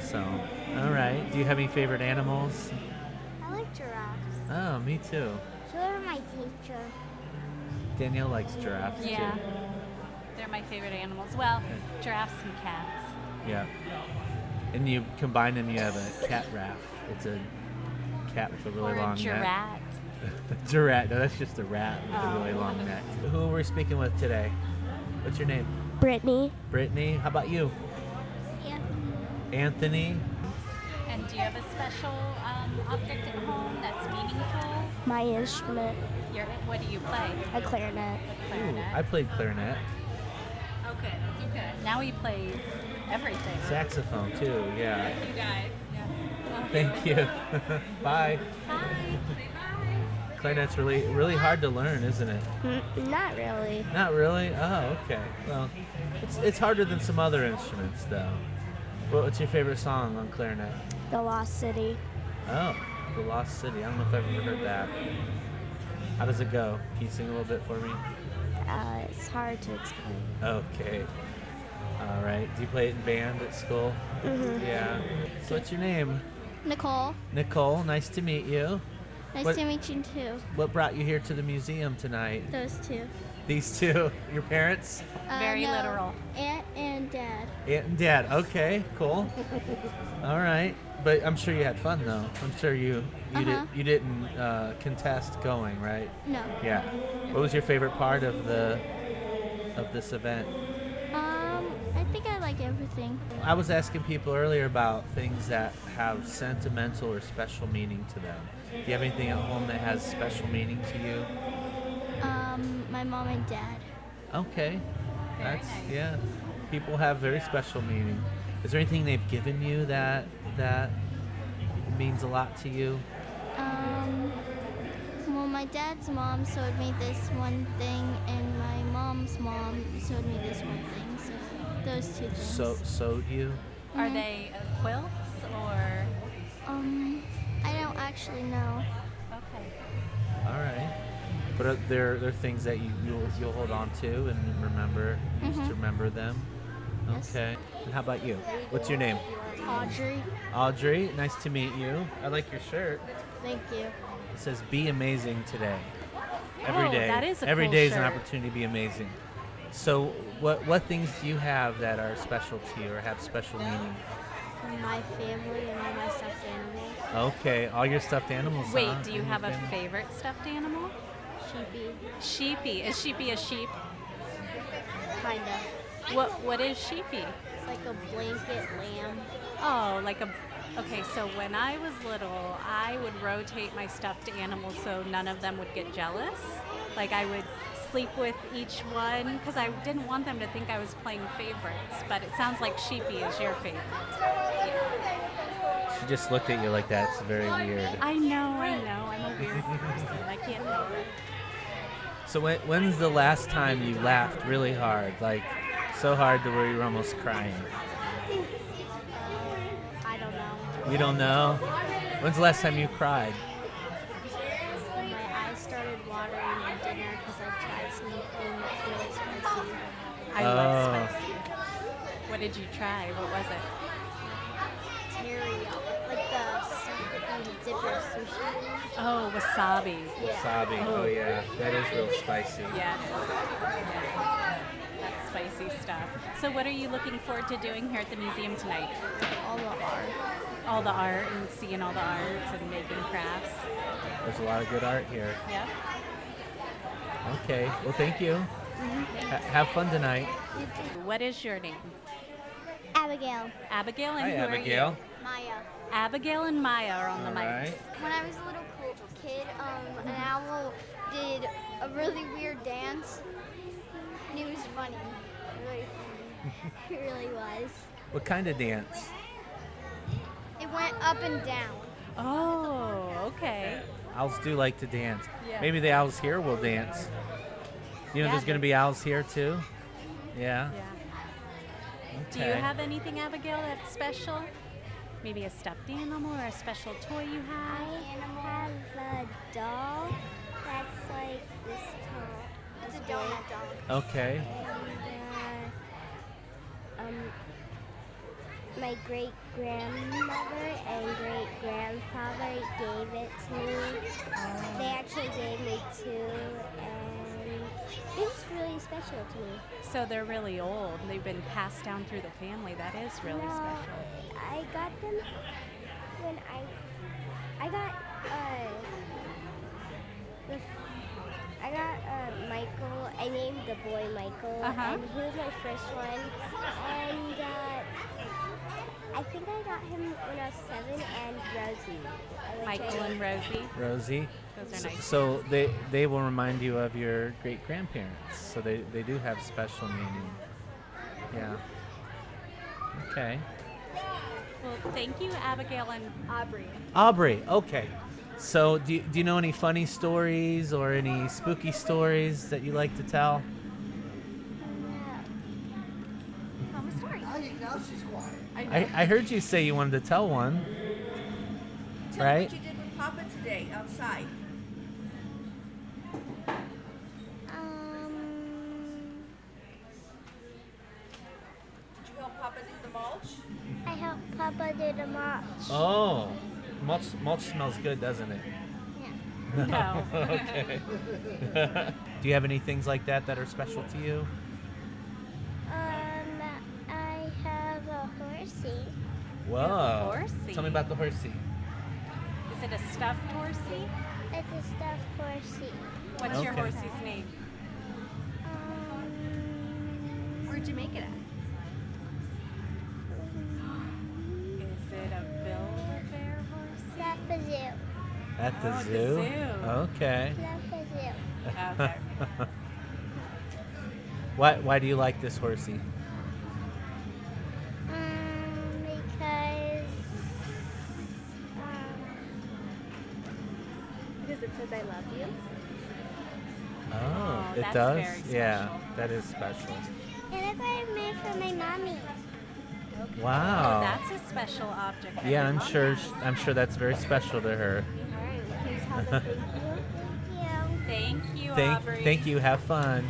Speaker 1: So, all right. Do you have any favorite animals?
Speaker 2: I like giraffes.
Speaker 1: Oh, me too.
Speaker 2: So are my teacher.
Speaker 1: Danielle likes giraffes
Speaker 5: Yeah.
Speaker 1: too.
Speaker 5: They're my favorite animals. Well, giraffes and cats.
Speaker 1: Yeah. And you combine them, you have a cat raff. It's a cat with a really
Speaker 5: Or a
Speaker 1: long
Speaker 5: giraffe.
Speaker 1: neck. Giraffe. No, that's just a rat with a really
Speaker 5: Oh.
Speaker 1: long neck. Who are we speaking with today? What's your name?
Speaker 16: Brittany.
Speaker 1: Brittany. How about you? Anthony.
Speaker 5: And do you have a special um, object at home that's meaningful?
Speaker 16: My instrument,
Speaker 5: Your, what do you play?
Speaker 16: a
Speaker 5: A
Speaker 16: clarinet.
Speaker 1: Ooh,
Speaker 5: clarinet.
Speaker 1: I played clarinet.
Speaker 5: Okay, that's okay. Now he plays everything.
Speaker 1: Saxophone too. Yeah.
Speaker 5: You guys. Yeah. Um,
Speaker 1: Thank you. Bye.
Speaker 5: Bye.
Speaker 1: Clarinet's really really hard to learn, isn't it?
Speaker 16: Not really.
Speaker 1: Not really. Oh, okay. Well, it's it's harder than some other instruments though. What- What's your favorite song on clarinet?
Speaker 16: The Lost City.
Speaker 1: Oh, The Lost City. I don't know if I've ever heard that. How does it go? Can you sing a little bit for me?
Speaker 16: Uh, it's hard to explain.
Speaker 1: Okay. All right. Do you play it in band at school?
Speaker 16: Mhm.
Speaker 1: Yeah. So what's your name?
Speaker 15: Nicole,
Speaker 1: Nicole. Nice to meet you.
Speaker 15: nice
Speaker 1: What-
Speaker 15: to meet you too.
Speaker 1: What brought you here to the museum tonight?
Speaker 15: Those two.
Speaker 1: These two, your parents,
Speaker 15: Uh,
Speaker 5: Very
Speaker 15: no,
Speaker 5: literal.
Speaker 15: Aunt and dad.
Speaker 1: aunt and dad. Okay, cool. All right, but I'm sure you had fun though. I'm sure you you
Speaker 15: Uh-huh.
Speaker 1: did you didn't uh, contest going, right?
Speaker 15: No.
Speaker 1: Yeah. What was your favorite part of the of this event?
Speaker 15: Um, I think I like everything.
Speaker 1: I was asking people earlier about things that have sentimental or special meaning to them. Do you have anything at home that has special meaning to you?
Speaker 15: Um, my mom and dad.
Speaker 1: Okay. That's yeah. People have very special meaning. Is there anything they've given you that that means a lot to you?
Speaker 15: Um, well, my dad's mom sewed me this one thing, and my mom's mom sewed me this one thing. So those two things.
Speaker 1: So sewed you?
Speaker 5: Are they uh, quilts or?
Speaker 15: Um, I don't actually know.
Speaker 5: Okay.
Speaker 1: All right. But are there there are things that you you'll, you'll hold on to and remember just
Speaker 15: Mhm.
Speaker 1: to remember them. Okay. And how about you? What's your name?
Speaker 23: Audrey,
Speaker 1: Audrey. Nice to meet you. I like your shirt.
Speaker 23: thank you.
Speaker 1: It says "Be amazing today." Every
Speaker 5: Oh,
Speaker 1: day.
Speaker 5: that is a
Speaker 1: Every
Speaker 5: cool
Speaker 1: day is an
Speaker 5: shirt.
Speaker 1: opportunity to be amazing. So, what what things do you have that are special to you or have special meaning?
Speaker 3: My family and all my stuffed animals.
Speaker 1: Okay, all your stuffed animals.
Speaker 5: Wait,
Speaker 1: huh?
Speaker 5: do you
Speaker 1: And
Speaker 5: have
Speaker 1: your
Speaker 5: a
Speaker 1: family.
Speaker 5: favorite stuffed animal?
Speaker 3: Sheepy.
Speaker 5: Sheepy. Is Sheepy a sheep?
Speaker 3: Kinda.
Speaker 5: What What is Sheepy?
Speaker 3: It's like a blanket lamb.
Speaker 5: Oh, like a. Okay, so when I was little, I would rotate my stuffed animals so none of them would get jealous. Like I would sleep with each one because I didn't want them to think I was playing favorites. But it sounds like Sheepy is your favorite.
Speaker 1: She just looked at you like that. It's very weird.
Speaker 5: I know, I know. I'm a weird person. I can't help it.
Speaker 1: So, when, when's the last time you laughed really hard, like so hard to where you were almost crying?
Speaker 3: Uh, I don't know.
Speaker 1: You don't know. When's the last time you cried?
Speaker 3: My eyes started watering at dinner because I tried um, something that's really spicy.
Speaker 5: I
Speaker 1: Oh.
Speaker 5: love spicy. What did you try? What was it?
Speaker 3: Teriyaki, like the secret kind of dipper sushi.
Speaker 5: Oh, wasabi.
Speaker 1: Wasabi. Oh yeah, that is real spicy.
Speaker 5: Yeah. it is. Yeah. That's spicy stuff. So, what are you looking forward to doing here at the museum tonight?
Speaker 24: All the art.
Speaker 5: All the art and seeing all the art and making crafts.
Speaker 1: There's a lot of good art here.
Speaker 5: Yeah.
Speaker 1: Okay. Well, thank you.
Speaker 24: Mm-hmm.
Speaker 1: Ha- have fun tonight.
Speaker 5: What is your name?
Speaker 16: Abigail.
Speaker 5: Abigail and
Speaker 1: Hi,
Speaker 5: who are
Speaker 1: Abigail.
Speaker 5: you?
Speaker 16: Maya.
Speaker 5: Abigail and Maya are on the
Speaker 1: All
Speaker 5: mics.
Speaker 1: right.
Speaker 16: When I was a little cool kid, um, an owl did a really weird dance, and it was funny. Really funny. it really was.
Speaker 1: What kind of dance?
Speaker 16: It went up and down.
Speaker 5: Oh, okay.
Speaker 1: Owls do like to dance.
Speaker 5: Yeah.
Speaker 1: Maybe the owls here will dance. You know,
Speaker 5: Yeah,
Speaker 1: there's going to be owls here too. Yeah.
Speaker 5: Do you
Speaker 1: Okay.
Speaker 5: have anything, Abigail, that's special? Maybe a stuffed animal or a special toy you have?
Speaker 16: Animal. have a doll that's like this tall. It's a donut dog.
Speaker 1: Okay.
Speaker 2: uh, um, my great grandmother and great grandfather gave it to me. They actually gave me two, and it was really special to me.
Speaker 5: So they're really old. They've been passed down through the family. That is really
Speaker 2: No,
Speaker 5: special.
Speaker 2: I got them when I I got uh the, I got uh, Michael. I named the boy Michael,
Speaker 5: Uh-huh.
Speaker 2: and he was my first one. And uh, I think I got him when I was seven, and Rosie. I would
Speaker 5: Michael
Speaker 2: say.
Speaker 5: and Rosie.
Speaker 1: Rosie.
Speaker 5: Those
Speaker 1: So,
Speaker 5: are nice.
Speaker 1: so they they will remind you of your great grandparents. So they, they do have special meaning. Yeah. Okay.
Speaker 5: Well, thank you, Abigail and Aubrey.
Speaker 1: Aubrey. Okay. So do you, do you know any funny stories or any spooky stories that you like to tell?
Speaker 4: Tell a story. now she's quiet.
Speaker 1: I, I heard you say you wanted to tell one.
Speaker 4: Tell me
Speaker 1: right?
Speaker 4: what you did with Papa today outside.
Speaker 2: Um,
Speaker 4: Did you help Papa do the mulch?
Speaker 2: I helped Papa do the march.
Speaker 1: Oh, mulch mulch smells good, doesn't it?
Speaker 2: No.
Speaker 1: okay. Do you have any things like that that are special to you?
Speaker 2: Um, I have a horsey.
Speaker 1: Whoa.
Speaker 5: horsey.
Speaker 1: Tell me about the horsey.
Speaker 5: Is it a stuffed horsey?
Speaker 2: It's a stuffed horsey.
Speaker 5: What's your
Speaker 1: Okay.
Speaker 5: horsey's name?
Speaker 3: Where'd you make it at?
Speaker 5: Is it a Build-A-Bear horsey?
Speaker 2: Not for zoo.
Speaker 1: At the
Speaker 2: Oh, at
Speaker 1: zoo.
Speaker 2: the
Speaker 5: zoo.
Speaker 1: Okay.
Speaker 2: Not for zoo.
Speaker 5: Okay.
Speaker 1: why why do you like this horsey?
Speaker 2: Um, because
Speaker 3: um, Because it says I love you.
Speaker 1: Oh,
Speaker 2: Oh,
Speaker 1: it
Speaker 2: that's
Speaker 1: does.
Speaker 2: very
Speaker 1: yeah, that is special.
Speaker 2: and I got it made for my mommy.
Speaker 1: Wow.
Speaker 5: Oh, that's a special object. that
Speaker 1: Yeah,
Speaker 5: your
Speaker 1: I'm
Speaker 5: mom
Speaker 1: sure
Speaker 5: has.
Speaker 1: sh- I'm sure that's very special to her.
Speaker 2: All right, here's
Speaker 1: how to
Speaker 2: thank you.
Speaker 5: Thank you,
Speaker 1: thank
Speaker 5: Aubrey.
Speaker 1: thank you. Have fun.